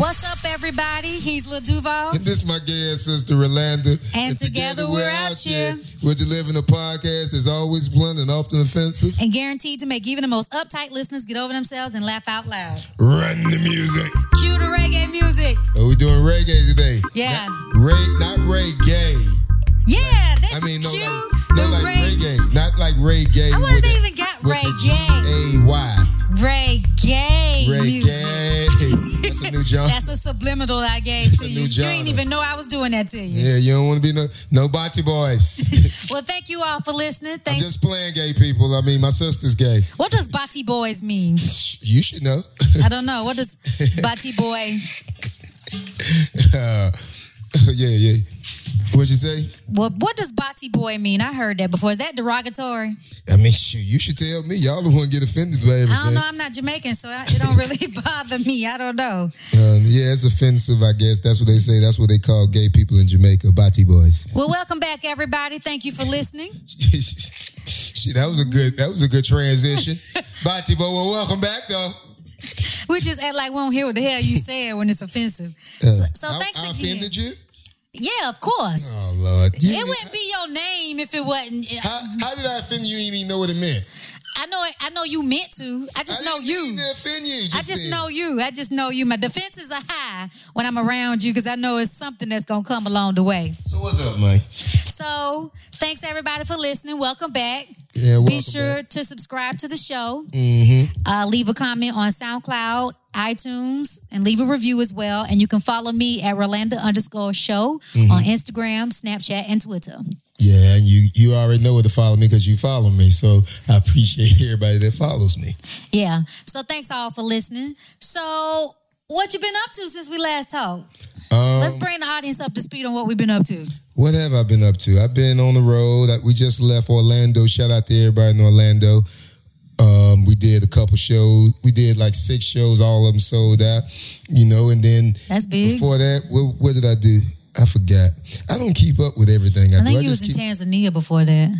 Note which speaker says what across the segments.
Speaker 1: What's up, everybody? He's Lil Duval.
Speaker 2: And this is my gay ass sister, Rolanda.
Speaker 1: And together we're out here.
Speaker 2: We're delivering a podcast that's always blunt and often offensive.
Speaker 1: And guaranteed to make even the most uptight listeners get over themselves and laugh out loud.
Speaker 2: Run the music.
Speaker 1: Cue the reggae music.
Speaker 2: Oh, we doing reggae today.
Speaker 1: Yeah.
Speaker 2: Not, Ray, not reggae.
Speaker 1: Yeah, they
Speaker 2: I mean, no,
Speaker 1: cue
Speaker 2: like, no,
Speaker 1: the
Speaker 2: like
Speaker 1: reg-
Speaker 2: reggae. Not like reggae.
Speaker 1: I wonder if
Speaker 2: with
Speaker 1: they
Speaker 2: a-
Speaker 1: even got
Speaker 2: with a
Speaker 1: reggae.
Speaker 2: G-A-Y.
Speaker 1: Reggae music.
Speaker 2: Reggae. That's a new genre.
Speaker 1: That's a subliminal I gave
Speaker 2: It's
Speaker 1: to
Speaker 2: a
Speaker 1: you.
Speaker 2: new
Speaker 1: You didn't
Speaker 2: genre.
Speaker 1: even know I was doing that to you.
Speaker 2: yeah, you don't want to be no, no body boys.
Speaker 1: Well, thank you all for listening.
Speaker 2: I'm
Speaker 1: Thanks.
Speaker 2: just playing gay people. I mean, my sister's gay.
Speaker 1: what does Bati Boys mean?
Speaker 2: You should know.
Speaker 1: I don't know. What does Bati Boy?
Speaker 2: Uh, yeah, yeah. What'd you say?
Speaker 1: Well, what does Bati Boy mean? I heard that before. Is that derogatory?
Speaker 2: I mean, shoot, you should tell me. Y'all the one get offended by everything.
Speaker 1: I don't know. I'm not Jamaican, so I, it don't really bother me. I don't know.
Speaker 2: Um, yeah, it's offensive, I guess. That's what they say. That's what they call gay people in Jamaica, bati boys.
Speaker 1: Well, welcome back, everybody. Thank you for listening.
Speaker 2: Shit, that was a good. That was a good transition. bati boy, well, welcome back though.
Speaker 1: We just act like we don't hear what the hell you said when it's offensive.
Speaker 2: Uh,
Speaker 1: so
Speaker 2: I,
Speaker 1: thanks
Speaker 2: I
Speaker 1: again.
Speaker 2: offended you.
Speaker 1: Yeah, of course.
Speaker 2: Oh Lord, You-
Speaker 1: It wouldn't be your name if it wasn't.
Speaker 2: How, how did I offend you? You didn't even know what it meant.
Speaker 1: I know. It, I know you meant to. I just
Speaker 2: I
Speaker 1: know
Speaker 2: didn't mean
Speaker 1: you.
Speaker 2: to offend you.
Speaker 1: I just
Speaker 2: then.
Speaker 1: know you. I just know you. My defenses are high when I'm around you because I know it's something that's gonna come along the way.
Speaker 2: So what's up, Mike?
Speaker 1: So thanks everybody for listening. Welcome back.
Speaker 2: Yeah, welcome
Speaker 1: Be sure
Speaker 2: back. Mm-hmm.
Speaker 1: to subscribe to the show. Uh, leave a comment on SoundCloud, iTunes, and leave a review as well. And you can follow me at Rolanda underscore show
Speaker 2: Mm-hmm.
Speaker 1: on Instagram, Snapchat, and Twitter.
Speaker 2: Yeah, and you you already know where to follow me because you follow me. So I appreciate everybody that follows me.
Speaker 1: Yeah. So thanks all for listening. So what you been up to since we last talked?
Speaker 2: Um,
Speaker 1: Let's bring the audience up to speed on what we've been up to.
Speaker 2: What have I been up to? I've been on the road. I- We just left Orlando. Shout out to everybody in Orlando. Um, we did a couple shows. We did like six shows. All of them sold out. You know, and then
Speaker 1: That's big.
Speaker 2: before that, what, what did I do? I forgot. I don't keep up with everything I,
Speaker 1: I
Speaker 2: do.
Speaker 1: think
Speaker 2: I
Speaker 1: you was
Speaker 2: just
Speaker 1: in
Speaker 2: keep,
Speaker 1: Tanzania before that.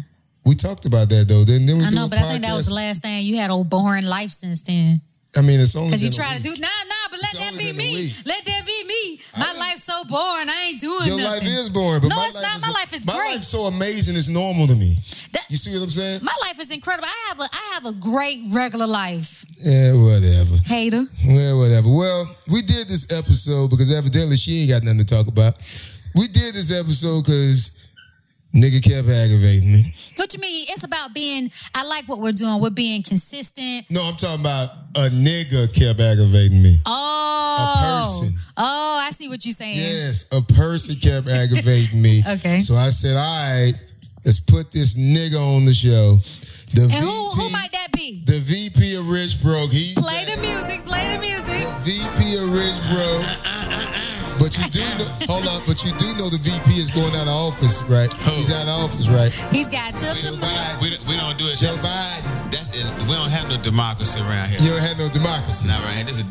Speaker 2: we talked about that though. Then then we
Speaker 1: I
Speaker 2: do
Speaker 1: know,
Speaker 2: a
Speaker 1: but I think that was
Speaker 2: podcast.
Speaker 1: the last thing you had. Old boring life since then.
Speaker 2: I mean, it's only
Speaker 1: Cause you
Speaker 2: been a
Speaker 1: try to
Speaker 2: week.
Speaker 1: do nah nah, but let
Speaker 2: It's
Speaker 1: that
Speaker 2: only
Speaker 1: be
Speaker 2: been a
Speaker 1: me.
Speaker 2: week.
Speaker 1: Let that be me. My life's so boring. I ain't doing
Speaker 2: Your life
Speaker 1: nothing.
Speaker 2: is boring, but
Speaker 1: No,
Speaker 2: my
Speaker 1: it's
Speaker 2: life
Speaker 1: not.
Speaker 2: Is,
Speaker 1: My life is
Speaker 2: my
Speaker 1: great.
Speaker 2: life's so amazing. It's normal to me.
Speaker 1: That-
Speaker 2: You see what I'm saying?
Speaker 1: my life is incredible. I have a I have a great regular life.
Speaker 2: Yeah, whatever.
Speaker 1: Hater.
Speaker 2: Well, whatever. Well, we did this episode because evidently she ain't got nothing to talk about. We did this episode because nigga kept aggravating me.
Speaker 1: What you mean? It's about being. I like what we're doing. We're being consistent.
Speaker 2: No, I'm talking about a nigga kept aggravating me.
Speaker 1: Oh,
Speaker 2: person.
Speaker 1: oh, I see what you're saying.
Speaker 2: Yes, a person kept aggravating me.
Speaker 1: Okay.
Speaker 2: So I said, all right, let's put this nigga on the show. The
Speaker 1: And who who
Speaker 2: VP
Speaker 1: might that be?
Speaker 2: The VP of Rich Broke. He's
Speaker 1: Play the music. Play the music.
Speaker 2: VP of Rich Bro. But you do know, hold up, but you do know the VP is going out of office, right? He's out of office, right?
Speaker 1: He's got till
Speaker 3: We don't,
Speaker 1: tomorrow.
Speaker 3: we, don't, we don't do it.
Speaker 2: Joe
Speaker 3: That's,
Speaker 2: Biden.
Speaker 3: that's it. We don't have no democracy around here.
Speaker 2: You don't have no democracy.
Speaker 3: Not right here. This is a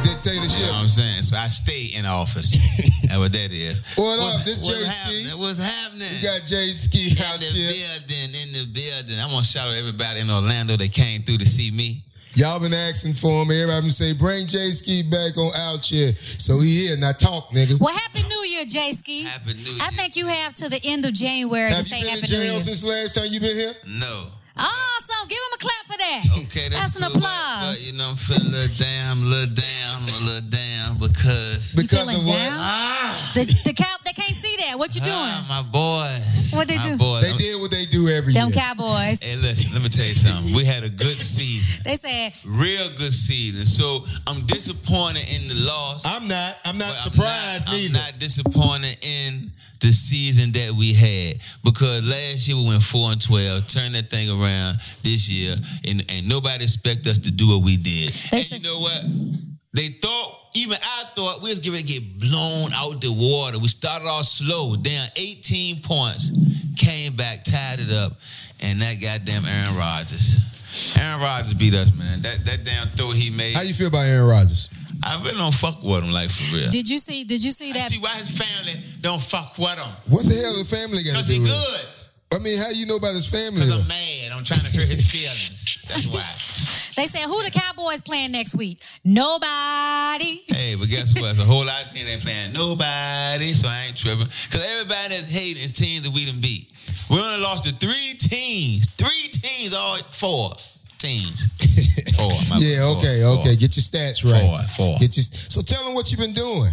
Speaker 3: dictatorship.
Speaker 2: It's a
Speaker 3: you
Speaker 2: dictatorship.
Speaker 3: know what I'm saying? So I stay in office. That's what that is.
Speaker 2: What up? This JC.
Speaker 3: happening? What's happening?
Speaker 2: You got Jay Ski
Speaker 3: in
Speaker 2: out
Speaker 3: the
Speaker 2: here.
Speaker 3: building, in the building. I want to shout out everybody in Orlando that came through to see me.
Speaker 2: Y'all been asking for him. Everybody been say, bring Jay Ski back on out here. So he here. Now talk, nigga.
Speaker 1: Well, happy New Year, Jay Ski.
Speaker 3: Happy New Year.
Speaker 1: I think you have to the end of January
Speaker 2: Have
Speaker 1: to
Speaker 2: you
Speaker 1: say
Speaker 2: been
Speaker 1: Happy
Speaker 2: in
Speaker 1: New Year.
Speaker 2: jail since last time you been here?
Speaker 3: No.
Speaker 1: Awesome. Give him a clap for that.
Speaker 3: Okay, that's,
Speaker 1: an
Speaker 3: cool, but-
Speaker 1: applause.
Speaker 3: But, you know, I'm feeling a little down, a little down, a little down because
Speaker 2: Because
Speaker 1: feeling
Speaker 2: of what?
Speaker 1: down? The, the cow, they can't see that. What you doing?
Speaker 3: Ah, my boys.
Speaker 1: What they
Speaker 3: my
Speaker 1: do?
Speaker 3: Boys.
Speaker 2: They did what they do every
Speaker 1: Them
Speaker 2: year.
Speaker 1: cowboys.
Speaker 3: Hey, listen, let me tell you something. We had a good season,
Speaker 1: They said,
Speaker 3: real good season. So I'm disappointed in the loss.
Speaker 2: I'm not. I'm not
Speaker 3: but I'm
Speaker 2: surprised
Speaker 3: not- I'm
Speaker 2: neither.
Speaker 3: not disappointed in the season that we had because last year we went four and twelve, turned that thing around this year, and and nobody expect us to do what we did.
Speaker 1: They
Speaker 3: and
Speaker 1: said-
Speaker 3: you know what? They thought. Even I thought we was getting ready to get blown out the water. We started off slow, down 18 points, came back, tied it up, and that goddamn Aaron Rodgers. Aaron Rodgers beat us, man. That that damn throw he made.
Speaker 2: How you feel about Aaron Rodgers?
Speaker 3: I really don't fuck with him, like for real.
Speaker 1: did you see did you see
Speaker 3: I
Speaker 1: that?
Speaker 3: see why his family don't fuck with him.
Speaker 2: What the hell the family got
Speaker 3: Because
Speaker 2: to do
Speaker 3: he
Speaker 2: with it?
Speaker 3: good.
Speaker 2: I mean, how you know about his family?
Speaker 3: Because
Speaker 2: though?
Speaker 3: I'm mad. I'm trying to hurt his feelings. That's why.
Speaker 1: They said who the cowboys playing next week? Nobody. nobody.
Speaker 3: Hey, but guess what? It's a whole lot of teams ain't playing nobody, so I ain't tripping. Because everybody that's hating is teams that we done beat. We only lost to three teams. Three teams, all four teams. Four. my
Speaker 2: Yeah,
Speaker 3: bad, four,
Speaker 2: okay,
Speaker 3: four.
Speaker 2: okay. Get your stats right.
Speaker 3: Four, four.
Speaker 2: Get your, so tell them what you've been doing.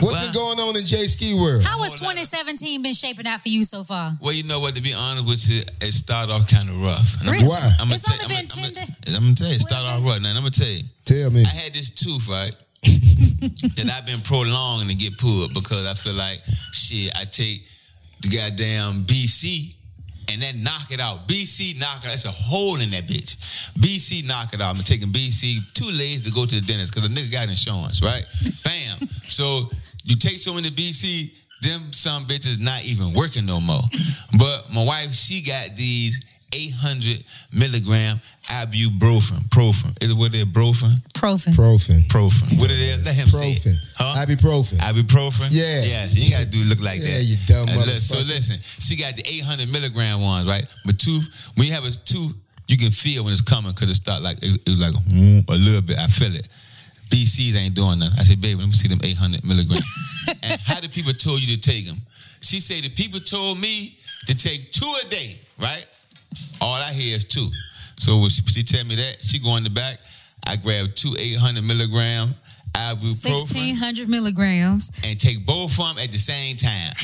Speaker 2: What's
Speaker 3: Well-
Speaker 2: been going on in J Ski World?
Speaker 1: How has 2017 been shaping out for you so far?
Speaker 3: Well, you know what? To be honest with you, it started off kind of rough. And I'm-
Speaker 1: Really?
Speaker 2: Why?
Speaker 3: I'ma
Speaker 1: It's
Speaker 3: tell-
Speaker 1: only
Speaker 3: I'ma-
Speaker 1: been 10
Speaker 3: I'ma-
Speaker 1: days.
Speaker 3: I'm gonna tell you, it started off rough. Now, I'm gonna tell you.
Speaker 2: Tell me.
Speaker 3: I had this tooth, right? that I've been prolonging to get pulled because I feel like shit, I take the goddamn BC and then knock it out. BC knock it out. It's a hole in that bitch. BC knock it out. I'm taking BC two legs to go to the dentist because a nigga got insurance, right? Bam. So you take so many BC, them some bitches not even working no more. But my wife, she got these 800 milligram ibuprofen. Profen. Is it what they're brofen?
Speaker 1: Profin.
Speaker 2: Profen.
Speaker 3: Profen. What it is? Let him say it.
Speaker 2: Profen.
Speaker 3: Huh?
Speaker 2: Ibuprofen.
Speaker 3: Ibuprofen?
Speaker 2: Yeah.
Speaker 3: Yes. You ain't gotta do look like
Speaker 2: Yeah,
Speaker 3: that.
Speaker 2: you dumb
Speaker 3: Uh, look, So
Speaker 2: motherfucker.
Speaker 3: listen, she got the 800 milligram ones, right? But two, when you have a two, you can feel when it's coming because it start like it, it was like mm, a little bit. I feel it. BCs ain't doing nothing. I said, baby, let me see them 800 milligrams. and how did people told you to take them? She said the people told me to take two a day, right? All I hear is two. So when she, she tell me that, she go in the back. I grab two 800 milligram ibuprofen
Speaker 1: 1600 milligrams.
Speaker 3: and take both of them at the same time.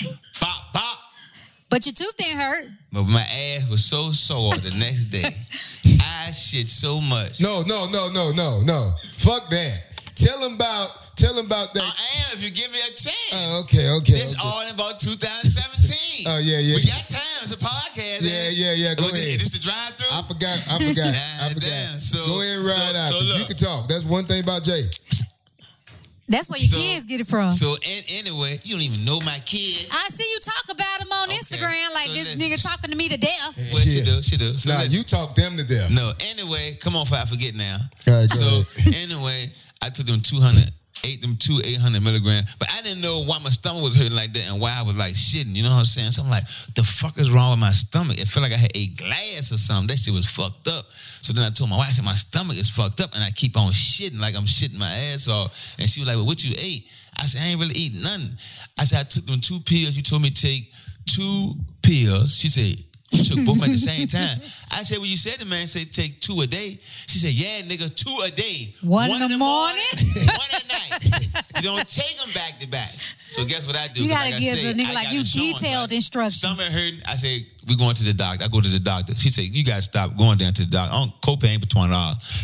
Speaker 3: bop, bop.
Speaker 1: But your tooth didn't hurt.
Speaker 3: But my ass was so sore the next day. I shit so much.
Speaker 2: No, no, no, no, no, no. Fuck that. Tell them about. Tell them about
Speaker 3: I
Speaker 2: that.
Speaker 3: am, if you give me a chance.
Speaker 2: Oh, okay, okay.
Speaker 3: Uh, This
Speaker 2: okay.
Speaker 3: all in about 2017.
Speaker 2: Oh, yeah, yeah.
Speaker 3: We got time. It's a podcast.
Speaker 2: Yeah,
Speaker 3: ain't it?
Speaker 2: yeah, yeah, go
Speaker 3: Oh, this-
Speaker 2: ahead.
Speaker 3: This the drive through.
Speaker 2: I forgot. I forgot. I
Speaker 3: Nah,
Speaker 2: forgot.
Speaker 3: damn, so-
Speaker 2: Go ahead, and ride
Speaker 3: so-
Speaker 2: out.
Speaker 3: so
Speaker 2: 'cause you
Speaker 3: look.
Speaker 2: can talk. That's one thing about Jay.
Speaker 1: That's where your
Speaker 3: So-
Speaker 1: kids get it from.
Speaker 3: So an- anyway, you don't even know my kid.
Speaker 1: I see you talk about him on
Speaker 3: Okay.
Speaker 1: Instagram like
Speaker 3: So
Speaker 1: this
Speaker 3: listen.
Speaker 1: nigga talking to me to death.
Speaker 3: Well, she
Speaker 2: Yeah.
Speaker 3: do, she do. So
Speaker 2: Nah,
Speaker 3: listen.
Speaker 2: you talk them to death.
Speaker 3: No, anyway, come on, for I forget now.
Speaker 2: All right, go
Speaker 3: so anyway, I took them two hundred, ate them two eight hundred milligram, but I didn't know why my stomach was hurting like that and why I was like shitting. You know what I'm saying? So I'm like, the fuck is wrong with my stomach? It felt like I had a glass or something. That shit was fucked up. So then I told my wife, I said, my stomach is fucked up, and I keep on shitting like I'm shitting my ass off. And she was like, well, what you ate? I said, I ain't really eating nothing. I said, I took them two pills. You told me to take two pills. She said, you took both at the same time. I said, well, you said the man said take two a day. She said, yeah, nigga, two a day.
Speaker 1: One in the
Speaker 3: one at night. You don't take them back to back. So guess what I do?
Speaker 1: You
Speaker 3: 'Cause
Speaker 1: gotta
Speaker 3: like I
Speaker 1: give
Speaker 3: say,
Speaker 1: the nigga
Speaker 3: I
Speaker 1: like
Speaker 3: got
Speaker 1: you
Speaker 3: insurance,
Speaker 1: detailed
Speaker 3: right?
Speaker 1: instructions.
Speaker 3: Stomach hurting. I said, we going to the doctor. I go to the doctor. She said, you got to stop going down to the doctor. I don't copay ain't but $20. You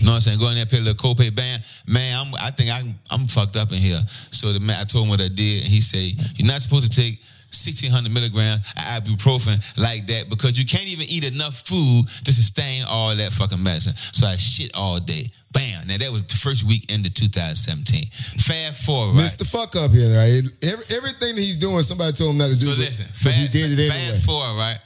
Speaker 3: know what I'm saying? Go in there, pay a little copay, bam. Man, I'm, I think I'm, I'm fucked up in here. So the man, I told him what I did, and he said, you're not supposed to take 1,600 milligrams of ibuprofen like that because you can't even eat enough food to sustain all that fucking medicine. So I shit all day. Bam. Now, that was the first week into 2017. Fast forward. right?
Speaker 2: Miss the fuck up here, right? Every, everything that he's doing, somebody told him not to do.
Speaker 3: So
Speaker 2: but-
Speaker 3: listen,
Speaker 2: but
Speaker 3: fast,
Speaker 2: he did it
Speaker 3: fast
Speaker 2: anyway.
Speaker 3: forward, right?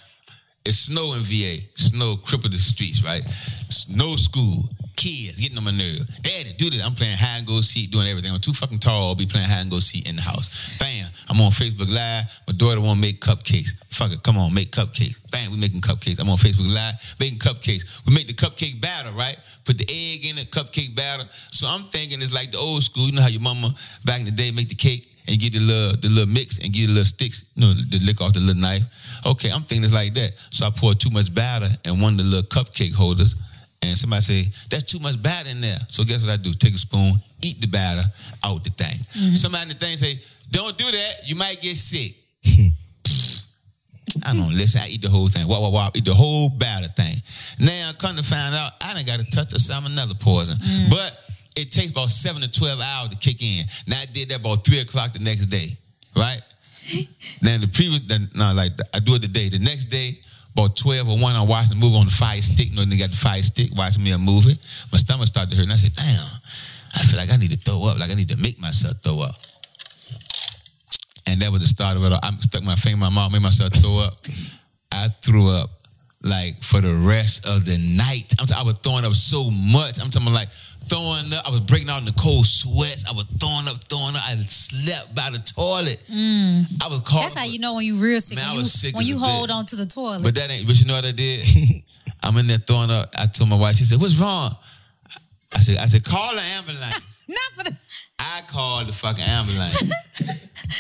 Speaker 3: It's snow in VA. Snow crippled the streets, right? S- No school. Kids getting on my nerve. Daddy, do this. I'm playing hide and go seek, doing everything. I'm too fucking tall. I'll be playing hide and go seek in the house. Bam. I'm on Facebook Live. My daughter won't make cupcakes. Fuck it. Come on, make cupcakes. Bam. We making cupcakes. I'm on Facebook Live making cupcakes. We make the cupcake batter, right? Put the egg in the cupcake batter. So I'm thinking it's like the old school. You know how your mama back in the day make the cake and get the little the little mix and get the little sticks, you know, the lick off the little knife. Okay, I'm thinking it's like that. So I pour too much batter in one of the little cupcake holders, and somebody say that's too much batter in there. So guess what I do? Take a spoon, eat the batter out the thing. Somebody in the thing say, "Don't do that. You might get sick." I don't listen. I eat the whole thing. Wow, wow, wow. Eat the whole batter thing. Now, come to find out, I done got a touch of salmonella poison. But it takes about seven to 12 hours to kick in. Now, I did that about three o'clock the next day, right? Then the previous, then, no, like I do it today. The next day, about 12 or 1, I'm watching a movie on the fire stick. No nigga got the fire stick, watching me a movie. My stomach started to hurt, and I said, damn, I feel like I need to throw up, like I need to make myself throw up. And that was the start of it all. I stuck my finger in my mouth, made myself throw up. I threw up like for the rest of the night. I'm t- i was throwing up so much. I'm talking like throwing up. I was breaking out in the cold sweats. I was throwing up, throwing up. I slept by the toilet. I was
Speaker 1: Mm.
Speaker 3: calling.
Speaker 1: That's how
Speaker 3: for-
Speaker 1: you know when you real sick.
Speaker 3: Man, I
Speaker 1: when you,
Speaker 3: was sick
Speaker 1: when
Speaker 3: as
Speaker 1: you
Speaker 3: a
Speaker 1: hold
Speaker 3: bitch.
Speaker 1: on to the toilet.
Speaker 3: But that ain't. But you know what I did? I'm in there throwing up. I told my wife. She said, "What's wrong?" I said, "I said call the ambulance."
Speaker 1: Not for the
Speaker 3: I called the fucking ambulance.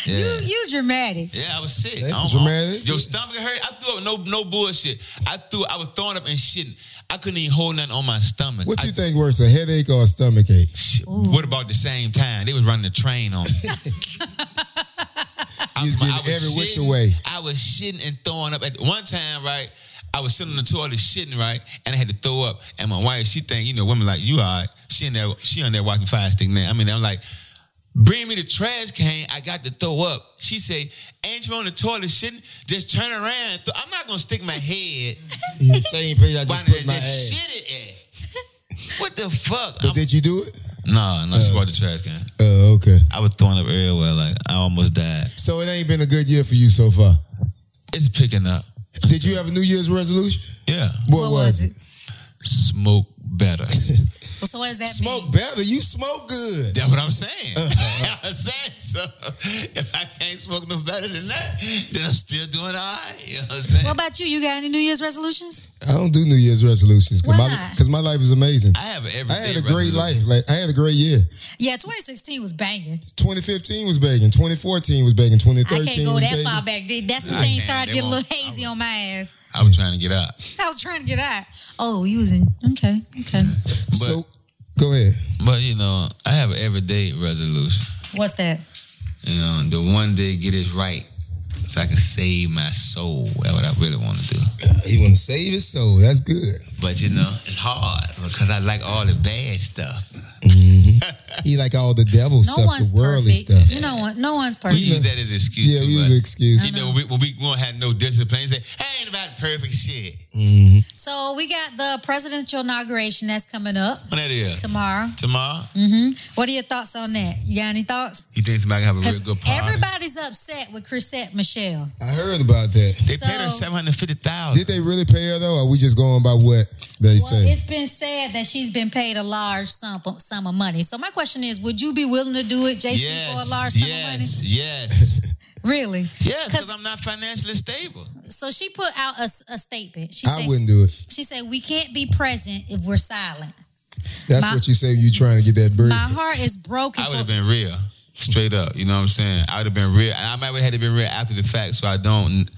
Speaker 3: yeah.
Speaker 1: You you dramatic.
Speaker 3: yeah, I was sick.
Speaker 2: That's
Speaker 3: I don't-
Speaker 2: dramatic.
Speaker 3: Your stomach hurt. I threw up. No, no bullshit. I threw. I was throwing up and shit. I couldn't even hold nothing on my stomach.
Speaker 2: What
Speaker 3: I-
Speaker 2: you think worse, a headache or a stomach ache?
Speaker 3: Shit, What about the same time? They was running a train on me. I,
Speaker 2: was getting every which way.
Speaker 3: I was shitting and throwing up. At one time, right, I was sitting on the toilet shitting, right, and I had to throw up. And my wife, she think, you know, women like you are. She in there, she on there walking fire stick now. I mean, I'm like, bring me the trash can. I got to throw up. She say, ain't you on the toilet shitting? Just turn around. and throw-" I'm not gonna stick my head.
Speaker 2: Same place I
Speaker 3: Why
Speaker 2: just
Speaker 3: not
Speaker 2: put
Speaker 3: just
Speaker 2: my ass.
Speaker 3: shit it at? What the fuck?
Speaker 2: But
Speaker 3: I'm-
Speaker 2: did you do it?
Speaker 3: no, no, she brought the trash can.
Speaker 2: Oh, okay.
Speaker 3: I was throwing up everywhere. Like I almost died.
Speaker 2: So it ain't been a good year for you so far.
Speaker 3: It's picking up.
Speaker 2: Did you have a New Year's resolution?
Speaker 3: Yeah.
Speaker 2: What, was, it?
Speaker 3: Smoke better.
Speaker 1: Well, so what does that
Speaker 2: Smoke
Speaker 1: mean?
Speaker 2: better. You smoke good.
Speaker 3: That's what I'm saying. I'm saying so. If I can't smoke no better than that, then I'm still doing all right. You know what I'm saying?
Speaker 1: What about you? You got any New Year's resolutions?
Speaker 2: I don't do New Year's resolutions because
Speaker 1: Why
Speaker 2: my,
Speaker 1: not?
Speaker 2: 'cause my life is amazing.
Speaker 3: I have everything.
Speaker 2: I had a great
Speaker 3: brother.
Speaker 2: life. Like I had a great year.
Speaker 1: Yeah, 2016 was banging.
Speaker 2: 2015 was begging. 2014 was begging.
Speaker 1: I
Speaker 2: 2013
Speaker 1: can't go
Speaker 2: was
Speaker 1: that
Speaker 2: begging.
Speaker 1: far back. Then That's when
Speaker 3: I
Speaker 1: things
Speaker 3: can't.
Speaker 1: started
Speaker 3: They
Speaker 1: getting a
Speaker 3: won't-
Speaker 1: little hazy on my ass.
Speaker 3: I was trying to get out.
Speaker 1: I was trying to get out. Oh, you was in. Okay, okay.
Speaker 2: So go ahead.
Speaker 3: But you know, I have an everyday resolution.
Speaker 1: What's that?
Speaker 3: You know, the one day get it right. So I can save my soul. That's what I really want to do.
Speaker 2: Uh, He want to save his soul. That's good.
Speaker 3: But you know, it's hard because I like all the bad stuff.
Speaker 2: He like all the devil
Speaker 1: No
Speaker 2: stuff,
Speaker 1: one's
Speaker 2: the worldly
Speaker 1: perfect.
Speaker 2: stuff.
Speaker 1: You know what? No one's
Speaker 3: We
Speaker 1: perfect.
Speaker 3: use that as an excuse.
Speaker 2: Yeah,
Speaker 3: too
Speaker 2: we
Speaker 3: much.
Speaker 2: use an excuse.
Speaker 3: You
Speaker 1: Uh-huh.
Speaker 3: know, we, when we won't have no discipline, say, hey, ain't about perfect shit.
Speaker 1: Uh-huh.
Speaker 2: Mm-hmm.
Speaker 1: So we got the presidential inauguration that's coming up
Speaker 3: When that is?
Speaker 1: tomorrow.
Speaker 3: Tomorrow?
Speaker 1: What are your thoughts on that? You got any thoughts?
Speaker 3: You think somebody have a real
Speaker 1: Because
Speaker 3: good party?
Speaker 1: everybody's upset with Chrisette Michelle.
Speaker 2: I heard about that.
Speaker 3: they paid her
Speaker 1: So-
Speaker 3: 750000
Speaker 2: Did they really pay her though? Or are we just going by what they
Speaker 1: Well,
Speaker 2: say?
Speaker 1: it's been said that she's been paid a large sum, sum of money. So my question is, would you be willing to do it, JC, for a large
Speaker 3: Yes,
Speaker 1: sum
Speaker 3: yes, yes,
Speaker 1: of money? Really?
Speaker 3: yes, because
Speaker 1: 'Cause-
Speaker 3: I'm not financially stable.
Speaker 1: So she put out a, a statement. She
Speaker 2: I
Speaker 1: said,
Speaker 2: wouldn't do it.
Speaker 1: she said, we can't be present if we're silent.
Speaker 2: That's
Speaker 1: My-
Speaker 2: what you say. You trying to get that bird?
Speaker 1: My heart is broken.
Speaker 3: I would
Speaker 1: For,
Speaker 3: have been real, straight up. You know what I'm saying? I would have been real. And I might have had to be real after the fact so I don't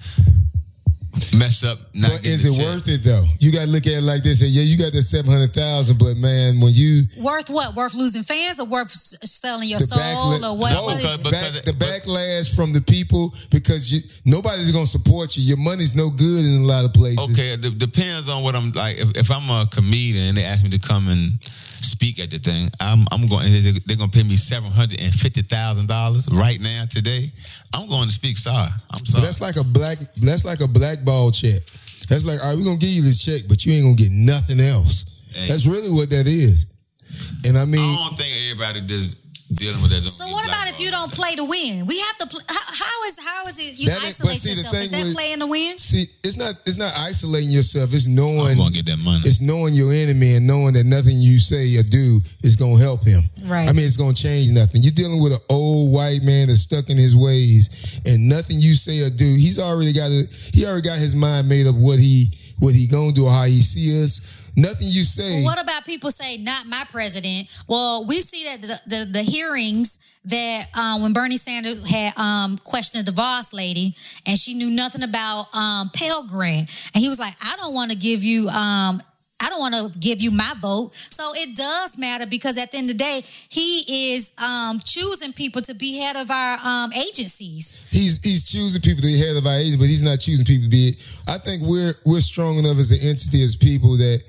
Speaker 3: mess up. Not
Speaker 2: But
Speaker 3: getting
Speaker 2: is
Speaker 3: the
Speaker 2: it
Speaker 3: check.
Speaker 2: worth it though? You got to look at it like this. And yeah, you got that seven hundred thousand, but man, when you
Speaker 1: worth what? Worth losing fans or worth s- selling your
Speaker 2: the
Speaker 1: soul
Speaker 2: backla-
Speaker 1: or what?
Speaker 2: No,
Speaker 1: what is
Speaker 3: because-
Speaker 1: it?
Speaker 3: but-
Speaker 2: back- the backlash from the people because you, nobody's gonna support you. Your money's no good in a lot of places.
Speaker 3: Okay, it de- depends on what I'm like. If, if I'm a comedian and they ask me to come and speak at the thing, I'm I'm going. They're, they're going to pay me seven hundred and fifty thousand dollars right now today. I'm going to speak. Sorry, I'm
Speaker 2: But
Speaker 3: sorry.
Speaker 2: that's like a black. That's like a blackball check. That's like, all right, we're gonna give you this check, but you ain't gonna get nothing else.
Speaker 3: Hey. Oh.
Speaker 2: That's really what that is. And I mean,
Speaker 3: I don't think everybody just dealing with that. don't
Speaker 1: So
Speaker 3: get
Speaker 1: what about if
Speaker 3: blackballed.
Speaker 1: you don't play to win? We have to. Play, how, how is how is it you
Speaker 2: That is- but
Speaker 1: isolate
Speaker 2: see, the
Speaker 1: yourself? Is
Speaker 2: thing
Speaker 1: that
Speaker 2: with-
Speaker 1: playing to win?
Speaker 2: see, it's not. It's not isolating yourself. It's knowing.
Speaker 3: I'm going to get that money.
Speaker 2: It's knowing your enemy and knowing that nothing you say or do is gonna help him.
Speaker 1: Right.
Speaker 2: I mean, it's gonna change nothing. You're dealing with an old white man that's stuck in his ways, and nothing you say or do, he's already got a, he already got his mind made up what he what he gonna do or how he see us. Nothing you say.
Speaker 1: Well, what about people say not my president? Well, we see that the the, the hearings that um, when Bernie Sanders had um, questioned the Voss lady and she knew nothing about um, Pell Grant, and he was like, I don't want to give you. Um, I don't want to give you my vote. So it does matter because at the end of the day, he is um, choosing people to be head of our um, agencies.
Speaker 2: He's he's choosing people to be head of our age, but he's not choosing people to be. I think we're we're strong enough as an entity as people that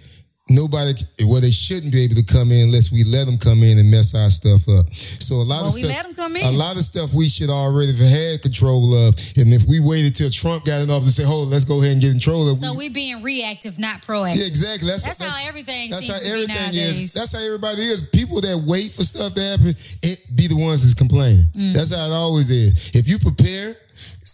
Speaker 2: nobody well they shouldn't be able to come in unless we let them come in and mess our stuff up. So a
Speaker 1: Well,
Speaker 2: lot of
Speaker 1: we
Speaker 2: stuff,
Speaker 1: let 'em come in.
Speaker 2: A lot of stuff we should already have had control of, and if we waited till Trump got in office and said, "Hold, let's go ahead and get in control of,"
Speaker 1: So
Speaker 2: we-
Speaker 1: we being reactive, not proactive.
Speaker 2: yeah, exactly. That's,
Speaker 1: That's how everything
Speaker 2: That's
Speaker 1: seems
Speaker 2: how
Speaker 1: to be
Speaker 2: everything is.
Speaker 1: nowadays.
Speaker 2: That's how everybody is. People that wait for stuff to happen, it be the ones that's complaining. That's how it always is. If you prepare,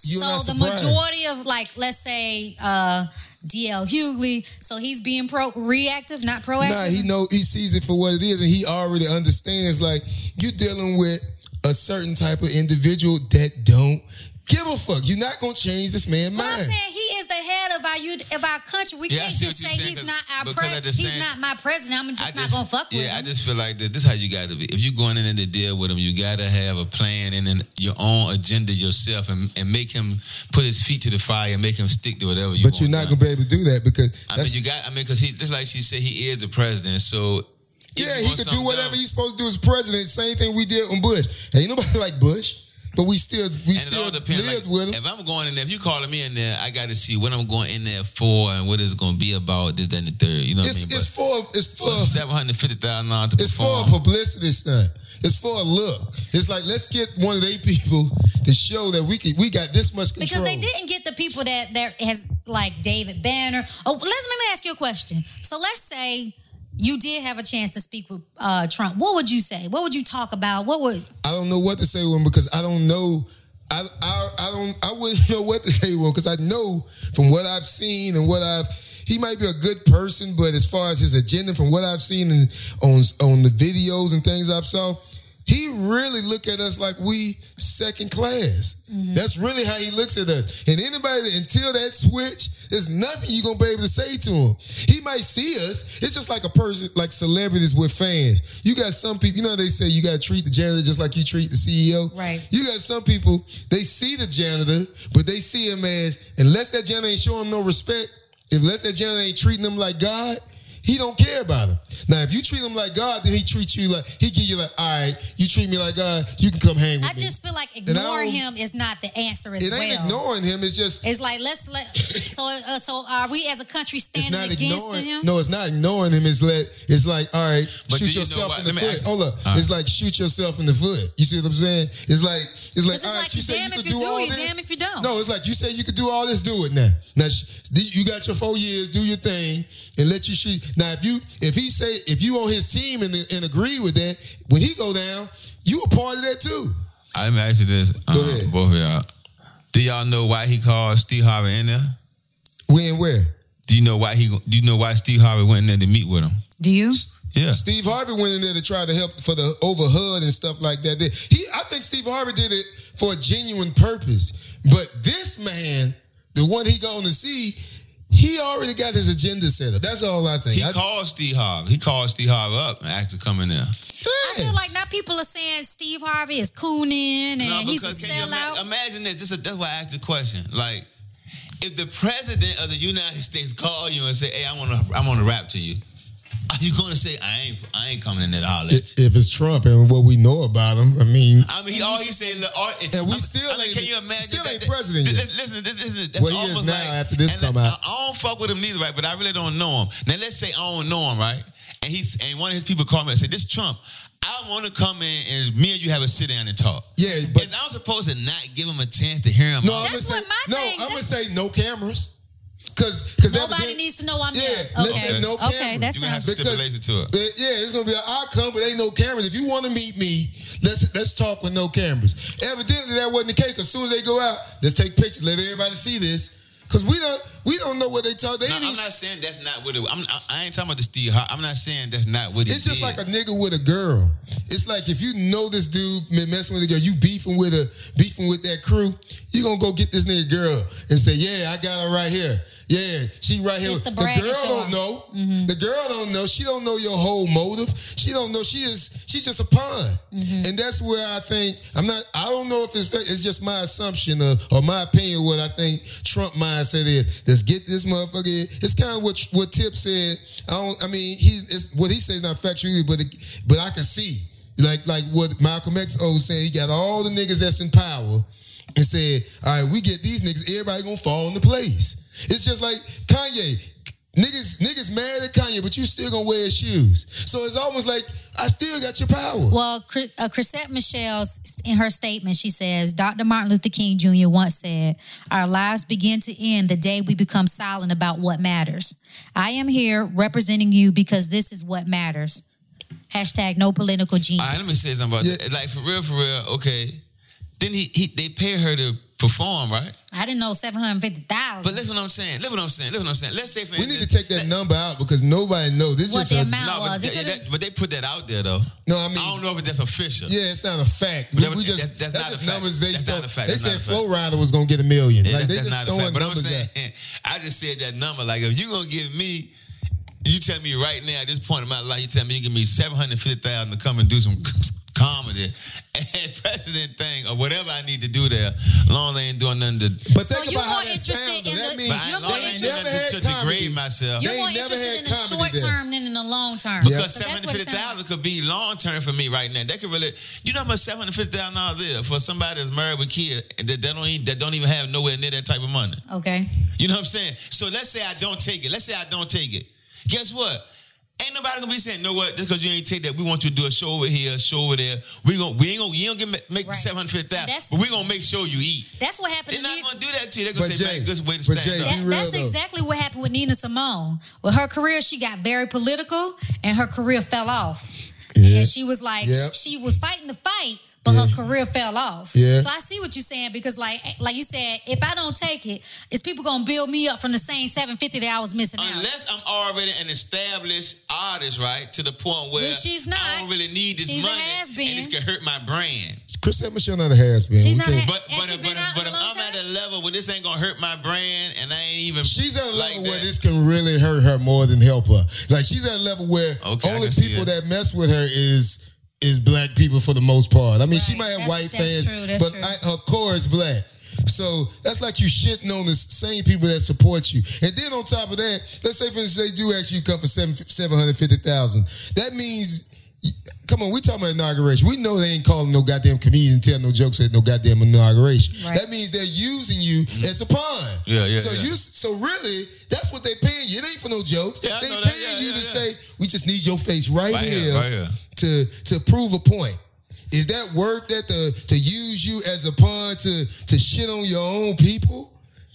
Speaker 2: you're not
Speaker 1: Mm. so the
Speaker 2: surprised.
Speaker 1: majority of like let's say uh DL Hughley, so he's being pro reactive, not proactive.
Speaker 2: Nah, he know he sees it for what it is, and he already understands. Like you're dealing with a certain type of individual that don't Give a fuck. You're not gonna change this man's
Speaker 1: But I'm
Speaker 2: mind.
Speaker 1: saying he is the head of our uni- of our country. We
Speaker 3: Yeah, I
Speaker 1: can't
Speaker 3: see
Speaker 1: just
Speaker 3: what you're
Speaker 1: say
Speaker 3: saying,
Speaker 1: he's
Speaker 3: 'cause-
Speaker 1: not our
Speaker 3: because at the
Speaker 1: president. He's
Speaker 3: same-
Speaker 1: not my president. I'm just
Speaker 3: I
Speaker 1: not
Speaker 3: just-
Speaker 1: gonna fuck with
Speaker 3: Yeah, I
Speaker 1: him.
Speaker 3: just feel like that. This is how you got to be. If you're going in there to deal with him, you got to have a plan and then your own agenda yourself, and, and make him put his feet to the fire and make him stick to whatever you.
Speaker 2: but you're not
Speaker 3: want
Speaker 2: gonna be able to do that because
Speaker 3: I mean,
Speaker 2: that's,
Speaker 3: you got. I mean, because he just like she said, he is the president. So if
Speaker 2: yeah, he
Speaker 3: you
Speaker 2: could
Speaker 3: want
Speaker 2: do
Speaker 3: something
Speaker 2: whatever
Speaker 3: done-
Speaker 2: he's supposed to do as president. Same thing we did on Bush. Ain't nobody like Bush, but we still we
Speaker 3: And it
Speaker 2: still
Speaker 3: all depends.
Speaker 2: lived
Speaker 3: like,
Speaker 2: with him.
Speaker 3: If I'm going in there, if you calling me in there, I got to see what I'm going in there for and what it's going to be about. This, that, and the third. You know what
Speaker 2: It's,
Speaker 3: I mean?
Speaker 2: it's for it's for
Speaker 3: but seven hundred fifty thousand dollars to
Speaker 2: It's for
Speaker 3: perform.
Speaker 2: a publicity stunt. It's for a look. It's like let's get one of they people to show that we could, we got this much
Speaker 1: Because
Speaker 2: control.
Speaker 1: they didn't get the people that that has like David Banner. Oh, let, let me ask you a question. So let's say you did have a chance to speak with uh, Trump. What would you say? What would you talk about? What would
Speaker 2: I don't know what to say to him because I don't know. I, I I don't I wouldn't know what to say to him because I know from what I've seen and what I've he might be a good person, but as far as his agenda, from what I've seen in, on on the videos and things I've saw, he really look at us like we second class. That's really how he looks at us. And anybody that- until that switch, there's nothing you're gonna be able to say to him. He might see us. It's just like a person, like celebrities with fans. You got some people. You know how they say you gotta treat the janitor just like you treat the E CEO.
Speaker 1: Right.
Speaker 2: You got some people. They see the janitor, but they see him as unless that janitor ain't showing him no respect. Unless that janitor ain't treating him like God. He don't care about him. Now, if you treat him like God, then he treats you like he give you like, all right, you treat me like God, you can come hang with
Speaker 1: I
Speaker 2: me.
Speaker 1: just feel like
Speaker 2: Mm-hmm. I
Speaker 1: ignoring him
Speaker 2: don't-
Speaker 1: is not the answer as
Speaker 2: It
Speaker 1: well.
Speaker 2: ain't ignoring him. It's just
Speaker 1: It's like let's let so uh, so are we as a country
Speaker 2: it's
Speaker 1: standing
Speaker 2: not
Speaker 1: against
Speaker 2: ignoring.
Speaker 1: him?
Speaker 2: No, it's not ignoring him. It's let. It's like all right,
Speaker 3: But do
Speaker 2: shoot
Speaker 3: you know
Speaker 2: yourself
Speaker 3: why-
Speaker 2: in the
Speaker 3: let me
Speaker 2: foot.
Speaker 3: ask you-
Speaker 2: Hold up.
Speaker 3: Uh.
Speaker 2: It's like shoot yourself in the foot. You see what I'm saying? It's like it's like
Speaker 1: It's just
Speaker 2: all right.
Speaker 1: like
Speaker 2: you
Speaker 1: you
Speaker 2: say
Speaker 1: damn
Speaker 2: you
Speaker 1: if
Speaker 2: could
Speaker 1: you
Speaker 2: do
Speaker 1: do,
Speaker 2: all
Speaker 1: you
Speaker 2: this.
Speaker 1: damn if you don't.
Speaker 2: No, it's like you say you could do all this. Do it now. Now sh- you got your four years. Do your thing and let you shoot. Now if you if he say if you on his team and and agree with that, when he go down, you a part of that too.
Speaker 3: I'm asking this. um,
Speaker 2: ahead.
Speaker 3: both of y'all. Do y'all know why he called Steve Harvey in there?
Speaker 2: When where?
Speaker 3: Do you know why he? Do you know why Steve Harvey went in there to meet with him?
Speaker 1: Do you?
Speaker 3: Yeah.
Speaker 2: Steve Harvey went in there to try to help for the over HUD and stuff like that. He, I think Steve Harvey did it for a genuine purpose. But this man, the one he going to see, he already got his agenda set up. That's all I think.
Speaker 3: He
Speaker 2: I,
Speaker 3: called Steve Harvey. He called Steve Harvey up and asked him to come in there.
Speaker 1: I feel like now people are saying Steve Harvey is cooning and he's a
Speaker 3: you ima-
Speaker 1: sellout.
Speaker 3: imagine this? this is- that's why I asked the question. Like, if the president of the United States call you and say, "Hey, I want to, I want to rap to you," are you going to say, "I ain't, I ain't coming in there to holler"? at you"?
Speaker 2: if it's Trump and what we know about him, I mean,
Speaker 3: I mean, all he said, look, all,
Speaker 2: And we
Speaker 3: I'm-
Speaker 2: still
Speaker 3: I'm like,
Speaker 2: ain't-
Speaker 3: can you imagine?
Speaker 2: still
Speaker 3: that-
Speaker 2: ain't
Speaker 3: that-
Speaker 2: president
Speaker 3: this-
Speaker 2: yet.
Speaker 3: this- Listen, this, this, that's
Speaker 2: Well, he is
Speaker 3: almost
Speaker 2: now
Speaker 3: like,
Speaker 2: after this
Speaker 3: and
Speaker 2: come
Speaker 3: look,
Speaker 2: out.
Speaker 3: I, I don't fuck with him neither, right? But I really don't know him. Now, let's say I don't know him, right? And he's and one of his people called me and said, "This Trump, I want to come in and me and you have a sit down and talk."
Speaker 2: yeah, but
Speaker 3: But I'm supposed to not give him a chance to hear him.
Speaker 2: no, I'm gonna
Speaker 3: out.
Speaker 1: That's
Speaker 2: say
Speaker 1: what my
Speaker 2: no.
Speaker 1: thing-
Speaker 2: I'm gonna
Speaker 1: that's-
Speaker 2: say no cameras, because because
Speaker 1: Nobody needs to know I'm
Speaker 2: Yeah,
Speaker 1: there.
Speaker 2: let's
Speaker 1: Okay,
Speaker 2: have no
Speaker 1: okay,
Speaker 2: cameras.
Speaker 1: that
Speaker 3: you gonna have
Speaker 1: sounds.
Speaker 2: to- Because-
Speaker 3: stipulation to it.
Speaker 2: But yeah, it's gonna be an outcome, but ain't no cameras. If you want to meet me, let's let's talk with no cameras. Evidently, that wasn't the case. 'cause as soon as they go out, let's take pictures. Let everybody see this, because we don't we don't know what they talk. They
Speaker 3: No,
Speaker 2: didn't
Speaker 3: I'm
Speaker 2: even-
Speaker 3: not saying that's not what it. I'm, I, I ain't talking about the Steve. Har- I'm not saying that's not what it
Speaker 2: it's just
Speaker 3: did.
Speaker 2: like a nigga with a girl. It's like if you know this dude been messing with a girl, you beefing with a beefing with that crew. You gonna go get this nigga girl and say, yeah, I got her right here. Yeah, she right here.
Speaker 1: Just to
Speaker 2: the
Speaker 1: brag and
Speaker 2: girl
Speaker 1: show
Speaker 2: don't
Speaker 1: off.
Speaker 2: know. The girl don't know. She don't know your whole motive. She don't know. She is. She's just a pawn. And that's where I think I'm not. I don't know if it's fact. It's just my assumption or, or my opinion. What I think Trump mindset is. Let's get this motherfucker. in. It's kind of what what Tip said. I don't. I mean, he it's, what he says is not factual, either, but it, but I can see like like what Malcolm X always said. He got all the niggas that's in power and said, "All right, we get these niggas. Everybody gonna fall into place." It's just like Kanye. Niggas, niggas mad at Kanye, but you still gonna wear his shoes. So it's almost like I still got your power.
Speaker 1: Well, Chris, uh, Chrisette Michelle's in her statement, she says, Dr. Martin Luther King Jr. once said, Our lives begin to end the day we become silent about what matters. I am here representing you because this is what matters. Hashtag no political genius.
Speaker 3: All right, let me say something about
Speaker 2: Yeah.
Speaker 3: that. Like for real, for real. Okay, then he, he they pay her to perform, right?
Speaker 1: I didn't know seven hundred fifty thousand.
Speaker 3: But listen what I'm saying. Look what I'm saying. Look what I'm saying. Let's say for
Speaker 2: We need to take that number out because nobody knows. This is
Speaker 1: What
Speaker 2: just
Speaker 1: the
Speaker 2: a,
Speaker 1: amount-
Speaker 3: No, but,
Speaker 1: was. It
Speaker 3: that-
Speaker 1: could've-
Speaker 3: that- but they put that out there though.
Speaker 2: no. I mean,
Speaker 3: I don't know if that's official.
Speaker 2: yeah, it's not a fact.
Speaker 3: But
Speaker 2: We,
Speaker 3: that-
Speaker 2: we just
Speaker 3: that's- that's not
Speaker 2: just
Speaker 3: a fact.
Speaker 2: numbers. They
Speaker 3: That's
Speaker 2: throw-
Speaker 3: not a fact.
Speaker 2: They
Speaker 3: That's
Speaker 2: said
Speaker 3: not a
Speaker 2: Flow Rider was gonna get a million.
Speaker 3: Yeah,
Speaker 2: like they
Speaker 3: that's,
Speaker 2: just
Speaker 3: that's not a
Speaker 2: throwing
Speaker 3: fact. But I'm
Speaker 2: numbers
Speaker 3: saying,
Speaker 2: out.
Speaker 3: I just said that number. Like, if you gonna give me, you tell me right now at this point in my life, you tell me you give me seven hundred fifty thousand to come and do some comedy and president thing or whatever I need to do there. Long they ain't doing nothing to.
Speaker 2: But think
Speaker 4: So you
Speaker 2: about how
Speaker 4: more
Speaker 2: that
Speaker 4: interested in
Speaker 2: sounds,
Speaker 4: the-
Speaker 2: though. that means
Speaker 3: But I
Speaker 4: You're more
Speaker 3: ain't long ain't
Speaker 4: interested-
Speaker 3: doing
Speaker 2: Never
Speaker 3: nothing to,
Speaker 2: had
Speaker 3: to
Speaker 2: comedy.
Speaker 3: degrade myself.
Speaker 4: You're
Speaker 2: They
Speaker 4: more
Speaker 2: ain't never
Speaker 4: interested
Speaker 2: had
Speaker 4: in the
Speaker 2: comedy
Speaker 4: short
Speaker 2: there.
Speaker 4: term than in the long term.
Speaker 3: Because
Speaker 1: But
Speaker 3: seven
Speaker 1: that's
Speaker 3: hundred
Speaker 1: what it
Speaker 3: fifty thousand could be long term for me right now. That could really, you know, how much seven hundred fifty thousand dollars is for somebody that's married with kids and that, that don't even, that don't even have nowhere near that type of money.
Speaker 1: Okay.
Speaker 3: You know what I'm saying? So let's say I don't take it. Let's say I don't take it. Guess what? Ain't nobody gonna be saying, "No, what? Just because you ain't take that, we want you to do a show over here, a show over there. We gonna, we ain't gonna, you don't get ma- make
Speaker 1: Right.
Speaker 3: seven hundred fifty
Speaker 4: That's-
Speaker 3: thousand, but we gonna make sure you eat.
Speaker 1: That's what happened to
Speaker 3: They're not
Speaker 1: me.
Speaker 3: gonna do that to you. They're
Speaker 2: But
Speaker 3: gonna say,
Speaker 2: Jay,
Speaker 3: "Man, good way to
Speaker 2: but
Speaker 3: stand
Speaker 2: Jay,
Speaker 1: That-
Speaker 2: Be
Speaker 3: up."
Speaker 2: real,
Speaker 1: that's
Speaker 2: though.
Speaker 1: exactly what happened with Nina Simone. With her career, she got very political and her career fell off.
Speaker 2: Yeah.
Speaker 1: And she was like,
Speaker 2: Yep.
Speaker 1: she was fighting the fight, but her career fell off.
Speaker 2: Yeah.
Speaker 1: So I see what you're saying because, like, like you said, if I don't take it, it's people gonna build me up from the same 750 that I was missing out.
Speaker 3: Unless I'm already an established artist, right? To the point where
Speaker 1: Which she's not.
Speaker 3: I don't really need this
Speaker 1: She's a
Speaker 3: money,
Speaker 1: has-been.
Speaker 3: and this could hurt my brand.
Speaker 2: Chris said Michelle not a has been.
Speaker 1: She's not a-
Speaker 3: But
Speaker 1: And
Speaker 3: but
Speaker 1: she
Speaker 3: if-
Speaker 1: been
Speaker 3: but,
Speaker 1: out
Speaker 3: if- but
Speaker 1: a
Speaker 3: if
Speaker 1: long
Speaker 3: I'm at a level where this ain't gonna hurt my brand, and I ain't even
Speaker 2: She's at a
Speaker 3: like
Speaker 2: level where
Speaker 3: that.
Speaker 2: this can really hurt her more than help her. Like she's at a level where
Speaker 3: Okay, I
Speaker 2: only
Speaker 3: can see
Speaker 2: people
Speaker 3: that.
Speaker 2: that mess with her is is black people for the most part. I mean, she
Speaker 1: Right,
Speaker 2: might have
Speaker 1: that's-
Speaker 2: white
Speaker 1: that's
Speaker 2: fans,
Speaker 1: true, that's
Speaker 2: but
Speaker 1: true.
Speaker 2: I, her core is black. So that's like you shitting on the same people that support you. And then on top of that, let's say for instance they do actually come for seven seven hundred fifty thousand. That means. Come on, we talking about inauguration. We know they ain't calling no goddamn comedians and telling no jokes at no goddamn inauguration.
Speaker 1: Right.
Speaker 2: That means they're using you
Speaker 3: Mm-hmm.
Speaker 2: as a pawn.
Speaker 3: Yeah, yeah,
Speaker 2: So
Speaker 3: yeah.
Speaker 2: you you- so really, that's what they paying you. It ain't for no jokes.
Speaker 3: Yeah, I
Speaker 2: they
Speaker 3: know
Speaker 2: paying
Speaker 3: that. Yeah,
Speaker 2: you
Speaker 3: yeah,
Speaker 2: to
Speaker 3: yeah.
Speaker 2: say, we just need your face right,
Speaker 3: Right here,
Speaker 2: here,
Speaker 3: right here.
Speaker 2: to to prove a point. Is that worth that to to use you as a pawn to to shit on your own people?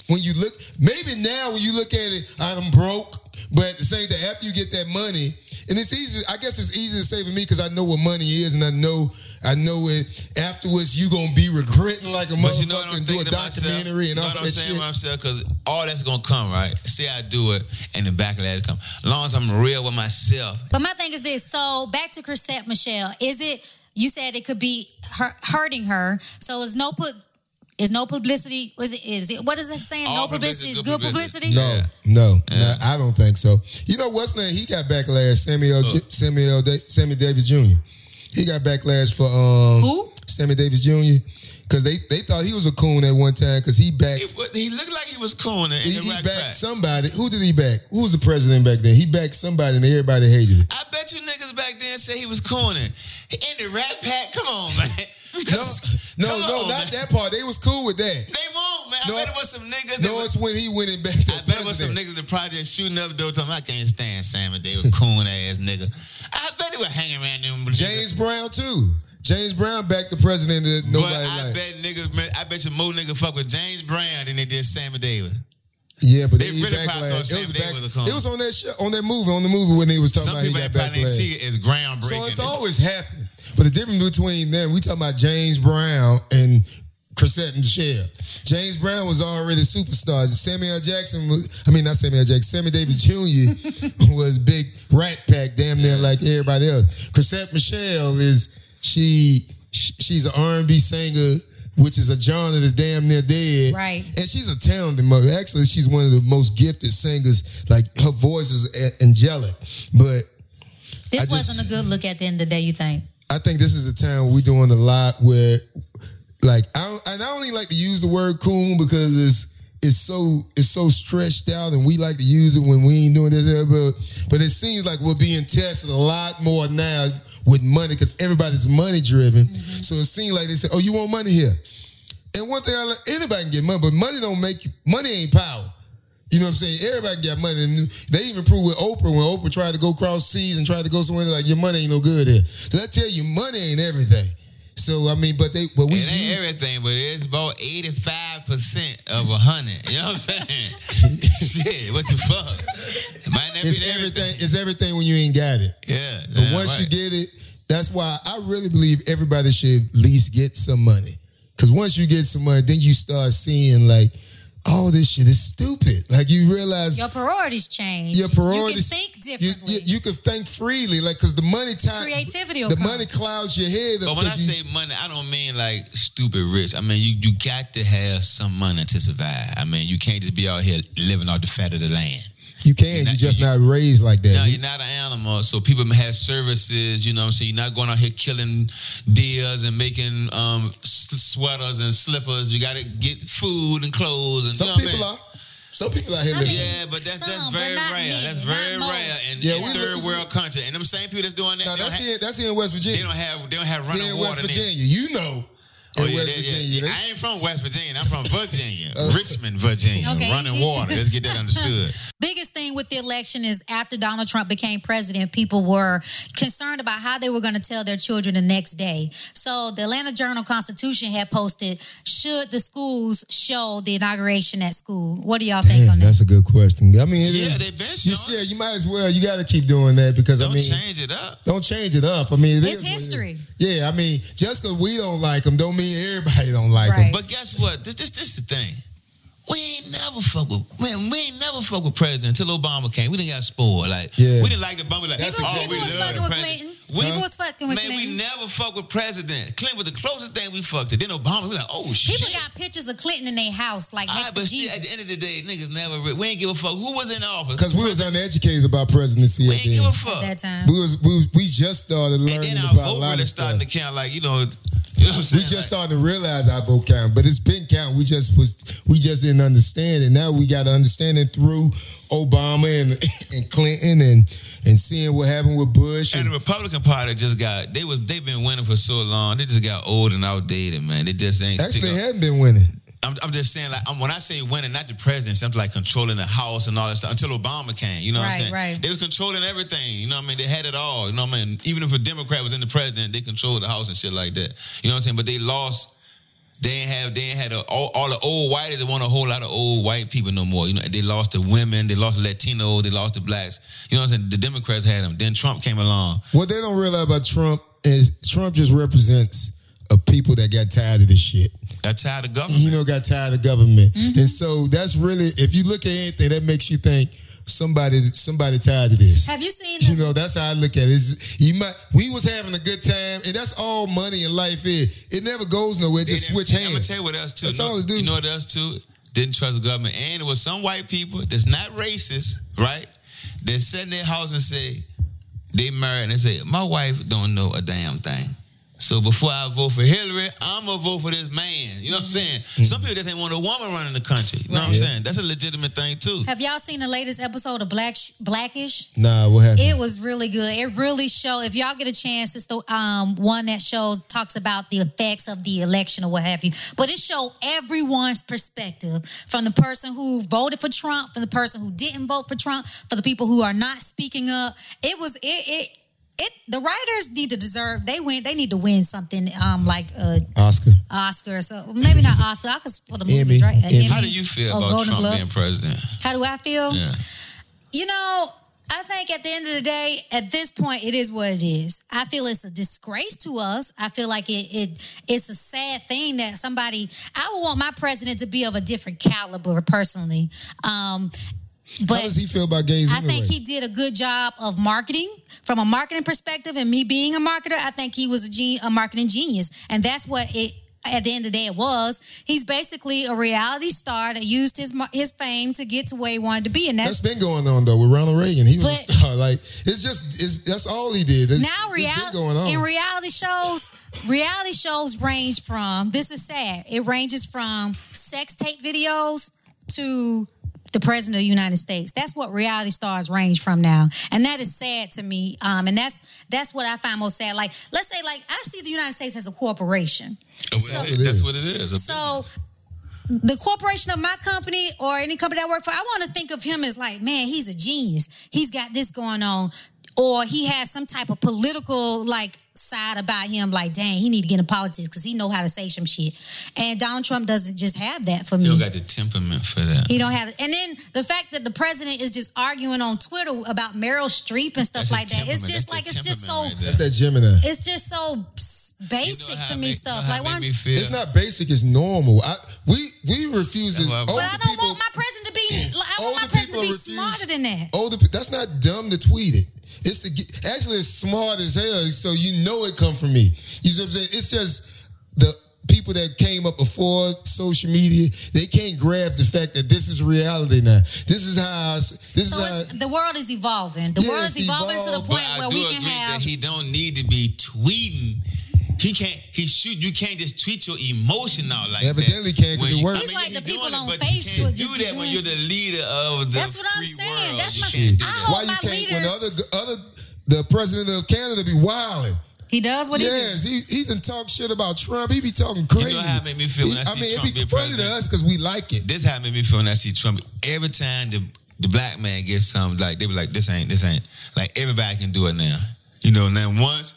Speaker 2: When you look, maybe now when you look at it, I'm broke. But the same thing, after you get that money, and it's easy. I guess it's easy to say for me because I know what money is, and I know I know it. Afterwards, you gonna be regretting like a
Speaker 3: But you know what I'm
Speaker 2: motherfucker and do a
Speaker 3: thinking to myself?
Speaker 2: documentary
Speaker 3: You
Speaker 2: and
Speaker 3: know
Speaker 2: all
Speaker 3: what
Speaker 2: that
Speaker 3: I'm saying
Speaker 2: shit.
Speaker 3: what I'm saying? Because all that's gonna come, right? Say I do it, and the backlash come. As long as I'm real with myself,
Speaker 1: But my thing is this. So back to Chrisette Michelle. Is it you said it could be her, hurting her? So is no put is no publicity? Was it is it what is it saying? no
Speaker 3: All
Speaker 1: publicity, is good publicity.
Speaker 2: No,
Speaker 3: Yeah.
Speaker 2: no, no, I don't think so. You know what's name? He got backlash. Samuel, J- Samuel, da- Sammy Davis Jr. He got backlash for um,
Speaker 1: Who?
Speaker 2: Sammy Davis Jr. Because they, they thought he was a coon at one time because he backed
Speaker 3: he, wa- he looked like he was cool in the,
Speaker 2: he,
Speaker 3: in the
Speaker 2: he
Speaker 3: rack
Speaker 2: backed
Speaker 3: pack.
Speaker 2: somebody. Who did he back? Who was the president back then? He backed somebody and everybody hated it.
Speaker 3: I bet you niggas back then said he was cooning in the Rat Pack. Come on, man.
Speaker 2: No, no,
Speaker 3: Come
Speaker 2: no,
Speaker 3: on,
Speaker 2: not
Speaker 3: man.
Speaker 2: that part. They was cool with that.
Speaker 3: They won't, man.
Speaker 2: No,
Speaker 3: I bet it was some niggas. that
Speaker 2: No,
Speaker 3: was,
Speaker 2: it's when he went and backed.
Speaker 3: I
Speaker 2: the
Speaker 3: bet it was
Speaker 2: president.
Speaker 3: some niggas in the project shooting up though. Talking, I can't stand Sam and David, coon ass nigga. I bet he was hanging around them. niggas.
Speaker 2: James Brown too. James Brown backed the president that nobody
Speaker 3: but I
Speaker 2: liked.
Speaker 3: bet niggas, man, I bet you more niggas fuck with James Brown than they did Sammy Davis.
Speaker 2: Yeah, but
Speaker 3: They
Speaker 2: then he
Speaker 3: really probably
Speaker 2: backlash.
Speaker 3: thought Sam
Speaker 2: it, was
Speaker 3: Davis
Speaker 2: back-
Speaker 3: was a coon.
Speaker 2: it was on that shit, on that movie, on the movie when they was talking
Speaker 3: Some
Speaker 2: about he
Speaker 3: people
Speaker 2: got
Speaker 3: ain't probably ain't
Speaker 2: backlash.
Speaker 3: see it as
Speaker 2: So
Speaker 3: groundbreaking.
Speaker 2: it's always happened. But the difference between them, we talking about James Brown and Chrisette Michelle. James Brown was already a superstar. Samuel Jackson, was, I mean not Samuel Jackson, Sammy Davis Jr. was big rat pack, damn near like everybody else. Chrisette Michelle is she sh- she's an R and B singer. Which is a genre that's damn near dead.
Speaker 1: Right.
Speaker 2: And she's a talented mother. Actually, she's one of the most gifted singers. Like, her voice is a- angelic. But
Speaker 1: This
Speaker 2: I just-
Speaker 1: wasn't a good look at the end of the day. You think?
Speaker 2: I think this is a time we doing a lot where, like, I don't, and I don't even like to use the word coon because it's it's so it's so stretched out, and we like to use it when we ain't doing this. that, But but it seems like we're being tested a lot more now with money because everybody's money driven. So it seems like they say, "Oh, you want money here?" And one thing I like, anybody can get money, but money don't make you, money ain't power. You know what I'm saying? Everybody got money. And they even proved with Oprah when Oprah tried to go cross seas and tried to go somewhere they're like your money ain't no good here. Does that tell you money ain't everything? So I mean, but they but we
Speaker 3: It ain't everything, but it's about 85% of a hundred. You know what I'm saying? Shit, what the fuck? Might not
Speaker 2: it's
Speaker 3: be
Speaker 2: everything.
Speaker 3: everything.
Speaker 2: It's everything when you ain't got it.
Speaker 3: Yeah.
Speaker 2: But
Speaker 3: yeah,
Speaker 2: once you
Speaker 3: right.
Speaker 2: get it, that's why I really believe everybody should at least get some money. Because once you get some money, then you start seeing like, all this shit is stupid. Like you realize
Speaker 1: Your priorities change.
Speaker 2: your priorities.
Speaker 1: You can think
Speaker 2: you-
Speaker 1: differently.
Speaker 2: You, you can think freely, like because the money time,
Speaker 1: Creativity will
Speaker 2: the
Speaker 1: come.
Speaker 2: money clouds your head.
Speaker 3: But when I
Speaker 2: because you-
Speaker 3: say money, I don't mean like stupid rich. I mean you you got to have some money to survive. I mean you can't just be out here living off the fat of the land.
Speaker 2: you can,
Speaker 3: not-
Speaker 2: you're just
Speaker 3: you-
Speaker 2: not raised like that.
Speaker 3: Now you're not an animal, so people have services. You know what I'm saying? You're not going out here killing deers and making um, s- sweaters and slippers. You got to get food and clothes and
Speaker 2: some
Speaker 3: you know what I
Speaker 2: people
Speaker 3: mean?
Speaker 2: are. Some people out here living.
Speaker 3: Yeah, but that's that's
Speaker 1: Some,
Speaker 3: very
Speaker 1: but not
Speaker 3: rare.
Speaker 1: many,
Speaker 3: That's very
Speaker 1: not most.
Speaker 3: rare in,
Speaker 2: Yeah,
Speaker 3: in
Speaker 2: we-
Speaker 3: third world country. And them same people that's doing that,
Speaker 2: Now,
Speaker 3: they, don't
Speaker 2: that's
Speaker 3: have,
Speaker 2: here. That's here in West
Speaker 3: they
Speaker 2: Virginia.
Speaker 3: don't have they don't have running
Speaker 2: Here in West
Speaker 3: water.
Speaker 2: Virginia,
Speaker 3: Then.
Speaker 2: you know.
Speaker 3: Oh
Speaker 2: in
Speaker 3: yeah,
Speaker 2: West
Speaker 3: yeah, yeah.
Speaker 2: Virginia, that's-
Speaker 3: I ain't from West Virginia. I'm from Virginia,
Speaker 2: Oh.
Speaker 3: Richmond, Virginia.
Speaker 1: Okay.
Speaker 3: Running water. Let's get that understood.
Speaker 1: biggest thing with the election is after Donald Trump became president, people were concerned about how they were going to tell their children the next day. So the Atlanta Journal Constitution had posted, should the schools show the inauguration at school? What do y'all think on
Speaker 2: Damn,
Speaker 1: that?
Speaker 2: that's a good question. I mean, it
Speaker 3: Yeah,
Speaker 2: is.
Speaker 3: they've been
Speaker 2: You
Speaker 3: showing.
Speaker 2: still, you might as well. You got to keep doing that because
Speaker 3: Don't
Speaker 2: I mean,
Speaker 3: change it up.
Speaker 2: don't change it up. I mean, it
Speaker 1: It's
Speaker 2: is what it is.
Speaker 1: history.
Speaker 2: Yeah, I mean, just because we don't like them, don't mean everybody don't like them.
Speaker 1: Right.
Speaker 3: But guess what? This this this the thing. We ain't never fuck with man. We ain't never fuck with president until Obama came. We didn't got spoiled. Like
Speaker 2: Yeah.
Speaker 3: we didn't like the bumble. Like
Speaker 2: That's
Speaker 1: People,
Speaker 2: a-
Speaker 3: oh,
Speaker 1: people
Speaker 3: we
Speaker 1: was
Speaker 3: love
Speaker 1: fucking
Speaker 3: the
Speaker 1: with
Speaker 3: president.
Speaker 1: Clinton.
Speaker 3: We-
Speaker 1: People was fucking with
Speaker 3: man,
Speaker 1: Clinton.
Speaker 3: we never fuck with president. Clinton was the closest thing we fucked. It. Then Obama. We like oh shit.
Speaker 1: people got pictures of Clinton in their house, like
Speaker 3: All
Speaker 1: next
Speaker 3: right, but
Speaker 1: to
Speaker 3: still, at the
Speaker 1: Jesus.
Speaker 3: end of the day, niggas never. Re- we ain't give a fuck who was in office.
Speaker 2: Because we was uneducated about presidency.
Speaker 3: we
Speaker 2: at
Speaker 3: ain't
Speaker 2: the
Speaker 3: give
Speaker 2: end.
Speaker 3: a fuck.
Speaker 1: At that time.
Speaker 2: we was we, we just started learning
Speaker 3: And then our
Speaker 2: about a
Speaker 3: vote
Speaker 2: lot
Speaker 3: really
Speaker 2: of
Speaker 3: starting
Speaker 2: stuff.
Speaker 3: to count. Like you know, you know what I'm
Speaker 2: We
Speaker 3: saying.
Speaker 2: just started
Speaker 3: like,
Speaker 2: to realize our vote count, but it's been count. We just was we just didn't understand, and now we got to understand it through Obama and and Clinton and and seeing what happened with Bush.
Speaker 3: And
Speaker 2: And,
Speaker 3: the Republican Party just got they was they've been winning for so long. They just got old and outdated, man. They just ain't stick
Speaker 2: actually,
Speaker 3: up.
Speaker 2: they hadn't been winning.
Speaker 3: I'm, I'm just saying, like, I'm, when I say winning, not the presidency, I'm like controlling the House and all that stuff until Obama came. You know what I'm
Speaker 1: Right,
Speaker 3: saying?
Speaker 1: right.
Speaker 3: They was controlling everything. You know what I mean? They had it all. You know what I mean? Even if a Democrat was in the president, they controlled the House and shit like that. You know what I'm saying? But they lost. They ain't have. They ain't had a, all, all the old whites. They want a whole lot of old white people no more. You know, they lost the women. They lost the Latinos. They lost the blacks. You know what I'm saying? The Democrats had them. Then Trump came along.
Speaker 2: What they don't realize about Trump is Trump just represents a people that got tired of this shit.
Speaker 3: Got tired of government.
Speaker 2: you know, got tired of government.
Speaker 1: Mm-hmm.
Speaker 2: And so that's really, if you look at anything, that makes you think somebody somebody tired of this.
Speaker 1: Have you seen the
Speaker 2: You know, that's how I look at it. It's- you might, we was having a good time, and that's all money in life is. It never goes nowhere. It just switch
Speaker 3: I'm gonna
Speaker 2: hands.
Speaker 3: tell you what else too.
Speaker 2: That's
Speaker 3: No-
Speaker 2: all it do.
Speaker 3: You know what else too? Didn't trust the government, and it was some white people that's not racist, right? That sat in their house and say they married and they say my wife don't know a damn thing. So before I vote for Hillary, I'm gonna vote for this man. You know what I'm
Speaker 1: Mm-hmm.
Speaker 3: saying? Some people just ain't want a woman running the country. You know what I'm
Speaker 2: Mm-hmm. Right.
Speaker 3: saying? That's a legitimate thing too.
Speaker 1: Have y'all seen the latest episode of Black Blackish?
Speaker 2: Nah, what happened?
Speaker 1: It was really good. It really show. If y'all get a chance, it's the um one that shows talks about the effects of the election or what have you. But it showed everyone's perspective from the person who voted for Trump, from the person who didn't vote for Trump, for the people who are not speaking up. It was it it. It, the writers need to deserve. They win. They need to win something um like a
Speaker 2: Oscar.
Speaker 1: Oscar. So maybe not Oscar. Oscar's for the movies,
Speaker 2: Emmy.
Speaker 1: right? A
Speaker 2: Emmy.
Speaker 3: How do you feel
Speaker 1: or
Speaker 3: about
Speaker 1: oh, Golden
Speaker 3: Trump
Speaker 1: Globe.
Speaker 3: being president?
Speaker 1: How do I feel?
Speaker 3: Yeah.
Speaker 1: You know, I think at the end of the day, at this point, it is what it is. I feel it's a disgrace to us. I feel like it, it it's a sad thing that somebody. I would want my president to be of a different caliber, personally. Um,
Speaker 2: How does
Speaker 1: but
Speaker 2: he feel about gays
Speaker 1: I
Speaker 2: anyway?
Speaker 1: think he did a good job of marketing from a marketing perspective, and me being a marketer, I think he was a, gen- a marketing genius, and that's what it. At the end of the day, it was he's basically a reality star that used his mar- his fame to get to where he wanted to be, and that's
Speaker 2: that's been going on though with Ronald Reagan. He was
Speaker 1: But-
Speaker 2: a star. Like it's just it's, that's all he did. It's,
Speaker 1: now
Speaker 2: it's been going on.
Speaker 1: reality in reality shows reality shows range from this is sad it ranges from sex tape videos to the president of the united states that's what reality stars range from now and that is sad to me um, and that's that's what i find most sad like let's say like i see the united states as a corporation
Speaker 2: it
Speaker 3: that's
Speaker 2: is.
Speaker 3: what it is. A
Speaker 1: so the corporation of my company or any company that I work for, I want to think of him as like, man, he's a genius. He's got this going on. Or he has some type of political like side about him, like, dang, he need to get in politics because he know how to say some shit. And Donald Trump doesn't just have that for me.
Speaker 3: You don't got the temperament for that.
Speaker 1: He don't have it. And then the fact that the president is just arguing on Twitter about Meryl Streep and stuff
Speaker 3: That's
Speaker 1: like
Speaker 3: his
Speaker 1: that. It's
Speaker 3: temperament.
Speaker 1: just
Speaker 3: That's
Speaker 1: like
Speaker 3: his
Speaker 1: it's just so
Speaker 3: temperament right there.
Speaker 2: that's that Gemini.
Speaker 1: it's just so
Speaker 3: You
Speaker 1: basic
Speaker 3: know how
Speaker 1: to
Speaker 3: it
Speaker 1: me
Speaker 3: make-
Speaker 1: stuff.
Speaker 3: you know how
Speaker 1: like,
Speaker 3: it
Speaker 1: why?
Speaker 3: make me
Speaker 1: don't-
Speaker 3: feel?
Speaker 2: It's not basic. It's normal. I, we we refuse to.
Speaker 3: That's why I-
Speaker 2: Older
Speaker 3: But
Speaker 1: But I don't
Speaker 2: people,
Speaker 1: want my president to be. Like, I
Speaker 2: older
Speaker 1: want my president
Speaker 2: people
Speaker 1: to be
Speaker 2: refuse-
Speaker 1: smarter than that.
Speaker 2: older. pe- Oh, That's not dumb to tweet it. It's the ge- actually it's smart as hell. So you know it come from me. You see what I'm saying? It's just the people that came up before social media. They can't grab the fact that this is reality now. This is how. I s- This
Speaker 1: So
Speaker 2: is how.
Speaker 1: it's, the world is evolving. The
Speaker 2: Yeah,
Speaker 1: world
Speaker 2: it's
Speaker 1: is evolving to the
Speaker 2: evolved,
Speaker 3: But
Speaker 1: point
Speaker 3: I
Speaker 1: where
Speaker 3: do
Speaker 1: we
Speaker 3: agree
Speaker 1: can have.
Speaker 3: that he don't need to be tweeting. He can't. He should. You can't just tweet your emotion out like
Speaker 2: Evidently
Speaker 3: that.
Speaker 2: can't, 'cause
Speaker 3: When
Speaker 2: it
Speaker 3: you-
Speaker 2: works.
Speaker 1: It's like
Speaker 3: you
Speaker 1: the
Speaker 3: doing
Speaker 1: people on
Speaker 3: but you
Speaker 1: Facebook
Speaker 3: can't
Speaker 1: just
Speaker 3: do
Speaker 1: be
Speaker 3: that when
Speaker 1: doing-
Speaker 3: you're the leader of the
Speaker 1: That's what I'm
Speaker 3: free
Speaker 1: saying.
Speaker 3: world.
Speaker 1: That's
Speaker 3: You
Speaker 1: my-
Speaker 3: can't do
Speaker 1: I
Speaker 3: that.
Speaker 1: hope-
Speaker 2: Why you
Speaker 1: my
Speaker 2: can't? When
Speaker 1: leaders-
Speaker 2: other other the president of Canada be wilding.
Speaker 1: He does what he does.
Speaker 2: Yes, he he done talk shit about Trump. He be talking crazy.
Speaker 3: how it make me feel when I see
Speaker 2: mean,
Speaker 3: Trump
Speaker 2: it be
Speaker 3: be
Speaker 2: funny to
Speaker 3: president?
Speaker 2: us because we like it.
Speaker 3: This how it made me feel when I see Trump. Every time the the black man gets something, like they be like, "This ain't, this ain't." Like everybody can do it now. You know. And then once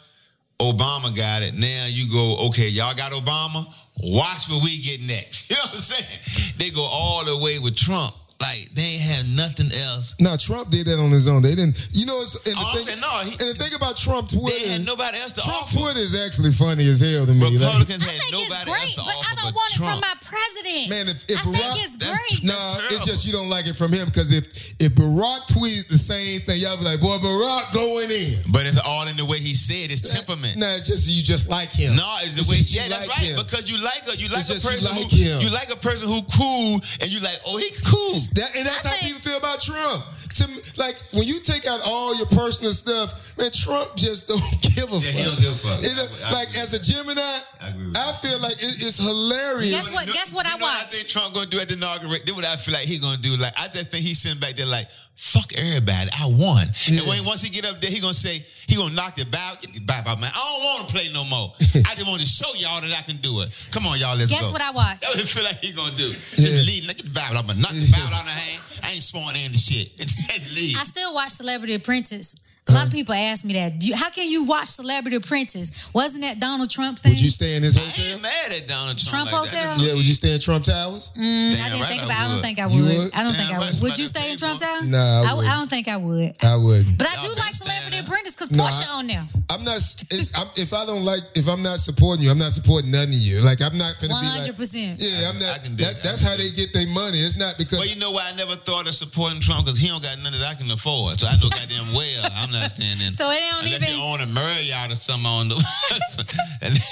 Speaker 3: Obama got it, now you go, "Okay, y'all got Obama. Watch what we get next." You know what I'm saying? They go all the way with Trump. Like they ain't have nothing else.
Speaker 2: Now Trump did that on his own. They didn't. You know, it's, and, the
Speaker 3: Oh, I'm
Speaker 2: thing,
Speaker 3: saying, no, he-
Speaker 2: and the thing about Trump Twitter,
Speaker 3: They had nobody else to
Speaker 2: Trump
Speaker 3: offer.
Speaker 2: Twitter is actually funny as hell to me. Like,
Speaker 3: Republicans
Speaker 1: I
Speaker 3: had
Speaker 1: think
Speaker 3: nobody
Speaker 1: it's
Speaker 3: else
Speaker 1: great,
Speaker 3: to
Speaker 1: but
Speaker 3: offer
Speaker 1: I don't
Speaker 3: but
Speaker 1: want it
Speaker 3: Trump.
Speaker 1: from my president.
Speaker 2: Man, if-
Speaker 1: I
Speaker 2: if
Speaker 1: think
Speaker 2: Barack-
Speaker 1: it's
Speaker 3: That's-
Speaker 1: great.
Speaker 2: nah,
Speaker 3: terrible.
Speaker 2: it's just you don't like it from him because if if Barack tweeted the same thing, y'all be like, "Boy, Barack going in."
Speaker 3: But it's all in the way he said. His temperament.
Speaker 2: Nah, it's just you just like him.
Speaker 3: No, it's the way.
Speaker 2: just you
Speaker 3: Yeah, that's
Speaker 2: like him.
Speaker 3: right. Because you like her, you like
Speaker 2: It's
Speaker 3: a
Speaker 2: just you
Speaker 3: person
Speaker 2: like
Speaker 3: who
Speaker 2: him.
Speaker 3: you like a person who cool, and you like, oh, he cool.
Speaker 2: That, and that's
Speaker 1: I
Speaker 2: how
Speaker 1: think-
Speaker 2: people feel about Trump. To me, like when you take out all your personal stuff, man, Trump just don't give a fuck.
Speaker 3: he don't give a fuck.
Speaker 2: It-
Speaker 3: I- I
Speaker 2: like
Speaker 3: agree.
Speaker 2: as a Gemini,
Speaker 3: I agree
Speaker 2: I,
Speaker 3: with you.
Speaker 2: feel like it, it's hilarious.
Speaker 1: That's what-
Speaker 3: You know-
Speaker 1: guess what
Speaker 3: you
Speaker 1: I
Speaker 3: know I
Speaker 1: watch.
Speaker 3: think Trump gonna do at the inauguration. Then what I feel like he gonna do? Like I just think he's sitting back there like. Fuck everybody! I won,
Speaker 2: Yeah.
Speaker 3: and when once he get up there, he gonna say he gonna knock the bow, bow, bow man. I don't want to play no more. I just want to show y'all that I can do it. Come on, y'all, let's
Speaker 1: Guess
Speaker 3: go.
Speaker 1: what I watched?
Speaker 3: That's what I feel like he gonna do.
Speaker 2: Yeah.
Speaker 3: Just lead, look at the bow. I'm gonna knock the bow out of hand. I ain't sworn in the shit. Just leave.
Speaker 1: I still watch Celebrity Apprentice. A lot of people ask me that. Do you- how can you watch Celebrity Apprentice? Wasn't that Donald Trump's thing?
Speaker 2: Would you stay in his
Speaker 3: I
Speaker 2: hotel?
Speaker 3: ain't mad at Donald Trump.
Speaker 1: Trump
Speaker 3: like that. I just
Speaker 1: Hotel?
Speaker 3: know
Speaker 2: Yeah, would you stay in Trump Towers?
Speaker 1: Mm, I
Speaker 3: Damn
Speaker 1: didn't
Speaker 3: right
Speaker 1: think about. it.
Speaker 3: I
Speaker 1: I
Speaker 3: would.
Speaker 1: don't think I would.
Speaker 2: You would?
Speaker 1: I don't
Speaker 3: Damn
Speaker 1: think I
Speaker 3: right,
Speaker 1: would. Would you
Speaker 3: somebody
Speaker 1: stay in Trump
Speaker 3: paid
Speaker 1: Town?
Speaker 2: Nah, I
Speaker 1: I, w- I
Speaker 2: wouldn't.
Speaker 1: don't think I would.
Speaker 2: I wouldn't.
Speaker 1: But I
Speaker 3: Y'all
Speaker 1: do
Speaker 3: been
Speaker 1: like
Speaker 3: staying
Speaker 1: Celebrity
Speaker 3: there.
Speaker 1: Apprentice because
Speaker 2: No,
Speaker 1: Portia
Speaker 2: I-
Speaker 1: on there.
Speaker 2: I'm not. It's, I'm, if I don't like, if I'm not supporting you, I'm not supporting none of you. Like I'm not gonna
Speaker 1: One
Speaker 2: be like.
Speaker 1: hundred percent.
Speaker 2: Yeah, I'm
Speaker 3: I
Speaker 2: not.
Speaker 3: can do
Speaker 2: That,
Speaker 3: it. I
Speaker 2: that's
Speaker 3: can
Speaker 2: how
Speaker 3: do
Speaker 2: they
Speaker 3: it.
Speaker 2: get their money. It's not because
Speaker 3: Well, you know why I never thought of supporting Trump because he don't got none that I can afford. So I know goddamn well I'm not standing.
Speaker 1: So it don't
Speaker 3: Unless
Speaker 1: even.
Speaker 3: you own a Marriott or something on the.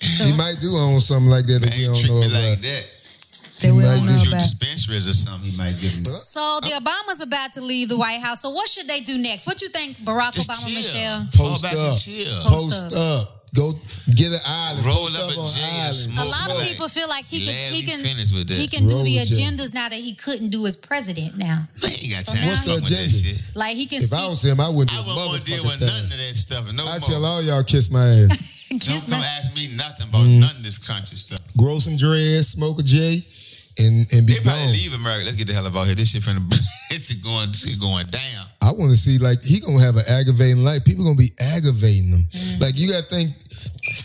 Speaker 2: he might do own something like that that we
Speaker 3: ain't
Speaker 2: don't
Speaker 3: treat
Speaker 2: know
Speaker 3: me
Speaker 2: about.
Speaker 3: like that.
Speaker 1: They will
Speaker 2: might
Speaker 1: know
Speaker 2: do
Speaker 3: Few
Speaker 1: about.
Speaker 3: dispensaries or something, he might give me.
Speaker 1: So the Obamas about to leave the White House. So what should they do next? What you think, Barack
Speaker 3: Just
Speaker 1: Obama,
Speaker 3: chill.
Speaker 1: Michelle?
Speaker 2: Post
Speaker 3: Fall back
Speaker 2: up.
Speaker 3: and chill.
Speaker 2: Post,
Speaker 1: Post
Speaker 2: up. Go get an island.
Speaker 3: Roll
Speaker 2: Post
Speaker 3: up a
Speaker 2: on
Speaker 3: J and
Speaker 2: island.
Speaker 3: smoke
Speaker 1: A lot of
Speaker 3: Right.
Speaker 1: people feel like he can
Speaker 3: Glad
Speaker 1: he
Speaker 3: we
Speaker 1: can
Speaker 3: finished with that.
Speaker 1: he can do
Speaker 2: Roll
Speaker 1: the
Speaker 2: with you.
Speaker 1: agendas now that he couldn't do as president now.
Speaker 3: Man, you got
Speaker 1: So now-
Speaker 3: time for
Speaker 1: What's the
Speaker 3: something with that
Speaker 2: agenda?
Speaker 3: shit.
Speaker 1: Like he can
Speaker 2: If I
Speaker 1: speak
Speaker 2: was him, I wouldn't do
Speaker 3: I
Speaker 2: a
Speaker 3: wouldn't want to
Speaker 2: motherfucking
Speaker 3: deal with
Speaker 2: thing.
Speaker 3: none of that stuff. No
Speaker 2: I
Speaker 3: more.
Speaker 2: tell all y'all, kiss my ass.
Speaker 1: kiss
Speaker 3: don't come
Speaker 1: my
Speaker 3: ask me nothing about
Speaker 2: Mm.
Speaker 3: none of this country stuff.
Speaker 2: Grow some dreads, smoke a J, and and be
Speaker 3: They probably
Speaker 2: gone.
Speaker 3: leave America. Let's get the hell about here. This shit finna. It's going. This shit going down.
Speaker 2: I want to see like he gonna have an aggravating life. People gonna be aggravating him. Like you gotta think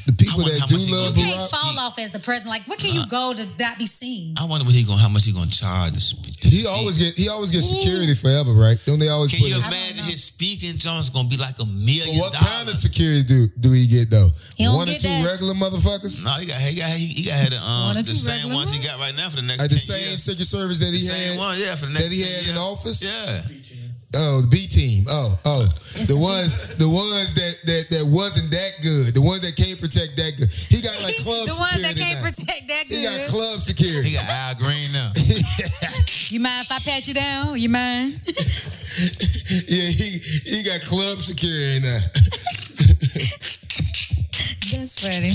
Speaker 2: the people
Speaker 3: Mm. wonder
Speaker 2: that
Speaker 3: how
Speaker 2: do
Speaker 3: much he
Speaker 2: love
Speaker 3: gonna
Speaker 1: can't
Speaker 2: Barack,
Speaker 1: fall off as the president. Like where can you go to not be seen?
Speaker 3: I wonder what he going how much he gonna charge to speak. to
Speaker 2: he
Speaker 3: speak.
Speaker 2: always get he always gets security forever, right? Don't they always
Speaker 3: Can
Speaker 2: put
Speaker 3: you
Speaker 2: him?
Speaker 1: don't
Speaker 3: imagine
Speaker 1: know.
Speaker 3: his speaking John's gonna be like a million
Speaker 2: What
Speaker 3: dollars?
Speaker 2: kind of security do do he get though?
Speaker 1: He don't
Speaker 2: One or
Speaker 1: get
Speaker 2: two
Speaker 1: that.
Speaker 2: regular motherfuckers.
Speaker 3: no, he got he got he, he got the um
Speaker 1: One or
Speaker 3: the
Speaker 1: two
Speaker 3: same
Speaker 1: regular
Speaker 3: ones he
Speaker 1: ones?
Speaker 3: got right now for the next
Speaker 2: At the
Speaker 3: 10
Speaker 2: same
Speaker 3: years.
Speaker 2: Secret Service that
Speaker 3: The
Speaker 2: he
Speaker 3: same
Speaker 2: had.
Speaker 3: one, yeah, for the next
Speaker 2: that he
Speaker 3: 10
Speaker 2: had in
Speaker 3: years.
Speaker 2: office?
Speaker 3: Yeah,
Speaker 2: Oh, the B team. Oh, oh, the ones, the ones that that that wasn't that good. The ones that can't protect that good. He got like club
Speaker 1: the
Speaker 2: security.
Speaker 1: ones that can't
Speaker 2: now.
Speaker 1: protect that
Speaker 2: He got
Speaker 1: good.
Speaker 2: club
Speaker 3: he
Speaker 2: security.
Speaker 3: got Al Green now.
Speaker 1: You mind if I pat you down? You mind?
Speaker 2: yeah, he he got club security now.
Speaker 1: That's funny.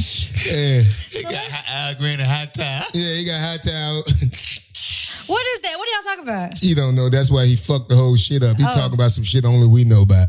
Speaker 2: yeah.
Speaker 3: He got Al Green and High Time.
Speaker 2: yeah, he got high tower.
Speaker 1: What is that? What are y'all talking about?
Speaker 2: he don't know. That's why he fucked the whole shit up. He
Speaker 1: Oh.
Speaker 2: talking about some shit only we know about.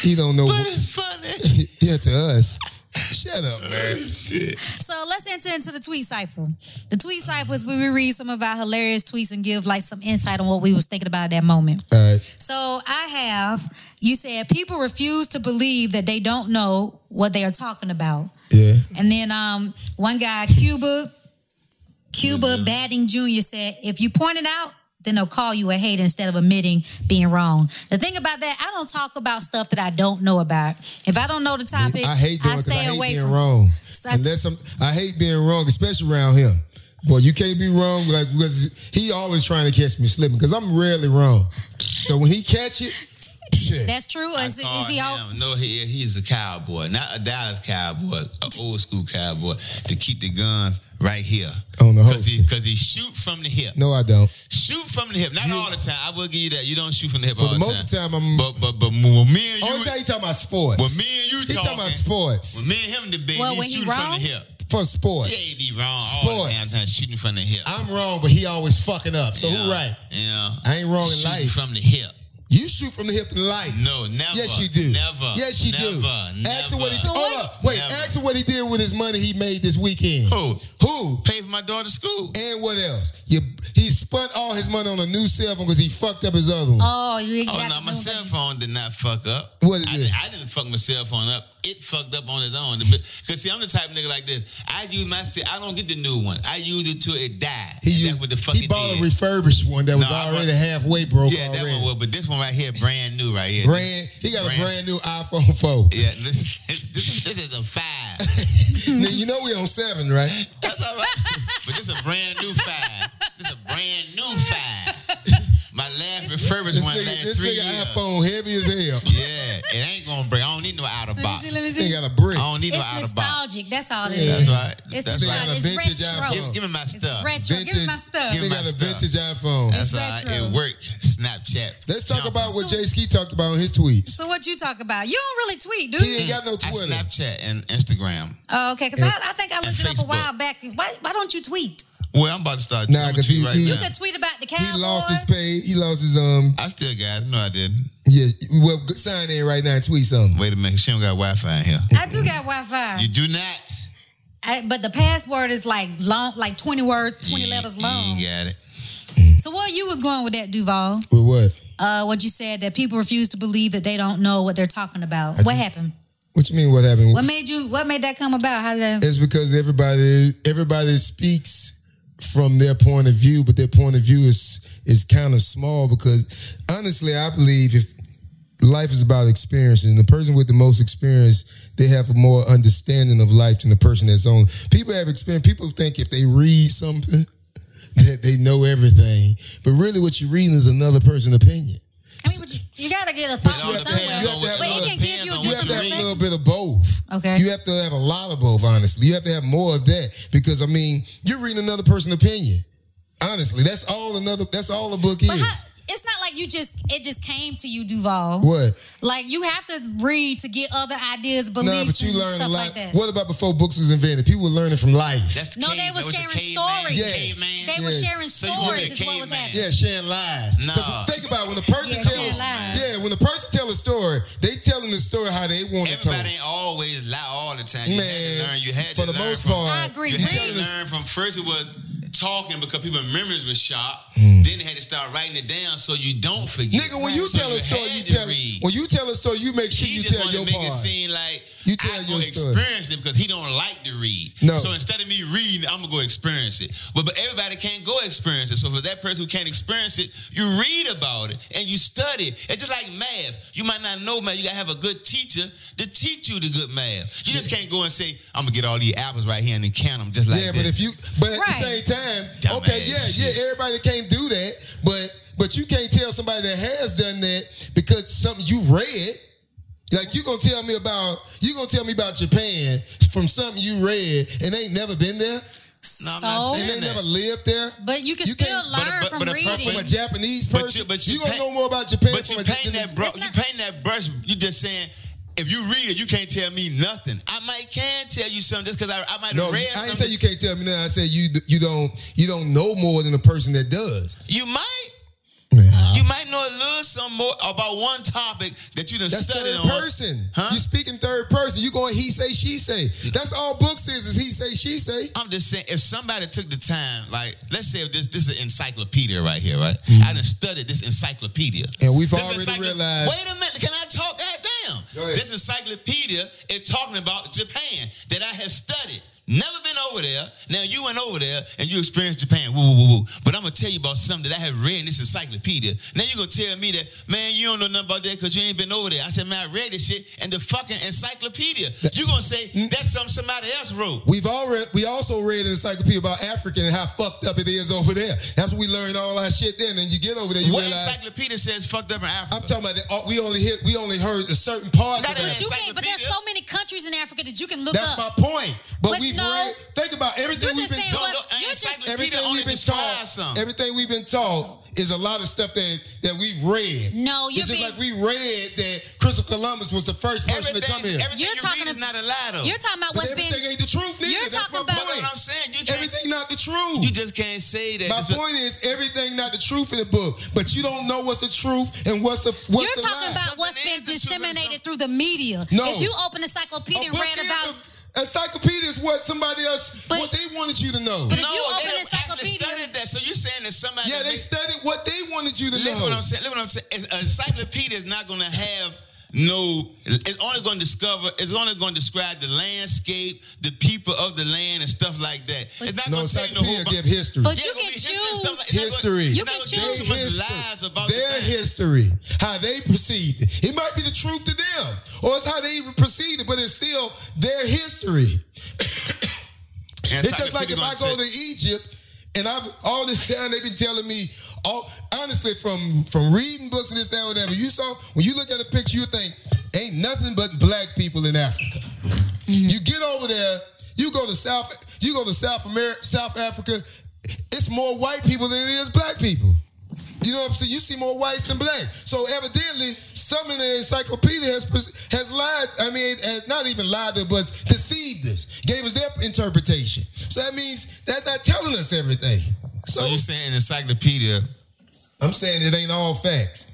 Speaker 2: He don't know.
Speaker 3: But
Speaker 2: what-
Speaker 3: it's funny.
Speaker 2: yeah, to us. Shut up, man.
Speaker 1: So let's enter into the tweet cipher. The tweet cipher is where we read some of our hilarious tweets and give like some insight on what we was thinking about at that moment.
Speaker 2: All right.
Speaker 1: So I have you said people refuse to believe that they don't know what they are talking about.
Speaker 2: Yeah.
Speaker 1: And then um
Speaker 2: Mm-hmm.
Speaker 1: one guy, Cuba, Cuba Batting Jr. said, if you point it out, then they'll call you a hater instead of admitting being wrong. The thing about that, I don't talk about stuff that I don't know about. If I don't know the topic,
Speaker 2: I hate doing
Speaker 1: I
Speaker 2: because I,
Speaker 1: stay
Speaker 2: hate
Speaker 1: away
Speaker 2: being
Speaker 1: from
Speaker 2: wrong.
Speaker 1: So I-
Speaker 2: Unless I'm, I hate being wrong, especially around him. Boy, you can't be wrong. Like because he always trying to catch me slipping because I'm rarely wrong. So when he catch it, shit.
Speaker 1: That's true. Or Oh, is, it, is
Speaker 3: Called
Speaker 1: he all?
Speaker 3: him. No, he, he's a cowboy, not a Dallas cowboy, an old school cowboy to keep the guns right here
Speaker 2: On the
Speaker 3: because he
Speaker 2: holster.
Speaker 3: because he shoot from the hip.
Speaker 2: no, I don't.
Speaker 3: Shoot from the hip, not all the time. I will give you that. You don't shoot from the hip
Speaker 2: For
Speaker 3: all
Speaker 2: the most of the time, I'm.
Speaker 3: But but but when me and you,
Speaker 2: Only time he talking about sports.
Speaker 3: when me and you
Speaker 2: Oh, he talking
Speaker 3: talking,
Speaker 2: about
Speaker 3: when
Speaker 2: sports
Speaker 3: me and him debate,
Speaker 1: Well,
Speaker 3: he
Speaker 1: when he
Speaker 3: shooting from
Speaker 1: wrong?
Speaker 3: the hip.
Speaker 2: for
Speaker 3: Yeah,
Speaker 2: sports.
Speaker 3: he be wrong all the
Speaker 2: Sports.
Speaker 3: damn time, shooting from the hip.
Speaker 2: I'm wrong, but he always fucking up. So
Speaker 3: Yeah,
Speaker 2: who right?
Speaker 3: Yeah,
Speaker 2: I ain't wrong in
Speaker 3: Shooting
Speaker 2: life.
Speaker 3: from the hip.
Speaker 2: You shoot from the hip in life.
Speaker 3: No, never.
Speaker 2: Yes, you do.
Speaker 3: Never.
Speaker 2: Yes, you
Speaker 3: never,
Speaker 2: do.
Speaker 3: Never.
Speaker 2: Ask her what he.
Speaker 1: So
Speaker 2: Hold
Speaker 1: what-
Speaker 2: up. Wait.
Speaker 3: Never.
Speaker 2: Ask her what he did with his money he made this weekend.
Speaker 3: Who?
Speaker 2: Who?
Speaker 3: Pay for my daughter's school.
Speaker 2: And what else? You, he spent all his money on a new cell phone because he fucked up his other one.
Speaker 1: Oh, you
Speaker 3: Oh
Speaker 1: got
Speaker 3: no,
Speaker 1: the
Speaker 3: my
Speaker 1: new
Speaker 3: cell
Speaker 1: one.
Speaker 3: phone did not fuck up.
Speaker 2: What it
Speaker 3: I,
Speaker 2: is?
Speaker 3: didn't- I didn't fuck my cell phone up. It fucked up on its own. Cause see, I'm the type of nigga like this. I use my cell. I don't get the new one. I use it till it died.
Speaker 2: he used,
Speaker 3: And that's what the fuck
Speaker 2: he
Speaker 3: it
Speaker 2: bought
Speaker 3: did.
Speaker 2: a refurbished one that was
Speaker 3: No, I
Speaker 2: already
Speaker 3: bought-
Speaker 2: halfway broke
Speaker 3: yeah, that
Speaker 2: already.
Speaker 3: one was. But this one right here, brand new, right here.
Speaker 2: brand. He got
Speaker 3: Brand-
Speaker 2: a brand new iPhone four.
Speaker 3: Yeah, this this, this is a five.
Speaker 2: now, you know we on seven, right?
Speaker 3: That's all right. but this a brand new five. This a brand new five. My last refurbished
Speaker 2: This
Speaker 3: one
Speaker 2: nigga,
Speaker 3: last
Speaker 2: this
Speaker 3: three
Speaker 2: nigga
Speaker 3: years.
Speaker 2: iPhone heavy as hell.
Speaker 3: Yeah, it ain't gonna break. I don't need no out
Speaker 1: Let
Speaker 3: of
Speaker 1: me
Speaker 3: box.
Speaker 1: see. Let me
Speaker 2: This
Speaker 1: see.
Speaker 2: nigga got a brick.
Speaker 3: I don't need no
Speaker 1: It's
Speaker 3: out of box.
Speaker 1: nostalgic. That's all it
Speaker 2: Yeah.
Speaker 1: is.
Speaker 3: That's right.
Speaker 1: It's
Speaker 3: That's
Speaker 2: They got
Speaker 3: right.
Speaker 2: a
Speaker 1: nostalgic.
Speaker 2: vintage
Speaker 1: It's retro.
Speaker 2: iPhone.
Speaker 3: Give, give me my
Speaker 1: It's
Speaker 3: stuff.
Speaker 1: retro. Give me my stuff.
Speaker 3: Give me
Speaker 2: They
Speaker 3: my
Speaker 2: got a
Speaker 3: stuff.
Speaker 2: vintage iPhone.
Speaker 3: That's
Speaker 1: It's
Speaker 3: all right.
Speaker 1: retro.
Speaker 3: It worked. Snapchat.
Speaker 2: Let's talk
Speaker 3: Jump.
Speaker 2: about
Speaker 1: So-
Speaker 2: what Jay Ski talked about on his tweets.
Speaker 1: So what you talk about? You don't really tweet, do
Speaker 2: He
Speaker 1: you?
Speaker 2: ain't got no
Speaker 3: I
Speaker 2: Twitter.
Speaker 3: Snapchat and Instagram.
Speaker 1: Oh, okay. Because
Speaker 2: And-
Speaker 1: I, I think I looked
Speaker 3: and
Speaker 1: it up a while
Speaker 3: Facebook.
Speaker 1: back. Why, why don't you tweet?
Speaker 3: Well, I'm about to start.
Speaker 2: Nah,
Speaker 3: Nah, I'm
Speaker 2: 'cause
Speaker 3: tweet
Speaker 2: he-
Speaker 3: right
Speaker 2: he-
Speaker 1: You
Speaker 3: now.
Speaker 1: could tweet about the Cowboys.
Speaker 2: He lost his pay. He lost his um.
Speaker 3: I still got it. No, I didn't.
Speaker 2: Yeah, well, good- sign in right now and tweet something.
Speaker 3: Wait a minute. She don't got Wi-Fi in here.
Speaker 1: I do got Wi-Fi,
Speaker 3: You do not.
Speaker 1: I, but the password is like long, like twenty words, twenty
Speaker 3: You-
Speaker 1: letters
Speaker 3: You
Speaker 1: long.
Speaker 3: ain't got it.
Speaker 1: So where you was going with that, Duval?
Speaker 2: With what?
Speaker 1: Uh, what you said that people refuse to believe that they don't know what they're talking about. what
Speaker 2: just-
Speaker 1: happened?
Speaker 2: What you mean? What happened?
Speaker 1: What made you? What made that come about? How did that?
Speaker 2: It's because everybody everybody speaks from their point of view, but their point of view is is kind of small because honestly, I believe if life is about experiences, and the person with the most experience, they have a more understanding of life than the person that's on. People have experience. People think if they read something that they know everything, but really what you're reading is another person's opinion.
Speaker 1: I mean, but you, you gotta get a thought
Speaker 3: all
Speaker 1: from
Speaker 3: depends
Speaker 1: somewhere.
Speaker 2: on what-
Speaker 1: But
Speaker 2: it
Speaker 1: he can
Speaker 3: depends
Speaker 1: give you
Speaker 3: on
Speaker 1: a
Speaker 3: what
Speaker 2: You
Speaker 3: What
Speaker 2: have
Speaker 1: different
Speaker 2: to have
Speaker 3: you
Speaker 2: a
Speaker 3: read.
Speaker 2: little
Speaker 1: perspective.
Speaker 2: bit of both.
Speaker 1: Okay.
Speaker 2: You have to have a lot of both, honestly. You have to have more of that because I mean, you're reading another person's opinion. Honestly, that's all another. That's all the book
Speaker 1: But
Speaker 2: is.
Speaker 1: how, it's not like you just it just came to you, Duval.
Speaker 2: what?
Speaker 1: Like you have to read to get other ideas,
Speaker 2: No,
Speaker 1: beliefs,
Speaker 2: but you
Speaker 1: and
Speaker 2: learn a
Speaker 1: stuff
Speaker 2: lot.
Speaker 1: like that.
Speaker 2: what about before books was invented? People were learning from life.
Speaker 3: That's
Speaker 1: No, they
Speaker 3: cave-
Speaker 1: were
Speaker 3: that was a
Speaker 1: sharing
Speaker 3: caveman.
Speaker 1: stories.
Speaker 2: Yes.
Speaker 3: Caveman.
Speaker 1: They were
Speaker 2: Yes.
Speaker 1: sharing
Speaker 3: So you wanna
Speaker 1: stories.
Speaker 3: be a
Speaker 1: Is what was
Speaker 3: caveman.
Speaker 1: happening.
Speaker 2: yeah, sharing lies. 'Cause
Speaker 3: Nah.
Speaker 2: think about it, when a person
Speaker 1: Yeah,
Speaker 2: tells.
Speaker 1: sharing lies.
Speaker 2: Yeah, when a person tells a story, they telling the story how they want it told.
Speaker 3: Everybody ain't always lie all the time. You
Speaker 2: Man,
Speaker 3: had to learn. You had to
Speaker 2: for the
Speaker 3: learn
Speaker 2: most
Speaker 3: from-
Speaker 2: part,
Speaker 1: I agree.
Speaker 3: You
Speaker 1: Read.
Speaker 3: had to learn from first it was talking because people memories were shot. Then they had to start writing it down so you don't forget.
Speaker 2: Hmm. Nigga, when you
Speaker 3: So
Speaker 2: tell a story,
Speaker 3: had
Speaker 2: you
Speaker 3: to
Speaker 2: tell.
Speaker 3: read.
Speaker 2: When you tell a story, you make sure
Speaker 3: he
Speaker 2: you
Speaker 3: just
Speaker 2: tell
Speaker 3: wanted
Speaker 2: your
Speaker 3: to make
Speaker 2: part.
Speaker 3: it seem like
Speaker 2: You tell
Speaker 3: I
Speaker 2: your
Speaker 3: go
Speaker 2: story.
Speaker 3: experience it because he don't like to read.
Speaker 2: No.
Speaker 3: So instead of me reading, I'm gonna go experience it. But but everybody can't go experience it. So for that person who can't experience it, you read about it and you study. It's just like math. You might not know math. You gotta have a good teacher to teach you the good math. You just can't go and say, I'm gonna get all these apples right here and then count them just like
Speaker 2: yeah,
Speaker 3: this.
Speaker 2: but if you, but at
Speaker 1: Right.
Speaker 2: the same time,
Speaker 3: Dumbass
Speaker 2: okay, yeah,
Speaker 3: shit.
Speaker 2: yeah, everybody can't do that, but but you can't tell somebody that has done that because something you read. Like you gonna tell me about you gonna tell me about Japan from something you read and they ain't never been there
Speaker 3: no,
Speaker 1: So-
Speaker 3: I'm not
Speaker 2: and
Speaker 3: saying
Speaker 2: they
Speaker 3: that.
Speaker 2: never lived there.
Speaker 1: But you can
Speaker 2: You
Speaker 1: still
Speaker 2: can't-
Speaker 1: learn
Speaker 3: but- but-
Speaker 1: from
Speaker 3: but a
Speaker 1: reading.
Speaker 3: perfect-
Speaker 2: From a Japanese
Speaker 3: But
Speaker 2: person,
Speaker 3: you- but you
Speaker 2: gonna
Speaker 3: paint-
Speaker 2: know more about Japan.
Speaker 3: But
Speaker 2: from
Speaker 3: you
Speaker 2: a
Speaker 3: paint that brush.
Speaker 1: It's
Speaker 3: You
Speaker 1: not-
Speaker 3: paint that brush. You just saying. If you read it, you can't tell me nothing. I might can tell you something just because I, I might have
Speaker 2: No, I
Speaker 3: read
Speaker 2: ain't
Speaker 3: something.
Speaker 2: say you can't tell me that. I said you you don't you don't know more than the person that does.
Speaker 3: You might. You might know a little something more about one topic that you done
Speaker 2: That's
Speaker 3: studied
Speaker 2: third
Speaker 3: on.
Speaker 2: person.
Speaker 3: Huh?
Speaker 2: You speak in third person. You going he say she say. That's all books is is he say she say.
Speaker 3: I'm just saying, if somebody took the time, like let's say if this this is an encyclopedia right here, right? I done studied this encyclopedia,
Speaker 2: Mm-hmm. And we've
Speaker 3: This
Speaker 2: already
Speaker 3: encyclo-
Speaker 2: realized-
Speaker 3: Wait a minute, can I talk? God
Speaker 2: Go
Speaker 3: damn,
Speaker 2: ahead.
Speaker 3: this encyclopedia is talking about Japan that I have studied, never been over over there. Now you went over there and you experienced Japan. Woo, woo, woo, woo. But I'm gonna tell you about something that I have read in this encyclopedia. Now you're gonna tell me that, man, you don't know nothing about that because you ain't been over there. I said, man, I read this shit in the fucking encyclopedia. You're gonna say that's something somebody else wrote.
Speaker 2: We've already we also read an encyclopedia about Africa and how fucked up it is over there. That's what we learned all our shit then. And you get over there, you
Speaker 3: What
Speaker 2: realize.
Speaker 3: encyclopedia says fucked up in Africa?
Speaker 2: I'm talking about that uh, we only hit we only heard a certain parts
Speaker 3: Not
Speaker 2: of that.
Speaker 3: an
Speaker 1: But you can't. But there's
Speaker 3: encyclopedia.
Speaker 1: so many countries in Africa that you can look
Speaker 2: That's
Speaker 1: up.
Speaker 2: my point. But,
Speaker 1: But
Speaker 2: we've
Speaker 1: no.
Speaker 2: read. Think about everything
Speaker 1: You're
Speaker 2: we've
Speaker 1: just saying
Speaker 2: been taught.
Speaker 3: No,
Speaker 1: what
Speaker 3: no,
Speaker 1: you're just.
Speaker 3: encyclopedia
Speaker 2: Everything
Speaker 3: only
Speaker 2: we've been
Speaker 3: describes
Speaker 2: taught.
Speaker 3: something.
Speaker 2: Everything we've been taught is a lot of stuff that that we've read.
Speaker 1: No, you're
Speaker 2: it's just
Speaker 1: being-
Speaker 2: like we read that Christopher Columbus was the first person to
Speaker 3: Everything-
Speaker 2: come here.
Speaker 3: Everything
Speaker 1: You're
Speaker 3: you
Speaker 1: talking
Speaker 3: read is
Speaker 1: ab-
Speaker 3: not a lie though.
Speaker 1: You're talking about
Speaker 2: But
Speaker 1: what's been.
Speaker 2: everything ain't the truth neither.
Speaker 1: You're
Speaker 2: That's
Speaker 1: talking
Speaker 2: my
Speaker 1: about-
Speaker 3: That's
Speaker 2: point.
Speaker 3: what I'm saying. You can't,
Speaker 2: Everything not the truth.
Speaker 3: you just can't say that.
Speaker 2: My
Speaker 3: That's what-
Speaker 2: point is everything not the truth in the book, but you don't know what's the truth and what's the what's
Speaker 1: You're
Speaker 2: the
Speaker 1: talking
Speaker 2: lie.
Speaker 1: about what's been
Speaker 3: Something is the truth and
Speaker 1: disseminated
Speaker 3: something-
Speaker 1: through the media.
Speaker 2: No.
Speaker 1: If you open a encyclopedia
Speaker 2: A
Speaker 1: and
Speaker 2: book
Speaker 1: read
Speaker 2: is
Speaker 1: about
Speaker 2: a, encyclopedia is what somebody else
Speaker 1: But-
Speaker 2: what they wanted you to know.
Speaker 1: But if
Speaker 3: no,
Speaker 1: you open
Speaker 3: they don't actually
Speaker 1: encyclopedia-
Speaker 3: studied that. So you're saying that somebody
Speaker 2: yeah, they studied what they wanted you to
Speaker 3: Listen
Speaker 2: know.
Speaker 3: what I'm saying. Listen what I'm saying. It's- An encyclopedia is not going to have no. It's only going to discover. It's only going to describe the landscape, the people of the land, and stuff like that. It's not
Speaker 2: no,
Speaker 3: going to tell you the
Speaker 2: encyclopedia
Speaker 3: whole. bu-
Speaker 2: give history.
Speaker 1: But
Speaker 3: Yeah,
Speaker 1: you
Speaker 3: it's gonna
Speaker 1: can
Speaker 3: be history and stuff like- it's not gonna-
Speaker 2: history.
Speaker 3: it's
Speaker 1: You
Speaker 3: not
Speaker 1: can
Speaker 3: gonna give
Speaker 1: choose.
Speaker 3: too
Speaker 2: their
Speaker 3: much
Speaker 2: history,
Speaker 3: lies about the
Speaker 2: their
Speaker 3: thing.
Speaker 2: history, how they perceived it. It might be the truth to them, or it's how they perceived it, but it's still their history. It's just like if
Speaker 3: Encyclopedia
Speaker 2: I go
Speaker 3: gonna tell-
Speaker 2: to Egypt and I've all this time they've been telling me, all, honestly, from from reading books and this, that, whatever. You saw when you look at a picture, you think ain't nothing but black people in Africa. You get over there, you go to South, you go to South America, South Africa. It's more white people than it is black people. You know what I'm saying? You see more whites than black. So evidently, some in the encyclopedia has has lied. I mean, has not even lied to, us, but deceived us. Gave us their interpretation. So that means that's not telling us everything. So,
Speaker 3: So you're saying an encyclopedia?
Speaker 2: I'm saying it ain't all facts.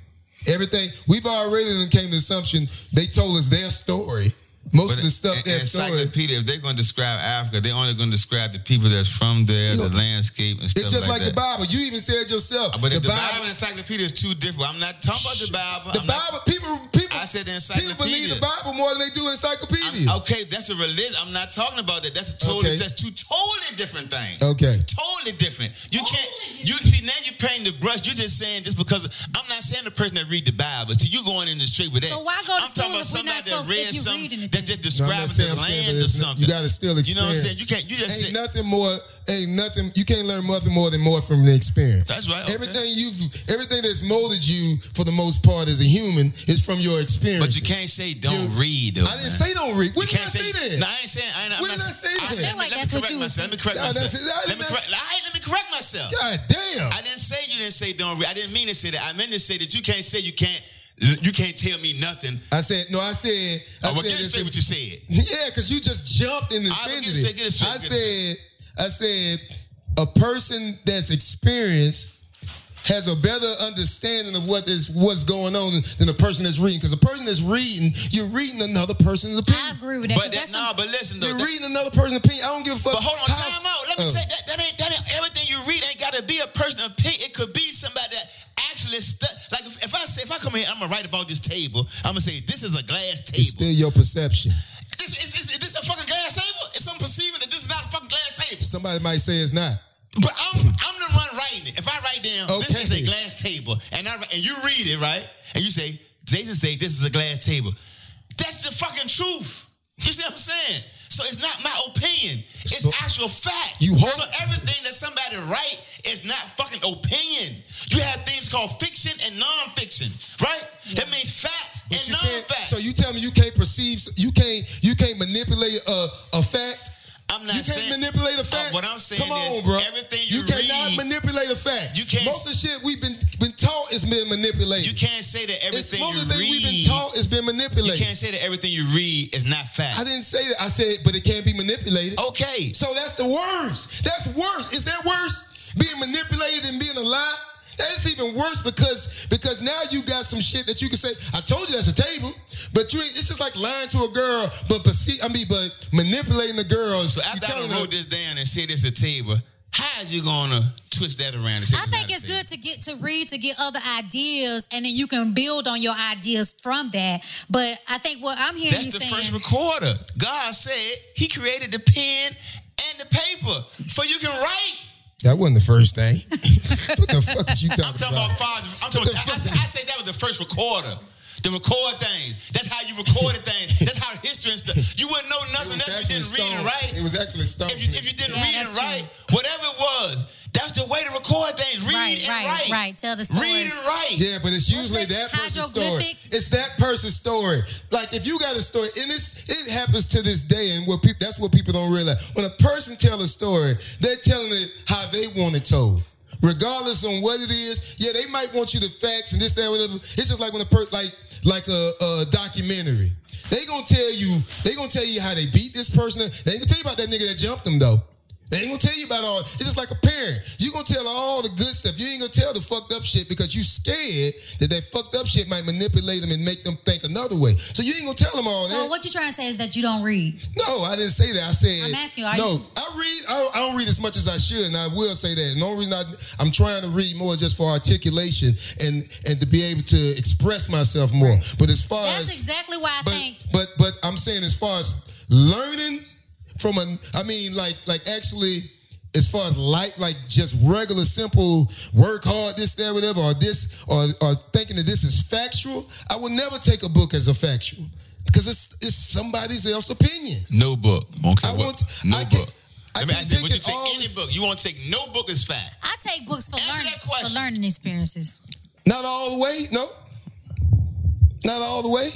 Speaker 2: Everything we've already done came to the assumption they told us their story. Most of the stuff
Speaker 3: an-
Speaker 2: their
Speaker 3: an
Speaker 2: story.
Speaker 3: encyclopedia. If they're going to describe Africa, they're only going to describe the people that's from there,
Speaker 2: Look,
Speaker 3: the landscape, and stuff
Speaker 2: It's just like,
Speaker 3: that.
Speaker 2: the Bible. You even said yourself.
Speaker 3: But if the, Bible, and encyclopedia is too different. I'm not talking about
Speaker 2: The
Speaker 3: the Bible. I'm not-
Speaker 2: Bible. People. People.
Speaker 3: I said the
Speaker 2: People believe
Speaker 3: encyclopedia.
Speaker 2: the Bible more than they do encyclopedia.
Speaker 3: I'm- okay, that's a religion. I'm not talking about that. That's a
Speaker 2: Okay.
Speaker 3: totally that's two totally different things.
Speaker 2: Okay.
Speaker 3: Totally different. You can't you see now you're painting the brush. You're just saying just because I'm not saying the person that read the Bible. See, you going in the street with that.
Speaker 1: So why go to
Speaker 3: I'm talking
Speaker 1: school
Speaker 3: about
Speaker 1: if we're not
Speaker 3: somebody that
Speaker 1: supposed to- if
Speaker 3: read
Speaker 1: you
Speaker 3: something
Speaker 1: reading it
Speaker 3: that
Speaker 1: then?
Speaker 3: just
Speaker 2: No, I'm not
Speaker 3: describes
Speaker 2: saying
Speaker 3: the
Speaker 2: I'm saying, but
Speaker 3: land or
Speaker 2: it's-
Speaker 3: something.
Speaker 2: You got to still experience.
Speaker 3: You know what I'm saying? You can't you just
Speaker 2: Ain't
Speaker 3: said
Speaker 2: nothing more. Ain't nothing. You can't learn nothing more than more from the experience.
Speaker 3: That's right, okay.
Speaker 2: Everything you've, everything that's molded you for the most part as a human is from your experience.
Speaker 3: but you can't say don't
Speaker 2: You-
Speaker 3: read though.
Speaker 2: I didn't
Speaker 3: man.
Speaker 2: say don't read.
Speaker 3: You
Speaker 2: When did I
Speaker 3: can't
Speaker 2: say
Speaker 3: say
Speaker 2: that?
Speaker 3: No, I ain't saying. I ain't, I'm
Speaker 2: When
Speaker 3: not,
Speaker 2: did I say that?
Speaker 3: I
Speaker 2: I feel
Speaker 1: like that's what you was-
Speaker 3: Let me correct
Speaker 2: No,
Speaker 3: myself.
Speaker 2: that's- I
Speaker 3: Let me
Speaker 2: didn't-
Speaker 3: correct. I ain't- Let me correct myself.
Speaker 2: God damn.
Speaker 3: I didn't say you didn't say don't read. I didn't mean to say that. I meant to say that you can't say you can't you can't tell me nothing.
Speaker 2: I said no. I said. I said
Speaker 3: I'm gonna Oh, get it
Speaker 2: this
Speaker 3: straight what you said.
Speaker 2: Yeah, because you just jumped in the
Speaker 3: I would get it straight, get it straight,
Speaker 2: I
Speaker 3: get it
Speaker 2: said, I said, a person that's experienced has a better understanding of what is what's going on than a person that's reading. Because a person that's reading, you're reading another person's
Speaker 1: I
Speaker 2: opinion.
Speaker 1: agree with that. 'cause
Speaker 3: But that,
Speaker 1: that's
Speaker 3: no,
Speaker 1: some-
Speaker 3: but listen though.
Speaker 2: You're
Speaker 3: that-
Speaker 2: reading another person's opinion. I don't give a fuck.
Speaker 3: but hold on,
Speaker 2: how-
Speaker 3: time out. Let me
Speaker 2: Oh.
Speaker 3: say that that ain't that ain't everything you read ain't gotta be a personal opinion. It could be somebody that actually stu- like if, if I say if I come here, I'm gonna write about this table. I'm gonna say this is a glass
Speaker 2: It's
Speaker 3: table.
Speaker 2: still your perception.
Speaker 3: This is, is, is this a fucking glass table? Is someone perceiving that this is not a fucking glass table?
Speaker 2: Somebody might say it's not.
Speaker 3: But I'm I'm the one writing it. If I write down
Speaker 2: Okay.
Speaker 3: this is a glass table, and I and you read it right, and you say Jason say this is a glass table, that's the fucking truth. You see what I'm saying? So it's not my opinion; it's
Speaker 2: So-
Speaker 3: actual fact.
Speaker 2: You hope-
Speaker 3: so everything that somebody write is not fucking opinion. You have things called fiction and nonfiction, right? That means fact
Speaker 2: But
Speaker 3: and
Speaker 2: you can't-
Speaker 3: non-fact.
Speaker 2: so you tell me you can't perceive, you can't, you can't manipulate a, a fact.
Speaker 3: I'm not
Speaker 2: you can't
Speaker 3: saying
Speaker 2: manipulate a
Speaker 3: Uh,
Speaker 2: fact.
Speaker 3: what I'm saying
Speaker 2: Come on,
Speaker 3: is
Speaker 2: bro.
Speaker 3: everything you,
Speaker 2: cannot
Speaker 3: read,
Speaker 2: manipulate a fact.
Speaker 3: You can't-
Speaker 2: Most of the shit we've been been taught is been manipulated.
Speaker 3: you can't say that
Speaker 2: It's
Speaker 3: everything
Speaker 2: most
Speaker 3: you
Speaker 2: of the things
Speaker 3: read.
Speaker 2: we've been taught is been
Speaker 3: you
Speaker 2: manipulated.
Speaker 3: can't say that everything you read is not fact.
Speaker 2: I didn't say that. I said, but it can't be manipulated.
Speaker 3: Oh. Okay.
Speaker 2: So that's the worst. That's worse. Is that worse? Being manipulated and being a lie. That's even worse because because now you got some shit that you can say. I told you that's a table, but you ain't, it's just like lying to a girl. But but see, I mean, but manipulating the girl.
Speaker 3: So after I done wrote this down and said it's a table, how is you gonna twist that around? And say
Speaker 1: I think
Speaker 3: not a
Speaker 1: it's
Speaker 3: table?
Speaker 1: good to get to read to get other ideas, and then you can build on your ideas from that. But I think what I'm hearing
Speaker 3: That's
Speaker 1: you
Speaker 3: the
Speaker 1: saying,
Speaker 3: first recorder. God said He created the pen and the paper. paper for you can write.
Speaker 2: That wasn't the first thing. what the fuck is you talking,
Speaker 3: I'm talking about files. I'm talking. I, I, I say that was the first recorder. The record things. That's how you recorded things. That's how history and stuff. You wouldn't know
Speaker 2: It
Speaker 3: nothing
Speaker 2: was
Speaker 3: unless you
Speaker 2: actually
Speaker 3: didn't read and
Speaker 2: stone.
Speaker 3: write.
Speaker 2: It was actually stone.
Speaker 3: if you, if you didn't
Speaker 1: Yeah,
Speaker 3: read and
Speaker 1: that's
Speaker 3: write, whatever it was, that's the way to record things. Read
Speaker 1: Right,
Speaker 3: and
Speaker 1: right,
Speaker 3: write.
Speaker 1: right. Tell the
Speaker 3: Read
Speaker 1: stories.
Speaker 3: and write.
Speaker 2: Yeah, but it's usually
Speaker 1: it
Speaker 2: that person's story.
Speaker 1: hieroglyphic?
Speaker 2: It's that person's story. Like if you got a story, and it's it happens to this day, and what people that's what people don't realize. When a person tells a story, they're telling it how they want it told. Regardless on what it is, yeah, they might want you the facts and this, that, whatever. It's just like when a person like like a, a documentary. They gonna tell you, they gonna tell you how they beat this person. They ain't gonna tell you about that nigga that jumped them though. They ain't gonna tell you about all. It's just like a parent. You gonna tell all the good stuff. You ain't gonna tell the fucked up shit because you scared that that fucked up shit might manipulate them and make them think another way. So you ain't gonna tell them all
Speaker 1: So
Speaker 2: that.
Speaker 1: what you trying to say is that you don't read.
Speaker 2: No, I didn't say that. I
Speaker 1: I'm
Speaker 2: said
Speaker 1: asking you, are
Speaker 2: no.
Speaker 1: you-
Speaker 2: I read. I don't, I don't read as much as I should, and I will say that. And the only reason I, I'm trying to read more is just for articulation and and to be able to express myself more. But as far
Speaker 1: That's
Speaker 2: as
Speaker 1: exactly why I
Speaker 2: but,
Speaker 1: think
Speaker 2: But but I'm saying as far as learning from a, I mean like like actually as far as light like just regular simple work hard this that whatever or this or or thinking that this is factual, I will never take a book as a factual because it's it's somebody else's opinion.
Speaker 3: No book. Okay.
Speaker 2: I
Speaker 3: what-
Speaker 2: want-
Speaker 3: no
Speaker 2: I can-
Speaker 3: book.
Speaker 2: I
Speaker 3: I mean,
Speaker 2: can
Speaker 3: I think
Speaker 2: take
Speaker 3: would you
Speaker 2: it
Speaker 3: take
Speaker 2: all
Speaker 3: any
Speaker 2: as-
Speaker 3: book? You want to take no book is fact.
Speaker 1: I take books for
Speaker 3: Answer
Speaker 1: learning
Speaker 3: that
Speaker 1: for
Speaker 3: question.
Speaker 1: learning experiences.
Speaker 2: Not all the way, no. Not all the way.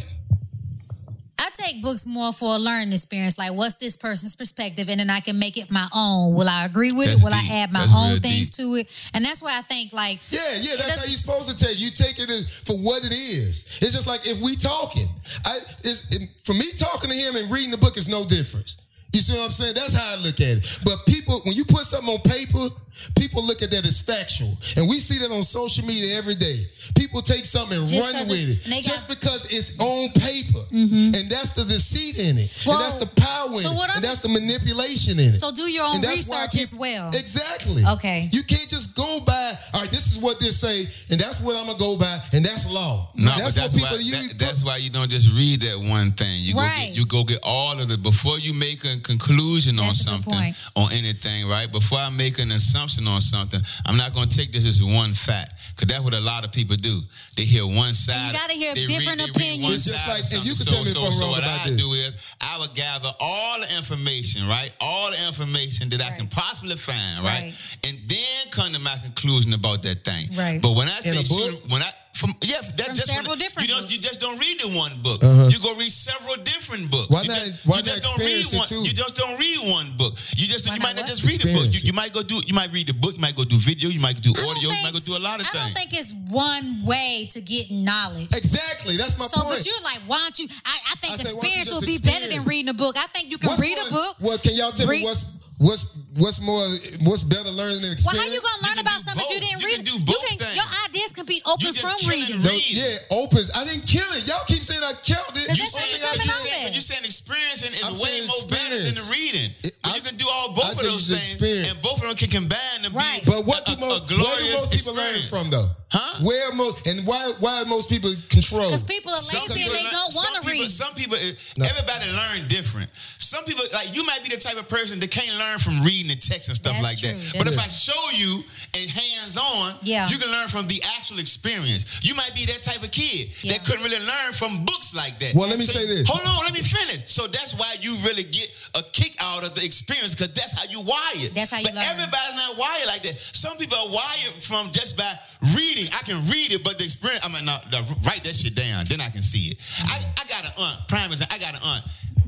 Speaker 1: I take books more for a learning experience. Like, what's this person's perspective, and then I can make it my own. Will I agree with
Speaker 3: That's
Speaker 1: it? Will
Speaker 3: deep.
Speaker 1: I add my
Speaker 3: That's
Speaker 1: own
Speaker 3: real
Speaker 1: things
Speaker 3: deep.
Speaker 1: to it? And that's why I think, like,
Speaker 2: Yeah, yeah,
Speaker 1: It
Speaker 2: that's how
Speaker 1: doesn't-
Speaker 2: you're supposed to take. it. You take it as- for what it is. It's just like if we talking. I it's, it, for me talking to him and reading the book is no difference. You see what I'm saying? That's how I look at it. But people, when you put something on paper, people look at that as factual, and we see that on social media every day. People take something and
Speaker 1: Just 'cause
Speaker 2: run with
Speaker 1: it's-
Speaker 2: it
Speaker 1: they got- Mm-hmm.
Speaker 2: just because it's on paper, and that's the deceit in it,
Speaker 1: Well,
Speaker 2: and that's the power in
Speaker 1: so
Speaker 2: it,
Speaker 1: what I'm-
Speaker 2: and that's the manipulation in it.
Speaker 1: so do your own
Speaker 2: And that's why
Speaker 1: research
Speaker 2: peop-
Speaker 1: as well.
Speaker 2: Exactly.
Speaker 1: Okay.
Speaker 2: You can't just go by. All right, this is what they say, and that's what I'm gonna go by, and that's law.
Speaker 3: No,
Speaker 2: that's,
Speaker 3: but that's
Speaker 2: what
Speaker 3: why
Speaker 2: people use.
Speaker 3: that- that's why you don't just read that one thing. You go
Speaker 1: Right.
Speaker 3: get, you go get all of it before you make a conclusion on
Speaker 1: That's a good
Speaker 3: something
Speaker 1: point.
Speaker 3: on anything. Right before I make an assumption on something, I'm not going to take this as one fact because that's what a lot of people do. They hear one side.
Speaker 1: gotta hear
Speaker 3: they read-
Speaker 1: different
Speaker 3: they read
Speaker 1: opinions.
Speaker 3: one
Speaker 2: It's just
Speaker 3: side
Speaker 2: like,
Speaker 3: of
Speaker 2: and you
Speaker 3: something.
Speaker 2: can tell me
Speaker 3: so,
Speaker 2: if I'm wrong
Speaker 3: so, so what
Speaker 2: about
Speaker 3: I
Speaker 2: this.
Speaker 3: do is I would gather all the information, right? All the information that I
Speaker 1: Right.
Speaker 3: can possibly find, right?
Speaker 1: Right.
Speaker 3: And then come to my conclusion about that thing.
Speaker 1: Right.
Speaker 3: But when I
Speaker 2: In
Speaker 3: say
Speaker 2: a
Speaker 3: shoot,
Speaker 2: book?
Speaker 3: when I from yeah, that
Speaker 1: From
Speaker 3: just
Speaker 1: several
Speaker 3: when-
Speaker 1: different
Speaker 3: you don't,
Speaker 1: books.
Speaker 3: You just don't read the one book.
Speaker 2: Uh-huh.
Speaker 3: You go read several different books.
Speaker 2: Why
Speaker 3: you
Speaker 2: not-
Speaker 3: Just,
Speaker 2: why
Speaker 3: you just
Speaker 2: not
Speaker 3: don't read
Speaker 2: experience it
Speaker 3: one.
Speaker 2: too?
Speaker 3: You just don't read one book. You just
Speaker 1: Why
Speaker 3: you
Speaker 1: not
Speaker 3: might not
Speaker 1: what?
Speaker 3: just read a book. You,
Speaker 2: Experience it.
Speaker 3: you might go do. You might read a book. You might go do video. You might do
Speaker 1: I don't
Speaker 3: audio. You
Speaker 1: think-
Speaker 3: might go do a lot of
Speaker 1: I
Speaker 3: things.
Speaker 1: don't think it's one way to get knowledge.
Speaker 2: Exactly. That's my
Speaker 1: So,
Speaker 2: point.
Speaker 1: but you're like, why don't you? I, I think
Speaker 2: I say, why don't you
Speaker 1: experience
Speaker 2: just
Speaker 1: will be better than
Speaker 2: experience?
Speaker 1: reading a book. I think you can read
Speaker 2: more-
Speaker 1: a book.
Speaker 2: Well, can y'all tell
Speaker 1: Read-
Speaker 2: me what's what's what's more what's better learning than experience?
Speaker 1: Well, how you gonna learn
Speaker 3: can
Speaker 1: about
Speaker 3: do
Speaker 1: something if you
Speaker 3: both.
Speaker 1: didn't
Speaker 3: You
Speaker 1: read?
Speaker 3: can
Speaker 1: it?
Speaker 3: do
Speaker 1: you
Speaker 3: both things.
Speaker 1: your ideas can be open
Speaker 3: You just
Speaker 1: from
Speaker 3: kill and
Speaker 1: reading.
Speaker 3: read.
Speaker 2: No,
Speaker 3: read?
Speaker 2: yeah, opens. I didn't kill it. Y'all keep saying I killed it.
Speaker 1: Does
Speaker 3: You
Speaker 1: that
Speaker 3: saying,
Speaker 1: make
Speaker 3: you
Speaker 1: nothing
Speaker 3: saying,
Speaker 1: of it?
Speaker 3: but you saying experiencing is
Speaker 2: I'm
Speaker 3: way
Speaker 2: saying
Speaker 3: more better than the
Speaker 2: experience.
Speaker 3: reading.
Speaker 2: It-
Speaker 3: But
Speaker 2: I-
Speaker 3: you can do all
Speaker 2: I
Speaker 3: both
Speaker 2: said
Speaker 3: of those
Speaker 2: you should
Speaker 3: things,
Speaker 2: experience.
Speaker 3: and both of them can combine to
Speaker 1: Right.
Speaker 3: be.
Speaker 2: But what
Speaker 3: a,
Speaker 2: do most,
Speaker 3: a, a
Speaker 2: where do
Speaker 3: glorious
Speaker 2: most people
Speaker 3: experience.
Speaker 2: learn from though?
Speaker 3: Huh?
Speaker 2: Where most and why why are most people control?
Speaker 1: Because people are lazy and they
Speaker 3: learn-
Speaker 1: don't
Speaker 3: some
Speaker 1: want to
Speaker 3: people-
Speaker 1: read.
Speaker 3: Some people, it-
Speaker 2: No.
Speaker 3: everybody learn different. Some people, like you, might be the type of person that can't learn from reading and text and stuff
Speaker 1: That's
Speaker 3: like that.
Speaker 1: true.
Speaker 3: But if
Speaker 2: Yeah.
Speaker 3: I show you and hands on,
Speaker 1: Yeah.
Speaker 3: you can learn from the actual experience. You might be that type of kid
Speaker 1: Yeah.
Speaker 3: that couldn't really learn from books like that.
Speaker 2: Well, let me
Speaker 3: So
Speaker 2: say
Speaker 3: you-
Speaker 2: this.
Speaker 3: Hold on, let me finish. So that's why you really get a kick out of the experience because that's how you wired.
Speaker 1: That's how you
Speaker 3: But
Speaker 1: learn.
Speaker 3: everybody's not wired like that. Some people are wired from just by reading. I can read it, but the experience. I mean, no, no, write that shit down. Then I can see it. I, I got an aunt. Prime example, I got an aunt.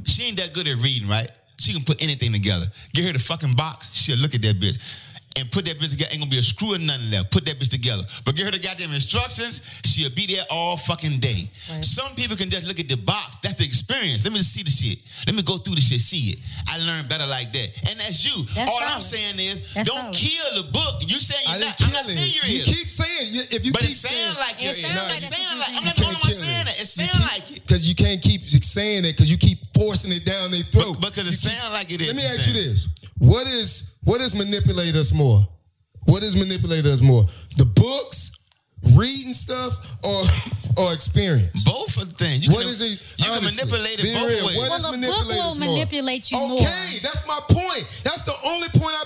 Speaker 3: She ain't that good at reading, right? She can put anything together. Get her the fucking box. She'll look at that bitch. And put that bitch together. Ain't gonna be a screw or nothing left. Put that bitch together. But give her the goddamn instructions. She'll be there all fucking day.
Speaker 1: Right.
Speaker 3: Some people can just look at the box. That's the experience. Let me just see the shit. Let me go through the shit. See it. I learned better like that. And that's you.
Speaker 1: That's
Speaker 3: all I'm
Speaker 1: solid.
Speaker 3: saying is,
Speaker 1: That's
Speaker 3: don't
Speaker 1: solid.
Speaker 3: kill the book. You saying
Speaker 2: I
Speaker 3: you're
Speaker 2: didn't
Speaker 3: not.
Speaker 2: kill
Speaker 3: I'm not
Speaker 2: it.
Speaker 3: saying you're
Speaker 2: you
Speaker 3: is.
Speaker 2: keep saying you- if you
Speaker 3: But
Speaker 2: keep
Speaker 3: it sounds like
Speaker 1: It
Speaker 3: you're
Speaker 1: sounds like
Speaker 3: It
Speaker 1: that's what
Speaker 3: sounds like
Speaker 1: you're
Speaker 3: I'm not the
Speaker 1: saying.
Speaker 3: only one saying it. It sounds like it.
Speaker 2: Because you can't keep saying it because you keep forcing it down their throat.
Speaker 3: But- Because it sounds like it is.
Speaker 2: Let me
Speaker 3: you're
Speaker 2: ask you
Speaker 3: saying.
Speaker 2: this: What is what is manipulate us more? What is manipulate us more? The books, reading stuff, or or experience?
Speaker 3: Both of the things. You
Speaker 2: What
Speaker 3: can,
Speaker 2: is it?
Speaker 3: You can
Speaker 2: honestly,
Speaker 3: manipulate
Speaker 2: be
Speaker 3: it both
Speaker 2: real,
Speaker 3: ways.
Speaker 2: what
Speaker 1: Well,
Speaker 2: is
Speaker 1: a book
Speaker 2: manipulate
Speaker 1: will
Speaker 2: us more?
Speaker 1: manipulate you more.
Speaker 2: Okay, that's my point. That's the only point I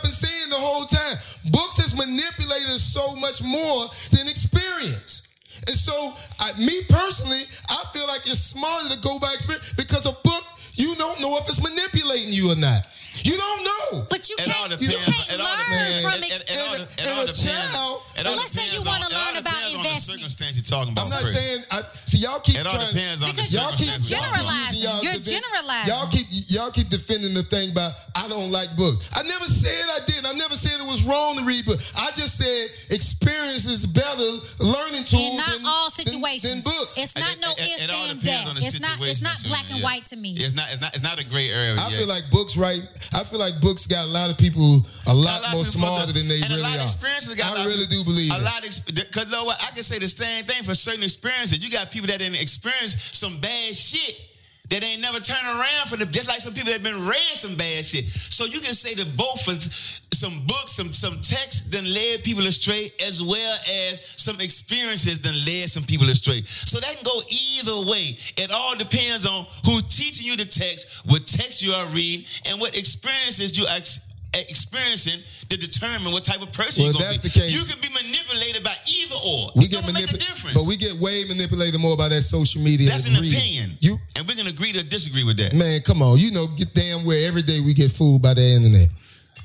Speaker 2: Books has manipulated us so much more than experience. And so, I, me personally, I feel like it's smarter to go by experience because a book, you don't know if it's manipulating you or not. You don't know.
Speaker 1: But you
Speaker 3: It all
Speaker 1: can't, you
Speaker 3: depends.
Speaker 1: can't
Speaker 3: it all depends.
Speaker 1: learn from
Speaker 3: It- it- it all-
Speaker 1: experience.
Speaker 2: And a-
Speaker 3: it
Speaker 2: and
Speaker 3: all
Speaker 2: a
Speaker 3: depends.
Speaker 2: child-
Speaker 3: It all
Speaker 1: So let's say
Speaker 3: depends
Speaker 1: you wanna
Speaker 3: on- it all
Speaker 1: learn about
Speaker 3: depends on the
Speaker 1: investments.
Speaker 3: circumstance you're talking about.
Speaker 2: I'm not
Speaker 3: Chris.
Speaker 2: saying. I, see, y'all keep
Speaker 3: It all
Speaker 2: trying.
Speaker 3: depends on the
Speaker 1: Because
Speaker 2: y'all keep
Speaker 1: you're
Speaker 3: circumstance.
Speaker 1: generalizing.
Speaker 2: y'all
Speaker 1: You're
Speaker 2: defend-
Speaker 1: generalizing.
Speaker 2: Y'all keep y'all keep defending the thing about I don't like books. I never said I did. I never said it was wrong to read books. I just said experience is better learning tools
Speaker 1: in not
Speaker 2: than,
Speaker 1: all
Speaker 2: than-
Speaker 1: situations.
Speaker 2: than books.
Speaker 1: It's not no
Speaker 3: It- it-
Speaker 1: if
Speaker 3: it all
Speaker 1: then
Speaker 3: depends
Speaker 1: that.
Speaker 3: on the
Speaker 1: It's not. It's
Speaker 3: situation
Speaker 1: not
Speaker 3: that you're
Speaker 1: black
Speaker 3: in,
Speaker 1: and
Speaker 3: yeah.
Speaker 1: white to me.
Speaker 3: It's not. It's not. It's not a gray area.
Speaker 2: I
Speaker 3: yeah.
Speaker 2: feel like books, right? I feel like books got a lot of people a lot,
Speaker 3: of
Speaker 2: more
Speaker 3: people
Speaker 2: smarter
Speaker 3: that-
Speaker 2: than they
Speaker 3: and
Speaker 2: really
Speaker 3: a lot
Speaker 2: are.
Speaker 3: Of experiences got a
Speaker 2: I
Speaker 3: lot-
Speaker 2: really do believe
Speaker 3: a
Speaker 2: it.
Speaker 3: lot of because know what I can say the same thing for certain experiences. You got people that didn't experience some bad shit that ain't never turned around for them. Just like some people that been read some bad shit. So you can say that both of some books, some some texts, then led people astray, as well as some experiences then led some people astray. So that can go either way. It all depends on who's teaching you the text, what text you are reading, and what experiences you are ex- experiencing to determine what type of person
Speaker 2: Well,
Speaker 3: you're going
Speaker 2: that's
Speaker 3: to be.
Speaker 2: the case.
Speaker 3: You can be manipulated by either or.
Speaker 2: We
Speaker 3: it
Speaker 2: get
Speaker 3: don't make a
Speaker 2: manipulated,
Speaker 3: difference.
Speaker 2: but we get way manipulated more by that social media.
Speaker 3: that's an
Speaker 2: than reading.
Speaker 3: opinion.
Speaker 2: You Mm.
Speaker 3: and we're gonna agree to disagree with that.
Speaker 2: Man, come on. You know, get damn well every day we get fooled by the internet.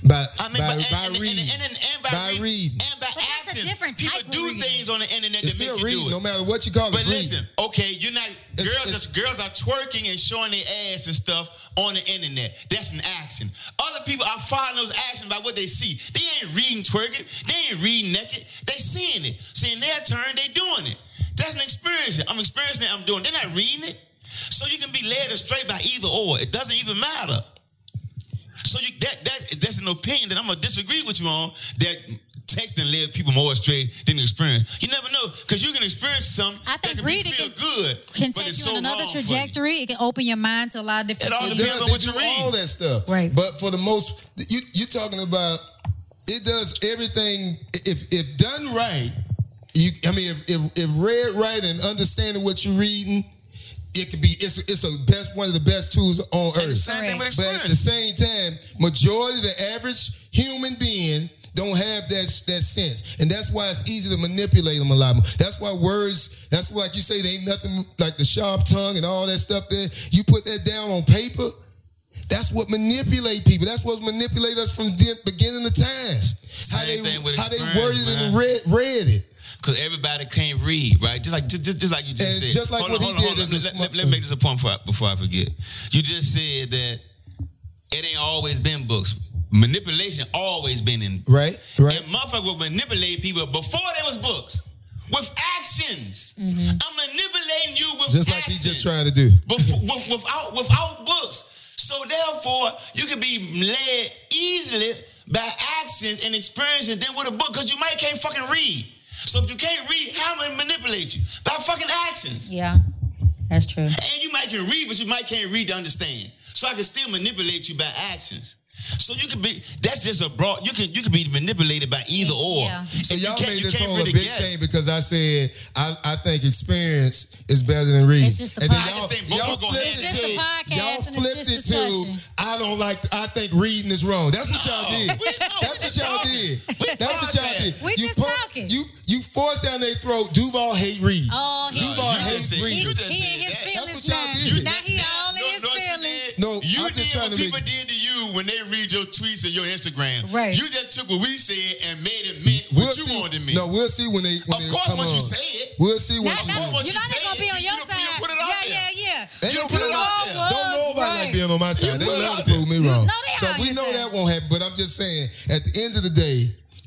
Speaker 2: By,
Speaker 3: I mean,
Speaker 2: by,
Speaker 3: but, and,
Speaker 2: by
Speaker 3: and,
Speaker 2: reading.
Speaker 3: And, and, and, by,
Speaker 2: By
Speaker 3: reading.
Speaker 2: reading.
Speaker 3: And by
Speaker 1: But that's a
Speaker 3: action.
Speaker 1: different
Speaker 3: People
Speaker 1: type of
Speaker 3: do
Speaker 1: reading.
Speaker 3: things on the internet
Speaker 2: it's
Speaker 3: that make
Speaker 2: still
Speaker 3: you
Speaker 2: reading,
Speaker 3: do it.
Speaker 2: no matter what you call it.
Speaker 3: but
Speaker 2: it's reading.
Speaker 3: listen, okay, you're not
Speaker 2: It's-
Speaker 3: girls.
Speaker 2: it's-
Speaker 3: are, girls are twerking and showing their ass and stuff on the internet. That's an action. Other people are following those actions by what they see. They ain't reading twerking. They ain't reading naked. They seeing it. So in their turn, they doing it. That's an experience. I'm experiencing it. I'm doing. it. They're not reading it. So you can be led astray by either or. It doesn't even matter. So you that that that's an opinion that I'm gonna disagree with you on. That text and led people more astray than experience. You never know because you can experience something.
Speaker 1: I think
Speaker 3: that can
Speaker 1: reading
Speaker 3: be, feel
Speaker 1: can-
Speaker 3: good
Speaker 1: Can
Speaker 3: but
Speaker 1: take you
Speaker 3: it's so
Speaker 1: on another
Speaker 3: wrong for you.
Speaker 1: trajectory. It can open your mind to a lot of different
Speaker 3: It all
Speaker 1: things.
Speaker 2: It
Speaker 3: depends
Speaker 2: does.
Speaker 3: on what
Speaker 2: It
Speaker 3: you
Speaker 2: do
Speaker 3: read.
Speaker 2: All that stuff.
Speaker 1: Right.
Speaker 2: But for the most, you you talking about it does everything. If if done right, you I mean if if, if read right and understanding what you're reading, it could be it's it's a best one of the best tools on
Speaker 3: And the
Speaker 2: earth.
Speaker 3: same thing with
Speaker 1: Correct.
Speaker 2: But
Speaker 3: experience.
Speaker 2: at the same time, majority of the average human being don't have that that sense, and that's why it's easy to manipulate them a lot. More. That's why words. That's why, like you say, they ain't nothing like the sharp tongue and all that stuff. There, you put that down on paper. That's what manipulate people. That's what manipulate us from the beginning of times. how they
Speaker 3: Same thing with
Speaker 2: how they
Speaker 3: experience,
Speaker 2: worded it
Speaker 3: man.
Speaker 2: and read, read it.
Speaker 3: Because everybody can't read, right? Just like just, just, just like you just
Speaker 2: And
Speaker 3: said.
Speaker 2: just like what he did is a
Speaker 3: Let, let-
Speaker 2: smart-
Speaker 3: let me make this a point before I, before I forget. You just said that it ain't always been books. Manipulation always been in
Speaker 2: Right, right.
Speaker 3: And motherfuckers would manipulate people before there was books with actions. I'm manipulating you with
Speaker 2: Mm-hmm. Just like
Speaker 3: actions.
Speaker 2: he just tried to do.
Speaker 3: Befo- with- without without books. So therefore, you can be led easily by actions and experiences than with a book because you might can't fucking read. So if you can't read, how am I gonna manipulate you by fucking actions?
Speaker 1: Yeah, that's true.
Speaker 3: And you might can read, but you might can't read to understand. So I can still manipulate you by actions. So you can be that's just a broad you can you can be manipulated by either or.
Speaker 1: Yeah.
Speaker 3: If
Speaker 2: So
Speaker 3: you
Speaker 2: y'all
Speaker 3: can't-
Speaker 2: made
Speaker 3: you
Speaker 2: this
Speaker 3: can't
Speaker 2: whole
Speaker 3: really
Speaker 2: a big
Speaker 3: guess.
Speaker 2: thing because I said I, I think experience is better than reading.
Speaker 1: It's just the
Speaker 2: then
Speaker 1: pod- I
Speaker 3: just
Speaker 2: y'all-
Speaker 3: think both
Speaker 2: y'all
Speaker 3: go hand
Speaker 2: flipped it
Speaker 3: in hand. It's just
Speaker 1: the
Speaker 2: to-
Speaker 1: podcast
Speaker 2: Y'all
Speaker 1: and it's
Speaker 2: flipped
Speaker 1: just
Speaker 2: it to
Speaker 1: discussion.
Speaker 2: I don't like I think reading is wrong. That's what y'all
Speaker 3: No.
Speaker 2: did.
Speaker 3: We- no,
Speaker 2: That's
Speaker 3: we
Speaker 2: what
Speaker 3: just
Speaker 2: y'all
Speaker 3: talking.
Speaker 2: did.
Speaker 3: We
Speaker 2: That's what y'all
Speaker 3: podcast.
Speaker 2: did.
Speaker 1: We
Speaker 2: You
Speaker 1: just talking.
Speaker 2: You you forced down their throat. Duval hate read.
Speaker 1: Oh, he,
Speaker 2: You
Speaker 1: he,
Speaker 2: bought
Speaker 3: you
Speaker 2: hate
Speaker 3: just said-
Speaker 2: reading.
Speaker 1: he
Speaker 3: you
Speaker 1: in
Speaker 3: just said
Speaker 1: his
Speaker 3: that.
Speaker 1: feelings
Speaker 2: That's what
Speaker 1: now.
Speaker 2: y'all did.
Speaker 1: Now he all in
Speaker 3: No,
Speaker 1: his
Speaker 3: no, you
Speaker 1: feelings.
Speaker 3: did.
Speaker 2: No,
Speaker 3: you
Speaker 2: I'm
Speaker 3: did
Speaker 2: just trying
Speaker 3: what
Speaker 2: to
Speaker 3: people
Speaker 2: make-
Speaker 3: did to you when they read your tweets and your Instagram.
Speaker 1: Right.
Speaker 3: You just took what we said and made it meant what you
Speaker 2: see,
Speaker 3: wanted me.
Speaker 2: No, we'll see when they. When
Speaker 3: Of
Speaker 2: they
Speaker 3: course,
Speaker 2: come
Speaker 3: once
Speaker 2: on.
Speaker 3: you say it.
Speaker 2: we'll see when.
Speaker 1: Now,
Speaker 2: they
Speaker 1: now,
Speaker 2: come on.
Speaker 3: once
Speaker 1: you
Speaker 3: you
Speaker 1: know they
Speaker 3: say
Speaker 1: gonna be
Speaker 3: it,
Speaker 1: on
Speaker 3: you
Speaker 1: your
Speaker 3: done put
Speaker 1: side.
Speaker 3: it out
Speaker 1: Yeah,
Speaker 3: there.
Speaker 1: yeah, yeah.
Speaker 2: They don't
Speaker 1: You
Speaker 2: put it out
Speaker 1: all
Speaker 2: there.
Speaker 1: was,
Speaker 2: Don't nobody
Speaker 1: right.
Speaker 2: like being on my side. They
Speaker 3: put
Speaker 2: love
Speaker 3: it
Speaker 2: to
Speaker 3: out there.
Speaker 2: prove me
Speaker 1: You
Speaker 2: wrong.
Speaker 1: know they
Speaker 2: so
Speaker 1: out
Speaker 2: we
Speaker 1: here
Speaker 2: know
Speaker 1: saying-
Speaker 2: that won't happen. But I'm just saying, at the end of the day,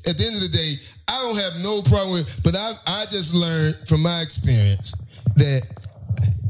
Speaker 2: at the end of the day, I don't have no problem with. But I, I just learned from my experience that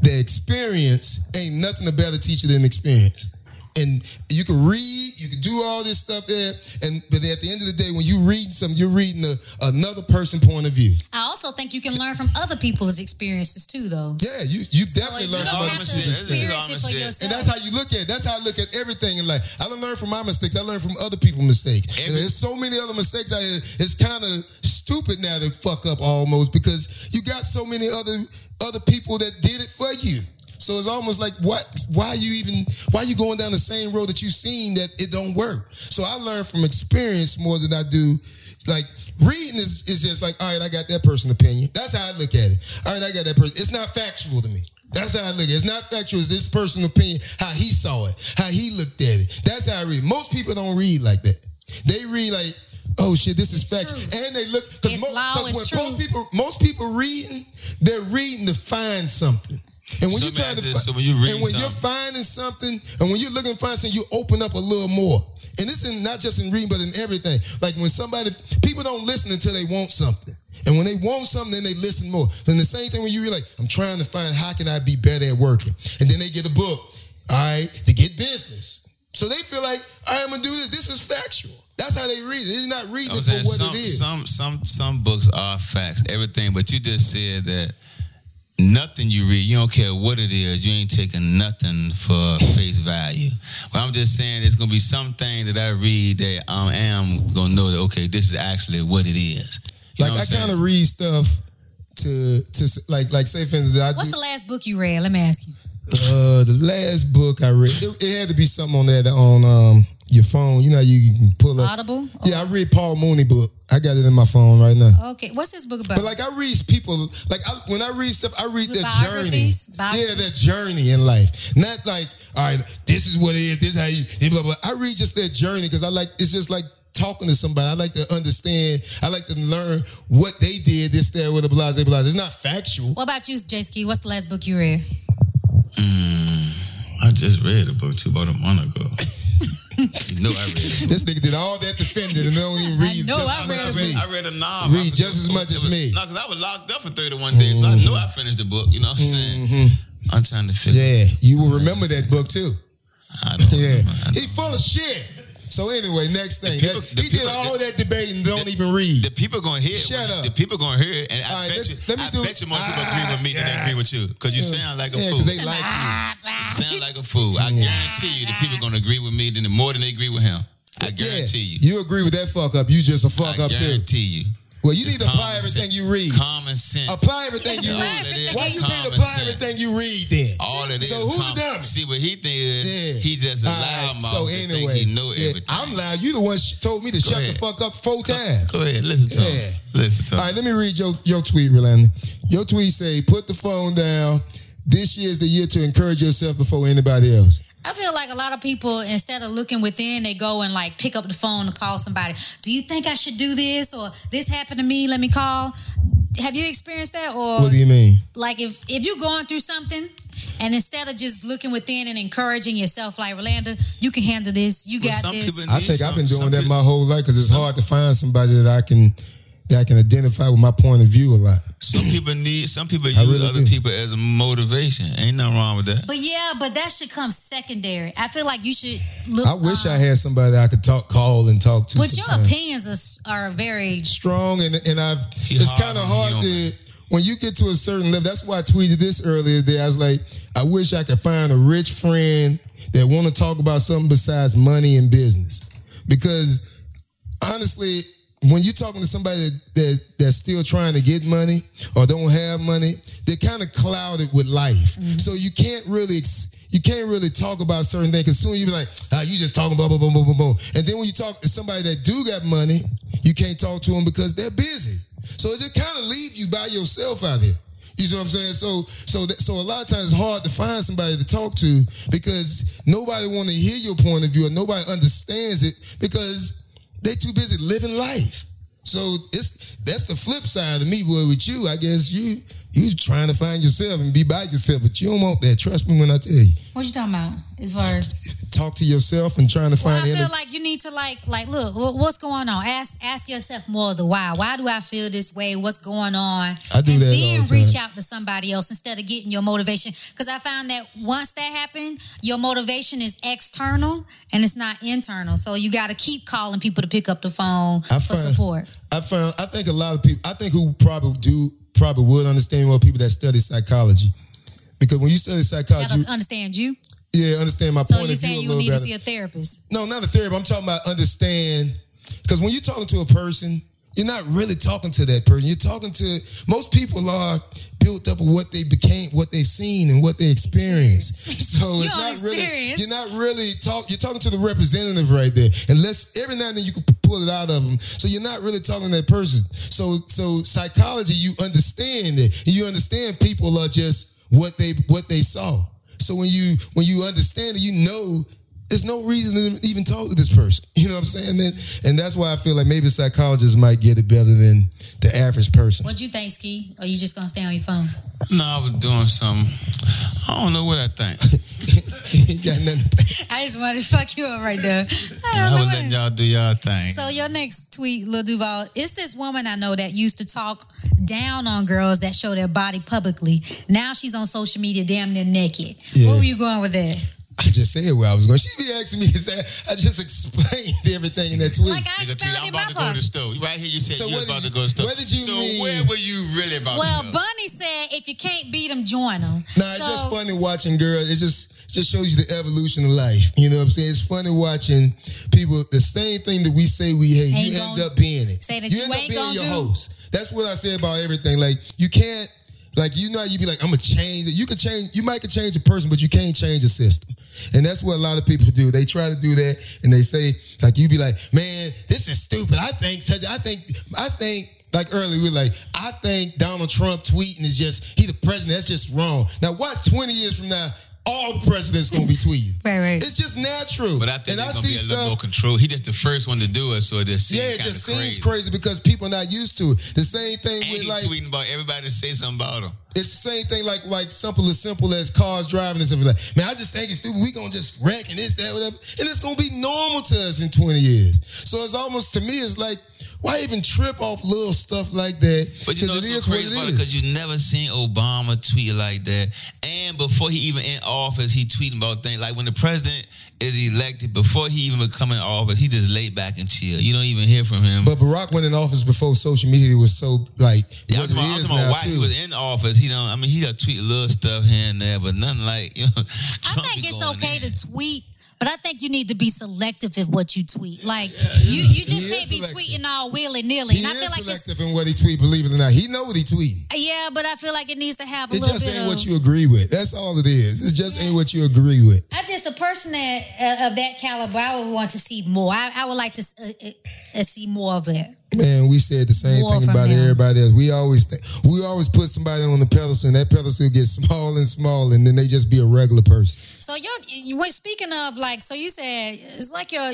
Speaker 2: the experience ain't nothing a better teacher than experience. And you can read, you can do all this stuff there, and but at the end of the day, when you read something, you're reading a, another person's point of view.
Speaker 1: I also think you can learn from other people's experiences too, though.
Speaker 2: Yeah, you you
Speaker 1: Like,
Speaker 2: definitely
Speaker 1: you
Speaker 2: learn
Speaker 1: don't
Speaker 2: from
Speaker 1: have
Speaker 2: other
Speaker 1: to
Speaker 3: That's
Speaker 1: experience
Speaker 2: people's
Speaker 3: all I'm saying. That's all I'm
Speaker 1: it for
Speaker 3: saying.
Speaker 1: yourself.
Speaker 2: And that's how you look at it. That's how I look at everything in life. I don't learn from my mistakes. I learn from other people's mistakes. And
Speaker 3: Every-
Speaker 2: there's so many other mistakes out here. It's kind of stupid now to fuck up almost because you got so many other other people that did it for you. So it's almost like what? Why you even? Why you going down the same road that you seen that it don't work? So I learn from experience more than I do like reading is, is just like, all right, I got that person's opinion. That's how I look at it. All right, I got that person. It's not factual to me. That's how I look at it. It's not factual. It's this person's opinion, how he saw it, how he looked at it. That's how I read. Most people don't read like that. They read like, oh shit, this is
Speaker 1: It's
Speaker 2: fact.
Speaker 1: true.
Speaker 2: And they look because
Speaker 1: It's law, it's
Speaker 2: when most
Speaker 1: truth.
Speaker 2: people most people reading, they're reading to find something. And when you
Speaker 3: So let me
Speaker 2: try
Speaker 3: ask
Speaker 2: to
Speaker 3: this.
Speaker 2: fi-
Speaker 3: So when you read
Speaker 2: and when you're
Speaker 3: something-
Speaker 2: finding something, and when you're looking to find something, you open up a little more. And this is not just in reading, but in everything. Like when somebody, people don't listen until they want something. And when they want something, then they listen more. And the same thing when you realize, I'm trying to find how can I be better at working. And then they get a book, all right, to get business. So they feel like, all right, I'm gonna do this. This is factual. That's how they read it. They're not reading it
Speaker 3: I'm saying
Speaker 2: for what
Speaker 3: some,
Speaker 2: it is.
Speaker 3: some some some books are facts, everything. But you just said that nothing you read, you don't care what it is, you ain't taking nothing for face value. But I'm just saying there's gonna be something that I read that I am gonna know that okay, this is actually what it is. You know
Speaker 2: like I
Speaker 3: what I'm
Speaker 2: kind of
Speaker 3: saying?
Speaker 2: read stuff to to like like say for instance, I
Speaker 1: What's
Speaker 2: do,
Speaker 1: the last book you read? Let me ask you.
Speaker 2: Uh, the last book I read, it, it had to be something on there that on um your phone. You know, how you can pull up.
Speaker 1: Audible?
Speaker 2: Yeah, I read Paul Mooney book. I got it in my phone right now.
Speaker 1: Okay. What's this book about?
Speaker 2: But like I read people, like I, when I read stuff, I read their journey.
Speaker 1: Biographies?
Speaker 2: Yeah, their journey in life. Not like, all right, this is what it is. This is how you. Blah blah. blah. I read just their journey because I like. It's just like talking to somebody. I like to understand. I like to learn what they did. This, that, with a blah, blah, blah. It's not factual.
Speaker 1: what about you, J Ski? What's the last book you read?
Speaker 3: I just read a book too about a month ago. you know I read.
Speaker 2: This nigga did all that defending and don't even
Speaker 1: I
Speaker 2: read.
Speaker 1: know,
Speaker 2: just
Speaker 1: I read
Speaker 2: as much
Speaker 1: a
Speaker 2: as
Speaker 1: book.
Speaker 2: me.
Speaker 3: I read a novel.
Speaker 2: Read
Speaker 3: I
Speaker 2: just as
Speaker 3: forget
Speaker 2: much
Speaker 3: what
Speaker 2: as
Speaker 3: it was-
Speaker 2: me. Mm-hmm.
Speaker 3: No, because I was locked up for 31 days, so I know I finished the book. You know what I'm saying? I'm trying to figure.
Speaker 2: Yeah, you will remember that book too.
Speaker 3: Oh, I don't
Speaker 2: Yeah,
Speaker 3: remember.
Speaker 2: he
Speaker 3: I
Speaker 2: full of shit. So anyway, next thing,
Speaker 3: people-
Speaker 2: That-
Speaker 3: the
Speaker 2: he did
Speaker 3: people-
Speaker 2: all that debate and don't
Speaker 3: the-
Speaker 2: even read.
Speaker 3: The people gonna hear. it.
Speaker 2: Shut up.
Speaker 3: The people gonna hear, it, and
Speaker 2: All right,
Speaker 3: I bet
Speaker 2: let's-
Speaker 3: you,
Speaker 2: let me
Speaker 3: I
Speaker 2: do-
Speaker 3: bet you most people
Speaker 2: Ah,
Speaker 3: agree with me than they
Speaker 2: yeah.
Speaker 3: agree with you, because you sound like a
Speaker 2: yeah,
Speaker 3: fool.
Speaker 2: because they like you.
Speaker 3: sound like a fool. I guarantee you, the people gonna agree with me than the more than they agree with him. I guarantee
Speaker 2: yeah, you.
Speaker 3: you.
Speaker 2: agree with that fuck up. You just a fuck up
Speaker 3: I
Speaker 2: too.
Speaker 3: guarantee you.
Speaker 2: Well, you need
Speaker 3: It's
Speaker 2: to apply
Speaker 3: common
Speaker 2: everything
Speaker 3: sense.
Speaker 2: you read.
Speaker 3: Common sense.
Speaker 2: Apply everything you
Speaker 1: Apply
Speaker 2: read.
Speaker 1: everything
Speaker 2: Why you
Speaker 1: you
Speaker 2: can't
Speaker 3: Common
Speaker 2: apply
Speaker 3: sense.
Speaker 2: everything you read then?
Speaker 3: All it is.
Speaker 2: So who the
Speaker 3: common-
Speaker 2: dumb?
Speaker 3: See what he thinks.
Speaker 2: Yeah.
Speaker 3: He just a
Speaker 2: All right,
Speaker 3: loudmouth.
Speaker 2: So
Speaker 3: and
Speaker 2: anyway,
Speaker 3: think he know
Speaker 2: yeah,
Speaker 3: everything.
Speaker 2: I'm loud. You the one sh- told me to shut
Speaker 3: ahead.
Speaker 2: the fuck up four times.
Speaker 3: Go ahead, listen to him.
Speaker 2: Yeah.
Speaker 3: Listen to
Speaker 2: All
Speaker 3: him.
Speaker 2: right, let me read your, your tweet, Rolanda. Your tweet say, put the phone down. This year is the year to encourage yourself before anybody else.
Speaker 1: I feel like a lot of people, instead of looking within, they go and like pick up the phone and call somebody. Do you think I should do this or this happened to me? Let me call. Have you experienced that or
Speaker 2: What do you mean?
Speaker 1: like if if you're going through something? And instead of just looking within and encouraging yourself, like Rolanda, you can handle this. You
Speaker 3: Well,
Speaker 1: got
Speaker 3: some
Speaker 1: this.
Speaker 3: people-
Speaker 2: I think
Speaker 3: Some-
Speaker 2: I've been doing
Speaker 3: some
Speaker 2: that
Speaker 3: people-
Speaker 2: my whole life because it's hard to find somebody that I can that I can identify with my point of view a lot.
Speaker 3: Some people need. Some people use
Speaker 2: I really
Speaker 3: other
Speaker 2: do.
Speaker 3: people as a motivation. Ain't nothing wrong with that.
Speaker 1: but yeah, but that should come secondary. I feel like you should look.
Speaker 2: I wish I
Speaker 1: um,
Speaker 2: had somebody I could talk, call, and talk to.
Speaker 1: But your
Speaker 2: sometimes.
Speaker 1: opinions are, s- are very.
Speaker 2: strong and and I've it's
Speaker 3: hard
Speaker 2: kind of
Speaker 3: on
Speaker 2: hard
Speaker 3: human.
Speaker 2: to when you get to a certain level. That's why I tweeted this earlier today. I was like, I wish I could find a rich friend that want to talk about something besides money and business, because honestly. When you're talking to somebody that, that that's still trying to get money or don't have money, they're kind of clouded with life. So you can't really ex- you can't really talk about certain things because soon you be like, ah, you just talking blah, blah, blah, blah, blah, blah. And then when you talk to somebody that do got money, you can't talk to them because they're busy. So it just kind of leave you by yourself out here. You see what I'm saying? So, so, that, so a lot of times it's hard to find somebody to talk to because nobody want to hear your point of view and nobody understands it because they too busy living life. So it's that's the flip side of me. Boy, with you, I guess you you trying to find yourself and be by yourself, but you don't want that. Trust me when I tell you
Speaker 1: What you talking about? As far as
Speaker 2: talk to yourself and trying to find
Speaker 1: Well, I
Speaker 2: the
Speaker 1: feel
Speaker 2: inner-
Speaker 1: like you need to like like look wh- what's going on. Ask ask yourself more of the why. Why do I feel this way? What's going on?
Speaker 2: I do
Speaker 1: and
Speaker 2: that all
Speaker 1: Then
Speaker 2: the time.
Speaker 1: reach out to somebody else instead of getting your motivation. Because I found that once that happened, your motivation is external and it's not internal. So you got to keep calling people to pick up the phone
Speaker 2: I
Speaker 1: for
Speaker 2: find-
Speaker 1: support.
Speaker 2: I found I think a lot of people I think who probably do probably would understand more people that study psychology. Because when you study
Speaker 1: Got
Speaker 2: psychology,
Speaker 1: to understand you.
Speaker 2: you, yeah, understand my
Speaker 1: So
Speaker 2: point
Speaker 1: you're
Speaker 2: of view a
Speaker 1: saying you
Speaker 2: little
Speaker 1: need to
Speaker 2: better.
Speaker 1: see a therapist.
Speaker 2: no, not a theory, but I'm talking about understand. Because when you're talking to a person, you're not really talking to that person. You're talking to most people are built up of what they became, what they've seen, and what they experienced. So
Speaker 1: You
Speaker 2: it's
Speaker 1: don't
Speaker 2: not really
Speaker 1: experience.
Speaker 2: you're not really talk. You're talking to the representative right there. Unless every now and then you can p- pull it out of them. So you're not really talking to that person. So so psychology, you understand it. You understand people are just what they what they saw. So when you when you understand it, you know there's no reason to even talk to this person. You know what I'm saying? And, and that's why I feel like maybe psychologists might get it better than the average person.
Speaker 1: What you think, Ski? Or you just gonna stay on your phone?
Speaker 3: No, I was doing something. I don't know what I think.
Speaker 2: You got nothing.
Speaker 1: I just wanted to fuck you up right there. I don't
Speaker 3: I
Speaker 1: know
Speaker 3: was
Speaker 1: what-
Speaker 3: letting y'all do y'all thing.
Speaker 1: So your next tweet, Lil Duval, is this woman I know that used to talk down on girls that show their body publicly. Now she's on social media damn near naked.
Speaker 2: Yeah.
Speaker 1: Where were you going with that?
Speaker 2: I just said where I was going. She be asking me. I just explained everything in that tweet.
Speaker 1: Like I
Speaker 3: Nigga, tweet,
Speaker 1: expounded
Speaker 3: I'm
Speaker 1: my
Speaker 3: about to go to
Speaker 1: part.
Speaker 3: the store. Right here, you said
Speaker 2: So
Speaker 3: you
Speaker 2: what
Speaker 3: was about
Speaker 2: did
Speaker 3: to go to the store.
Speaker 2: you- what did you
Speaker 3: so
Speaker 2: mean?
Speaker 3: where were you really about
Speaker 1: Well,
Speaker 3: to go?
Speaker 1: Bunny said if you can't beat them, join them.
Speaker 2: Nah, it's just funny watching girls. It just just shows you the evolution of life. You know what I'm saying? It's funny watching people. The same thing that we say we hate,
Speaker 1: Ain't
Speaker 2: you end
Speaker 1: gonna-
Speaker 2: up being it.
Speaker 1: say that you
Speaker 2: end
Speaker 1: ain't
Speaker 2: up being
Speaker 1: gonna
Speaker 2: your
Speaker 1: do.
Speaker 2: host. That's what I say about everything. Like you can't. Like you know, how you be like, I'm gonna change it. You could change. You might could change a person, but you can't change a system. And that's what a lot of people do. They try to do that, and they say like, you be like, man, this is stupid. I think such. I think. I think. Like earlier, we were like, I think Donald Trump tweeting is just he the president. That's just wrong. Now watch 20 years from now, all the presidents gonna be tweeting.
Speaker 1: Right, right.
Speaker 2: It's just natural.
Speaker 3: But I think
Speaker 2: and I
Speaker 3: it's gonna be
Speaker 2: see
Speaker 3: a
Speaker 2: stuff
Speaker 3: little more control. He just the first one to do it, so it just seems
Speaker 2: yeah, it
Speaker 3: kind
Speaker 2: just
Speaker 3: of
Speaker 2: seems
Speaker 3: crazy.
Speaker 2: crazy because people are not used to it. The same thing
Speaker 3: And
Speaker 2: with
Speaker 3: he
Speaker 2: like
Speaker 3: tweeting about everybody to say something about him.
Speaker 2: it's the same thing like like simple as simple as cars driving and stuff like man, I just think it's stupid. We gonna just wreck and this, that, whatever. And it's gonna be normal to us in 20 years. So it's almost to me, it's like, why even trip off little stuff like that?
Speaker 3: But you know,
Speaker 2: 'Cause
Speaker 3: it's
Speaker 2: it is
Speaker 3: so crazy
Speaker 2: what it is.
Speaker 3: about it because you never seen Obama tweet like that. And before he even in office, he tweeting about things like when the president is elected, before he even become in office, he just lay back and chill. You don't even hear from him.
Speaker 2: But Barack went in office before social media was so like
Speaker 3: yeah, I'm
Speaker 2: what it
Speaker 3: talking about, I'm
Speaker 2: is
Speaker 3: talking about
Speaker 2: now,
Speaker 3: why
Speaker 2: too.
Speaker 3: he was in office. He don't. I mean, he done tweet little stuff here and there, but nothing like you know.
Speaker 1: I
Speaker 3: Trump
Speaker 1: think
Speaker 3: be
Speaker 1: it's
Speaker 3: going
Speaker 1: okay
Speaker 3: in.
Speaker 1: to tweet, but I think you need to be selective in what you tweet. Like you, you
Speaker 2: He
Speaker 1: just
Speaker 2: is
Speaker 1: can't be
Speaker 2: selective.
Speaker 1: tweeting all willy nilly.
Speaker 2: he
Speaker 1: And I feel
Speaker 2: is
Speaker 1: like it's
Speaker 2: selective in what he tweet, believe it or not. He know what he tweeting.
Speaker 1: yeah, but I feel like it needs to have a
Speaker 2: It
Speaker 1: little
Speaker 2: just
Speaker 1: bit
Speaker 2: ain't
Speaker 1: of.
Speaker 2: what you agree with. That's all it is. It just ain't what you agree with.
Speaker 1: I just a person that uh, of that caliber. I would want to see more. I, I would like to uh, uh, uh, see more of it.
Speaker 2: Man, we said the same
Speaker 1: More
Speaker 2: thing
Speaker 1: from
Speaker 2: about
Speaker 1: him.
Speaker 2: everybody else. We always think, we always put somebody on the pedestal, and that pedestal gets small and small, and then they just be a regular person.
Speaker 1: So your- you when speaking of like, so you said it's like your.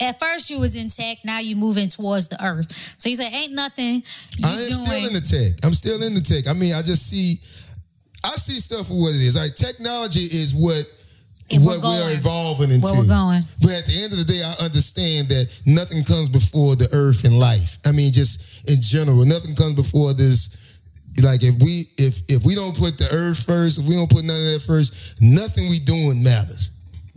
Speaker 1: At first you was in tech, now you moving towards the earth. So you said ain't nothing. You
Speaker 2: I am
Speaker 1: doing,
Speaker 2: still in the tech. I'm still in the tech. I mean, I just see, I see stuff for what it is. Like technology is what
Speaker 1: And we're
Speaker 2: what we are
Speaker 1: going.
Speaker 2: evolving into.
Speaker 1: Where we're going.
Speaker 2: But at the end of the day, I understand that nothing comes before the earth and life. I mean, just in general, nothing comes before this. Like if we if if we don't put the earth first, if we don't put none of that first, nothing we doing matters.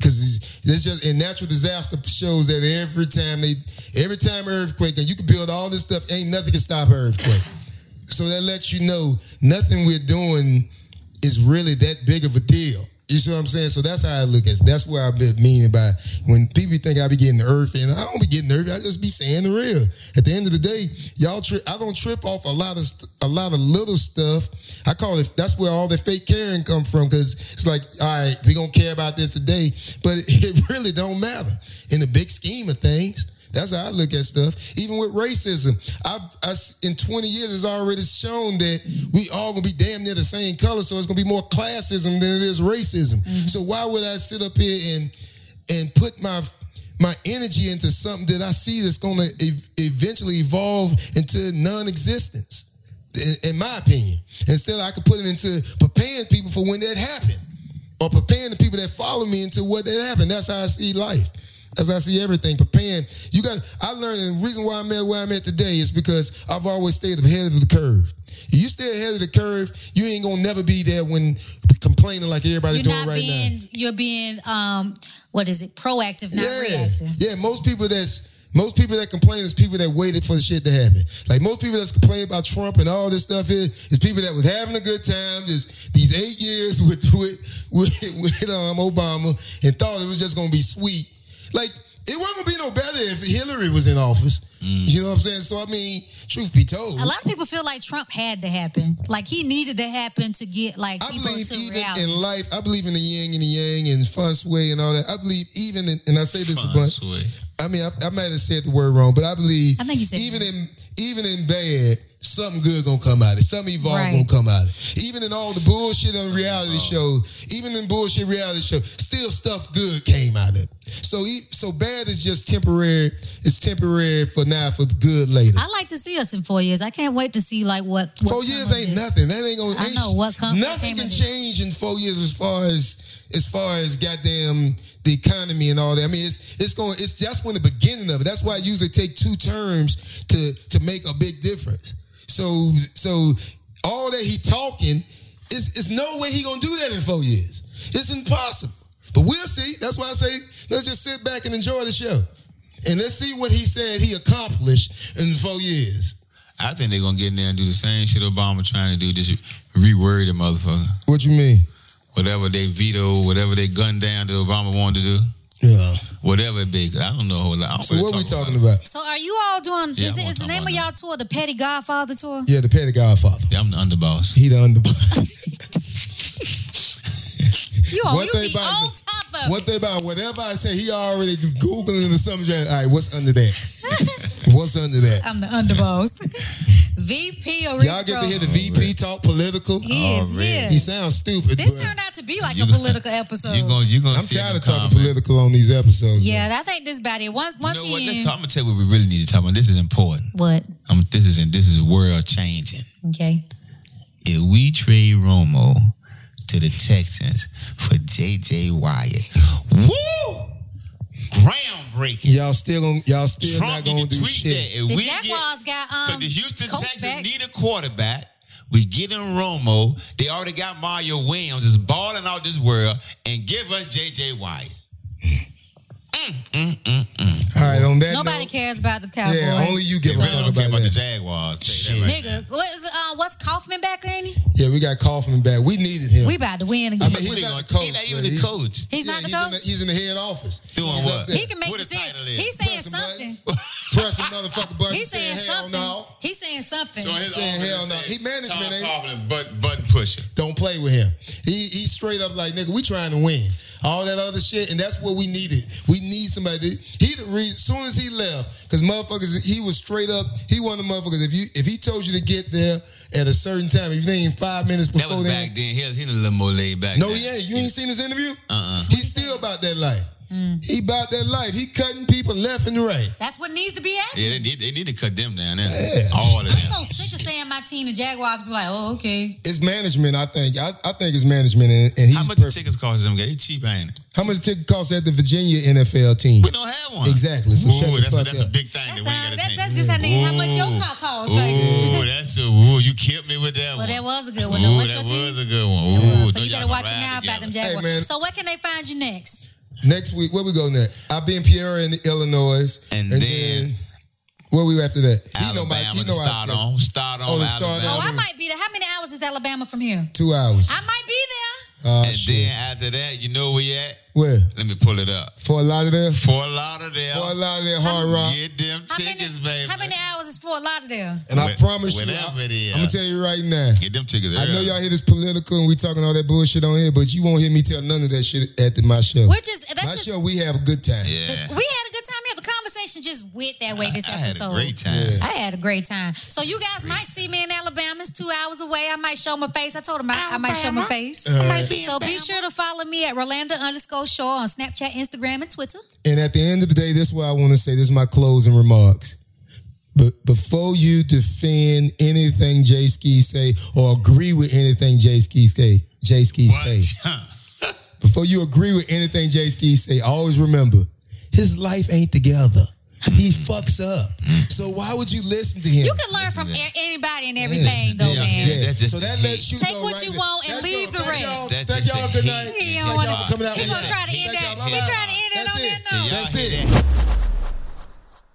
Speaker 2: Cause it's, it's just and natural disaster shows that every time they every time earthquake and you can build all this stuff, ain't nothing can stop an earthquake. So that lets you know nothing we're doing is really that big of a deal. You see what I'm saying? So that's how I look at. That's what I've been meaning by when people think I be getting earthy, and I don't be getting nervous. I just be saying the real. At the end of the day, y'all trip. I don't trip off a lot of st- a lot of little stuff. I call it. That's where all the fake caring come from because it's like, all right, we gonna care about this today, but it really don't matter in the big scheme of things. That's how I look at stuff. Even with racism, I've I s in 20 years it's already shown that we all gonna be damn near the same color, so it's gonna be more classism than it is racism. So why would I sit up here and and put my my energy into something that I see that's gonna ev- eventually evolve into non-existence, in, in my opinion. Instead, I could put it into preparing people for when that happened or preparing the people that follow me into what that happened. That's how I see life. That's how I see everything. Preparing. You got. I learned the reason why I'm at where I'm at today is because I've always stayed ahead of the curve. If you stay ahead of the curve, you ain't gonna never be there when complaining like everybody
Speaker 1: You're
Speaker 2: doing
Speaker 1: not
Speaker 2: right now.
Speaker 1: being. You're being. Um, what is it? Proactive, not reactive.
Speaker 2: Yeah, most people that's most people that complain is people that waited for the shit to happen. Like most people that's complaining about Trump and all this stuff here is people that was having a good time just these eight years with with with, with um, Obama and thought it was just gonna be sweet. Like it wasn't gonna be no better if Hillary was in office. You know what I'm saying? So I mean, truth be told,
Speaker 1: A lot of people feel like Trump had to happen. Like he needed to happen to get like
Speaker 2: I
Speaker 1: people
Speaker 2: believe
Speaker 1: to
Speaker 2: even
Speaker 1: reality.
Speaker 2: in life, I believe in the yin and the yang and fun sway and all that. I believe even in, and I say this a
Speaker 3: Fun
Speaker 2: bunch.
Speaker 3: sway.
Speaker 2: I mean, I, I might have said the word wrong, but I believe
Speaker 1: I think you said
Speaker 2: even in even in bad, something good gonna come out of it. Something evolved gonna
Speaker 1: Right.
Speaker 2: come out of it. Even in all the bullshit on reality shows, even in bullshit reality shows, still stuff good came out of it. So e- so bad is just temporary. It's temporary for now, for good later.
Speaker 1: I like to see us in four years. I can't wait to see like what. what
Speaker 2: Four
Speaker 1: come
Speaker 2: years
Speaker 1: of
Speaker 2: ain't
Speaker 1: this.
Speaker 2: nothing. That ain't gonna.
Speaker 1: I
Speaker 2: ain't
Speaker 1: know what come- what
Speaker 2: Nothing
Speaker 1: came
Speaker 2: can
Speaker 1: of this.
Speaker 2: change in four years as far as as far as goddamn the economy and all that. I mean, it's it's going. It's that's when the beginning of it. That's why I usually take two terms to to make a big difference. So so all that he talking is is no way he gonna do that in four years. It's impossible. But we'll see. That's why I say let's just sit back and enjoy the show, and let's see what he said he accomplished in four years.
Speaker 3: I think they're gonna get in there and do the same shit Obama trying to do. Just reword the motherfucker.
Speaker 2: What you mean?
Speaker 3: Whatever they veto, whatever they gunned down that Obama wanted to do,
Speaker 2: Yeah.
Speaker 3: whatever it be. 'cause I don't know a whole lot. I don't
Speaker 2: So
Speaker 3: really
Speaker 2: what we
Speaker 3: talk
Speaker 2: talking about?
Speaker 1: So are you all doing?
Speaker 3: Yeah,
Speaker 1: is it,
Speaker 3: I wanna
Speaker 1: is the
Speaker 3: talk
Speaker 1: name
Speaker 3: about
Speaker 1: of y'all tour the Petty Godfather tour?
Speaker 2: Yeah, the Petty Godfather.
Speaker 3: Yeah, I'm the underboss.
Speaker 2: He the under.
Speaker 1: You all
Speaker 2: One
Speaker 1: you
Speaker 2: thing
Speaker 1: be
Speaker 2: about
Speaker 1: on
Speaker 2: me-
Speaker 1: top of.
Speaker 2: What they about? Whatever I say, he already googling or something. All right, what's under that? what's under that?
Speaker 1: I'm the underboss. VP of
Speaker 2: Y'all get to hear the VP talk political.
Speaker 1: Oh, He is
Speaker 3: Already.
Speaker 1: here.
Speaker 2: He sounds stupid.
Speaker 1: This
Speaker 2: but
Speaker 1: turned out to be like
Speaker 3: You
Speaker 1: a
Speaker 3: gonna-
Speaker 1: political episode.
Speaker 3: You gonna you gonna
Speaker 2: I'm
Speaker 3: see it in
Speaker 2: tired
Speaker 3: the
Speaker 2: of talking
Speaker 3: comments.
Speaker 2: political on these episodes.
Speaker 1: yeah, I think this about it. Once
Speaker 3: You
Speaker 1: once
Speaker 3: know what?
Speaker 1: he
Speaker 3: Let's
Speaker 1: in,
Speaker 3: talk. I'm gonna tell you what we really need to talk about. This is important.
Speaker 1: what?
Speaker 3: I'm, this is this is world changing.
Speaker 1: Okay.
Speaker 3: if we trade Romo to the Texans for JJ Wyatt, woo! Groundbreaking.
Speaker 2: Y'all still gonna y'all still not
Speaker 3: Trump need
Speaker 2: gonna
Speaker 3: to
Speaker 2: do
Speaker 3: tweet
Speaker 2: shit.
Speaker 3: that. If
Speaker 1: The
Speaker 3: we
Speaker 1: Jaguars
Speaker 3: get,
Speaker 1: got
Speaker 3: 'cause
Speaker 1: um
Speaker 3: the Houston
Speaker 1: coach
Speaker 3: Texans
Speaker 1: back.
Speaker 3: need a quarterback. We get in Romo. They already got Mario Williams is balling out this world, and give us JJ Wyatt.
Speaker 2: All right, on that
Speaker 1: Nobody
Speaker 2: note,
Speaker 1: cares about the Cowboys.
Speaker 2: Yeah, only you give
Speaker 3: They
Speaker 2: a
Speaker 3: really
Speaker 2: fuck
Speaker 3: don't care
Speaker 2: about
Speaker 3: about the
Speaker 2: that.
Speaker 3: Jaguars. Tell you that right now.
Speaker 1: Nigga, what is, uh, what's Kaufman back, Annie?
Speaker 2: Yeah, we got Kaufman back. We needed him.
Speaker 1: We about to win again.
Speaker 2: I mean, he's
Speaker 3: Who they
Speaker 2: not the
Speaker 3: gonna-
Speaker 2: coach.
Speaker 3: He not even
Speaker 2: but
Speaker 3: the coach.
Speaker 1: He's not the
Speaker 2: yeah, he's in
Speaker 1: coach?
Speaker 2: he's in the head office.
Speaker 3: Doing
Speaker 2: He's up
Speaker 3: what?
Speaker 2: there.
Speaker 1: he can make
Speaker 3: Who the
Speaker 1: decisions.
Speaker 3: title is?
Speaker 1: He's saying
Speaker 2: Pressing
Speaker 1: something.
Speaker 2: buttons. Pressing motherfucking buttons.
Speaker 1: He's saying something.
Speaker 2: Hell no.
Speaker 1: He's saying something.
Speaker 3: So his
Speaker 2: Saying
Speaker 3: office
Speaker 2: hell
Speaker 3: is
Speaker 2: no.
Speaker 3: saying
Speaker 2: He management
Speaker 3: Tom
Speaker 2: ain't-
Speaker 3: Coughlin butt button pusher.
Speaker 2: Don't play with him. He he's straight up like nigga. We trying to win. All that other shit, and that's what we needed. We need somebody. that- He the reason. Soon as he left, because motherfuckers, he was straight up. He one of the motherfuckers. If you if he told you to get there at a certain time, if you ain't five minutes
Speaker 3: That
Speaker 2: before
Speaker 3: was back
Speaker 2: then,
Speaker 3: then. He he a little more laid back.
Speaker 2: no,
Speaker 3: now.
Speaker 2: he ain't. You ain't seen his interview.
Speaker 3: Uh-uh.
Speaker 2: He's still about that life. He about that life. He cutting people left and right.
Speaker 1: That's what needs to be happening.
Speaker 3: Yeah, they, need- they need to cut them down. Now. All of them.
Speaker 1: I'm so sick of saying my team, the Jaguars, be like, oh, okay.
Speaker 2: It's management. I think. I, I think it's management, and, and he's
Speaker 3: How much the
Speaker 2: perfect.
Speaker 3: tickets cost them? guys? They cheap, ain't it?
Speaker 2: How much the ticket cost at the Virginia NFL team?
Speaker 3: We don't have one.
Speaker 2: Exactly. So shut
Speaker 3: Ooh,
Speaker 2: the
Speaker 3: that's, a,
Speaker 2: fuck
Speaker 3: that's
Speaker 2: up.
Speaker 3: a big thing.
Speaker 1: That's,
Speaker 3: That we
Speaker 1: how,
Speaker 3: ain't
Speaker 1: that's,
Speaker 3: got
Speaker 1: that's just how, nigga, how much your
Speaker 3: Ooh.
Speaker 1: car costs.
Speaker 3: Ooh,
Speaker 1: Like,
Speaker 3: that's a ooh. You killed me with that
Speaker 1: well,
Speaker 3: one.
Speaker 1: that was a good one.
Speaker 3: ooh,
Speaker 1: What's
Speaker 3: that
Speaker 1: your team?
Speaker 3: was a good one.
Speaker 1: It was.
Speaker 3: Ooh,
Speaker 1: so
Speaker 3: know
Speaker 1: you better
Speaker 3: y'all gonna
Speaker 1: watch
Speaker 3: ride
Speaker 1: it now about
Speaker 3: together.
Speaker 1: them
Speaker 2: Hey,
Speaker 1: Jaguars.
Speaker 2: man.
Speaker 1: so where can they find you next?
Speaker 2: Next week, where we go next? I've been Pierre in Illinois,
Speaker 3: And then
Speaker 2: where we after that?
Speaker 3: Alabama
Speaker 2: you
Speaker 3: to start on. Start on
Speaker 2: Oh, to start
Speaker 1: Oh,
Speaker 3: Alabama.
Speaker 1: I
Speaker 2: Alabama.
Speaker 1: might be there. How many hours is Alabama from here?
Speaker 2: Two hours.
Speaker 1: I might be there.
Speaker 2: Oh,
Speaker 3: And
Speaker 2: shit.
Speaker 3: then after that, you know where you at?
Speaker 2: where?
Speaker 3: Let me pull it up.
Speaker 2: For a lot of them,
Speaker 3: Fort Lauderdale.
Speaker 2: for a lot of them hard rock.
Speaker 3: Get them
Speaker 1: How
Speaker 3: tickets,
Speaker 1: many,
Speaker 3: baby.
Speaker 1: How many hours is Fort Lauderdale?
Speaker 2: And I
Speaker 3: Wh-
Speaker 2: promise you,
Speaker 3: whatever it is.
Speaker 2: I'm gonna tell you right now.
Speaker 3: Get them tickets.
Speaker 2: I know
Speaker 3: early.
Speaker 2: y'all hear this political and we talking all that bullshit on here, but you won't hear me tell none of that shit at the, my show.
Speaker 1: We're just that's
Speaker 2: my
Speaker 1: just
Speaker 2: show, we have a good time.
Speaker 3: Yeah.
Speaker 1: we had a good time here. The conversation just went that way this
Speaker 3: I had
Speaker 1: episode.
Speaker 3: a great time.
Speaker 2: Yeah.
Speaker 1: I had a great time. So you guys might see me in Alabama. It's two hours away. I might show my face. I told him I, I might show my face.
Speaker 2: All
Speaker 3: Uh,
Speaker 2: right.
Speaker 1: So be sure to follow me at Rolanda underscore Shaw on Snapchat, Instagram, and Twitter.
Speaker 2: And at the end of the day, this is what I want to say. This is my closing remarks. But before you defend anything Jay Ski say or agree with anything Jay Ski say, Jay Ski say,
Speaker 3: Huh.
Speaker 2: before you agree with anything Jay Ski say, always remember his life ain't together. He fucks up. So why would you listen to him?
Speaker 1: You can learn from a- anybody and everything, though,
Speaker 3: Yeah.
Speaker 1: man.
Speaker 3: Yeah. That's just
Speaker 2: so that
Speaker 3: the
Speaker 2: lets you
Speaker 1: hate. Take
Speaker 2: know
Speaker 1: what
Speaker 2: right
Speaker 1: you
Speaker 2: there.
Speaker 1: want and
Speaker 2: That's
Speaker 1: leave
Speaker 2: all.
Speaker 1: the
Speaker 2: Thank
Speaker 1: rest.
Speaker 2: y'all.
Speaker 3: That's
Speaker 2: Thank
Speaker 3: just
Speaker 2: y'all.
Speaker 3: the
Speaker 2: Good
Speaker 3: heat.
Speaker 2: night.
Speaker 1: He don't
Speaker 2: Thank y'all
Speaker 1: wanna-
Speaker 2: for coming out
Speaker 1: he
Speaker 2: with
Speaker 1: gonna
Speaker 2: that.
Speaker 1: try to
Speaker 2: Thank
Speaker 1: end
Speaker 2: y'all.
Speaker 1: that. He
Speaker 2: Bye-bye.
Speaker 1: trying to end it
Speaker 2: That's
Speaker 1: on
Speaker 2: it.
Speaker 1: that note.
Speaker 2: That's
Speaker 3: Y'all
Speaker 2: it.
Speaker 3: hear that?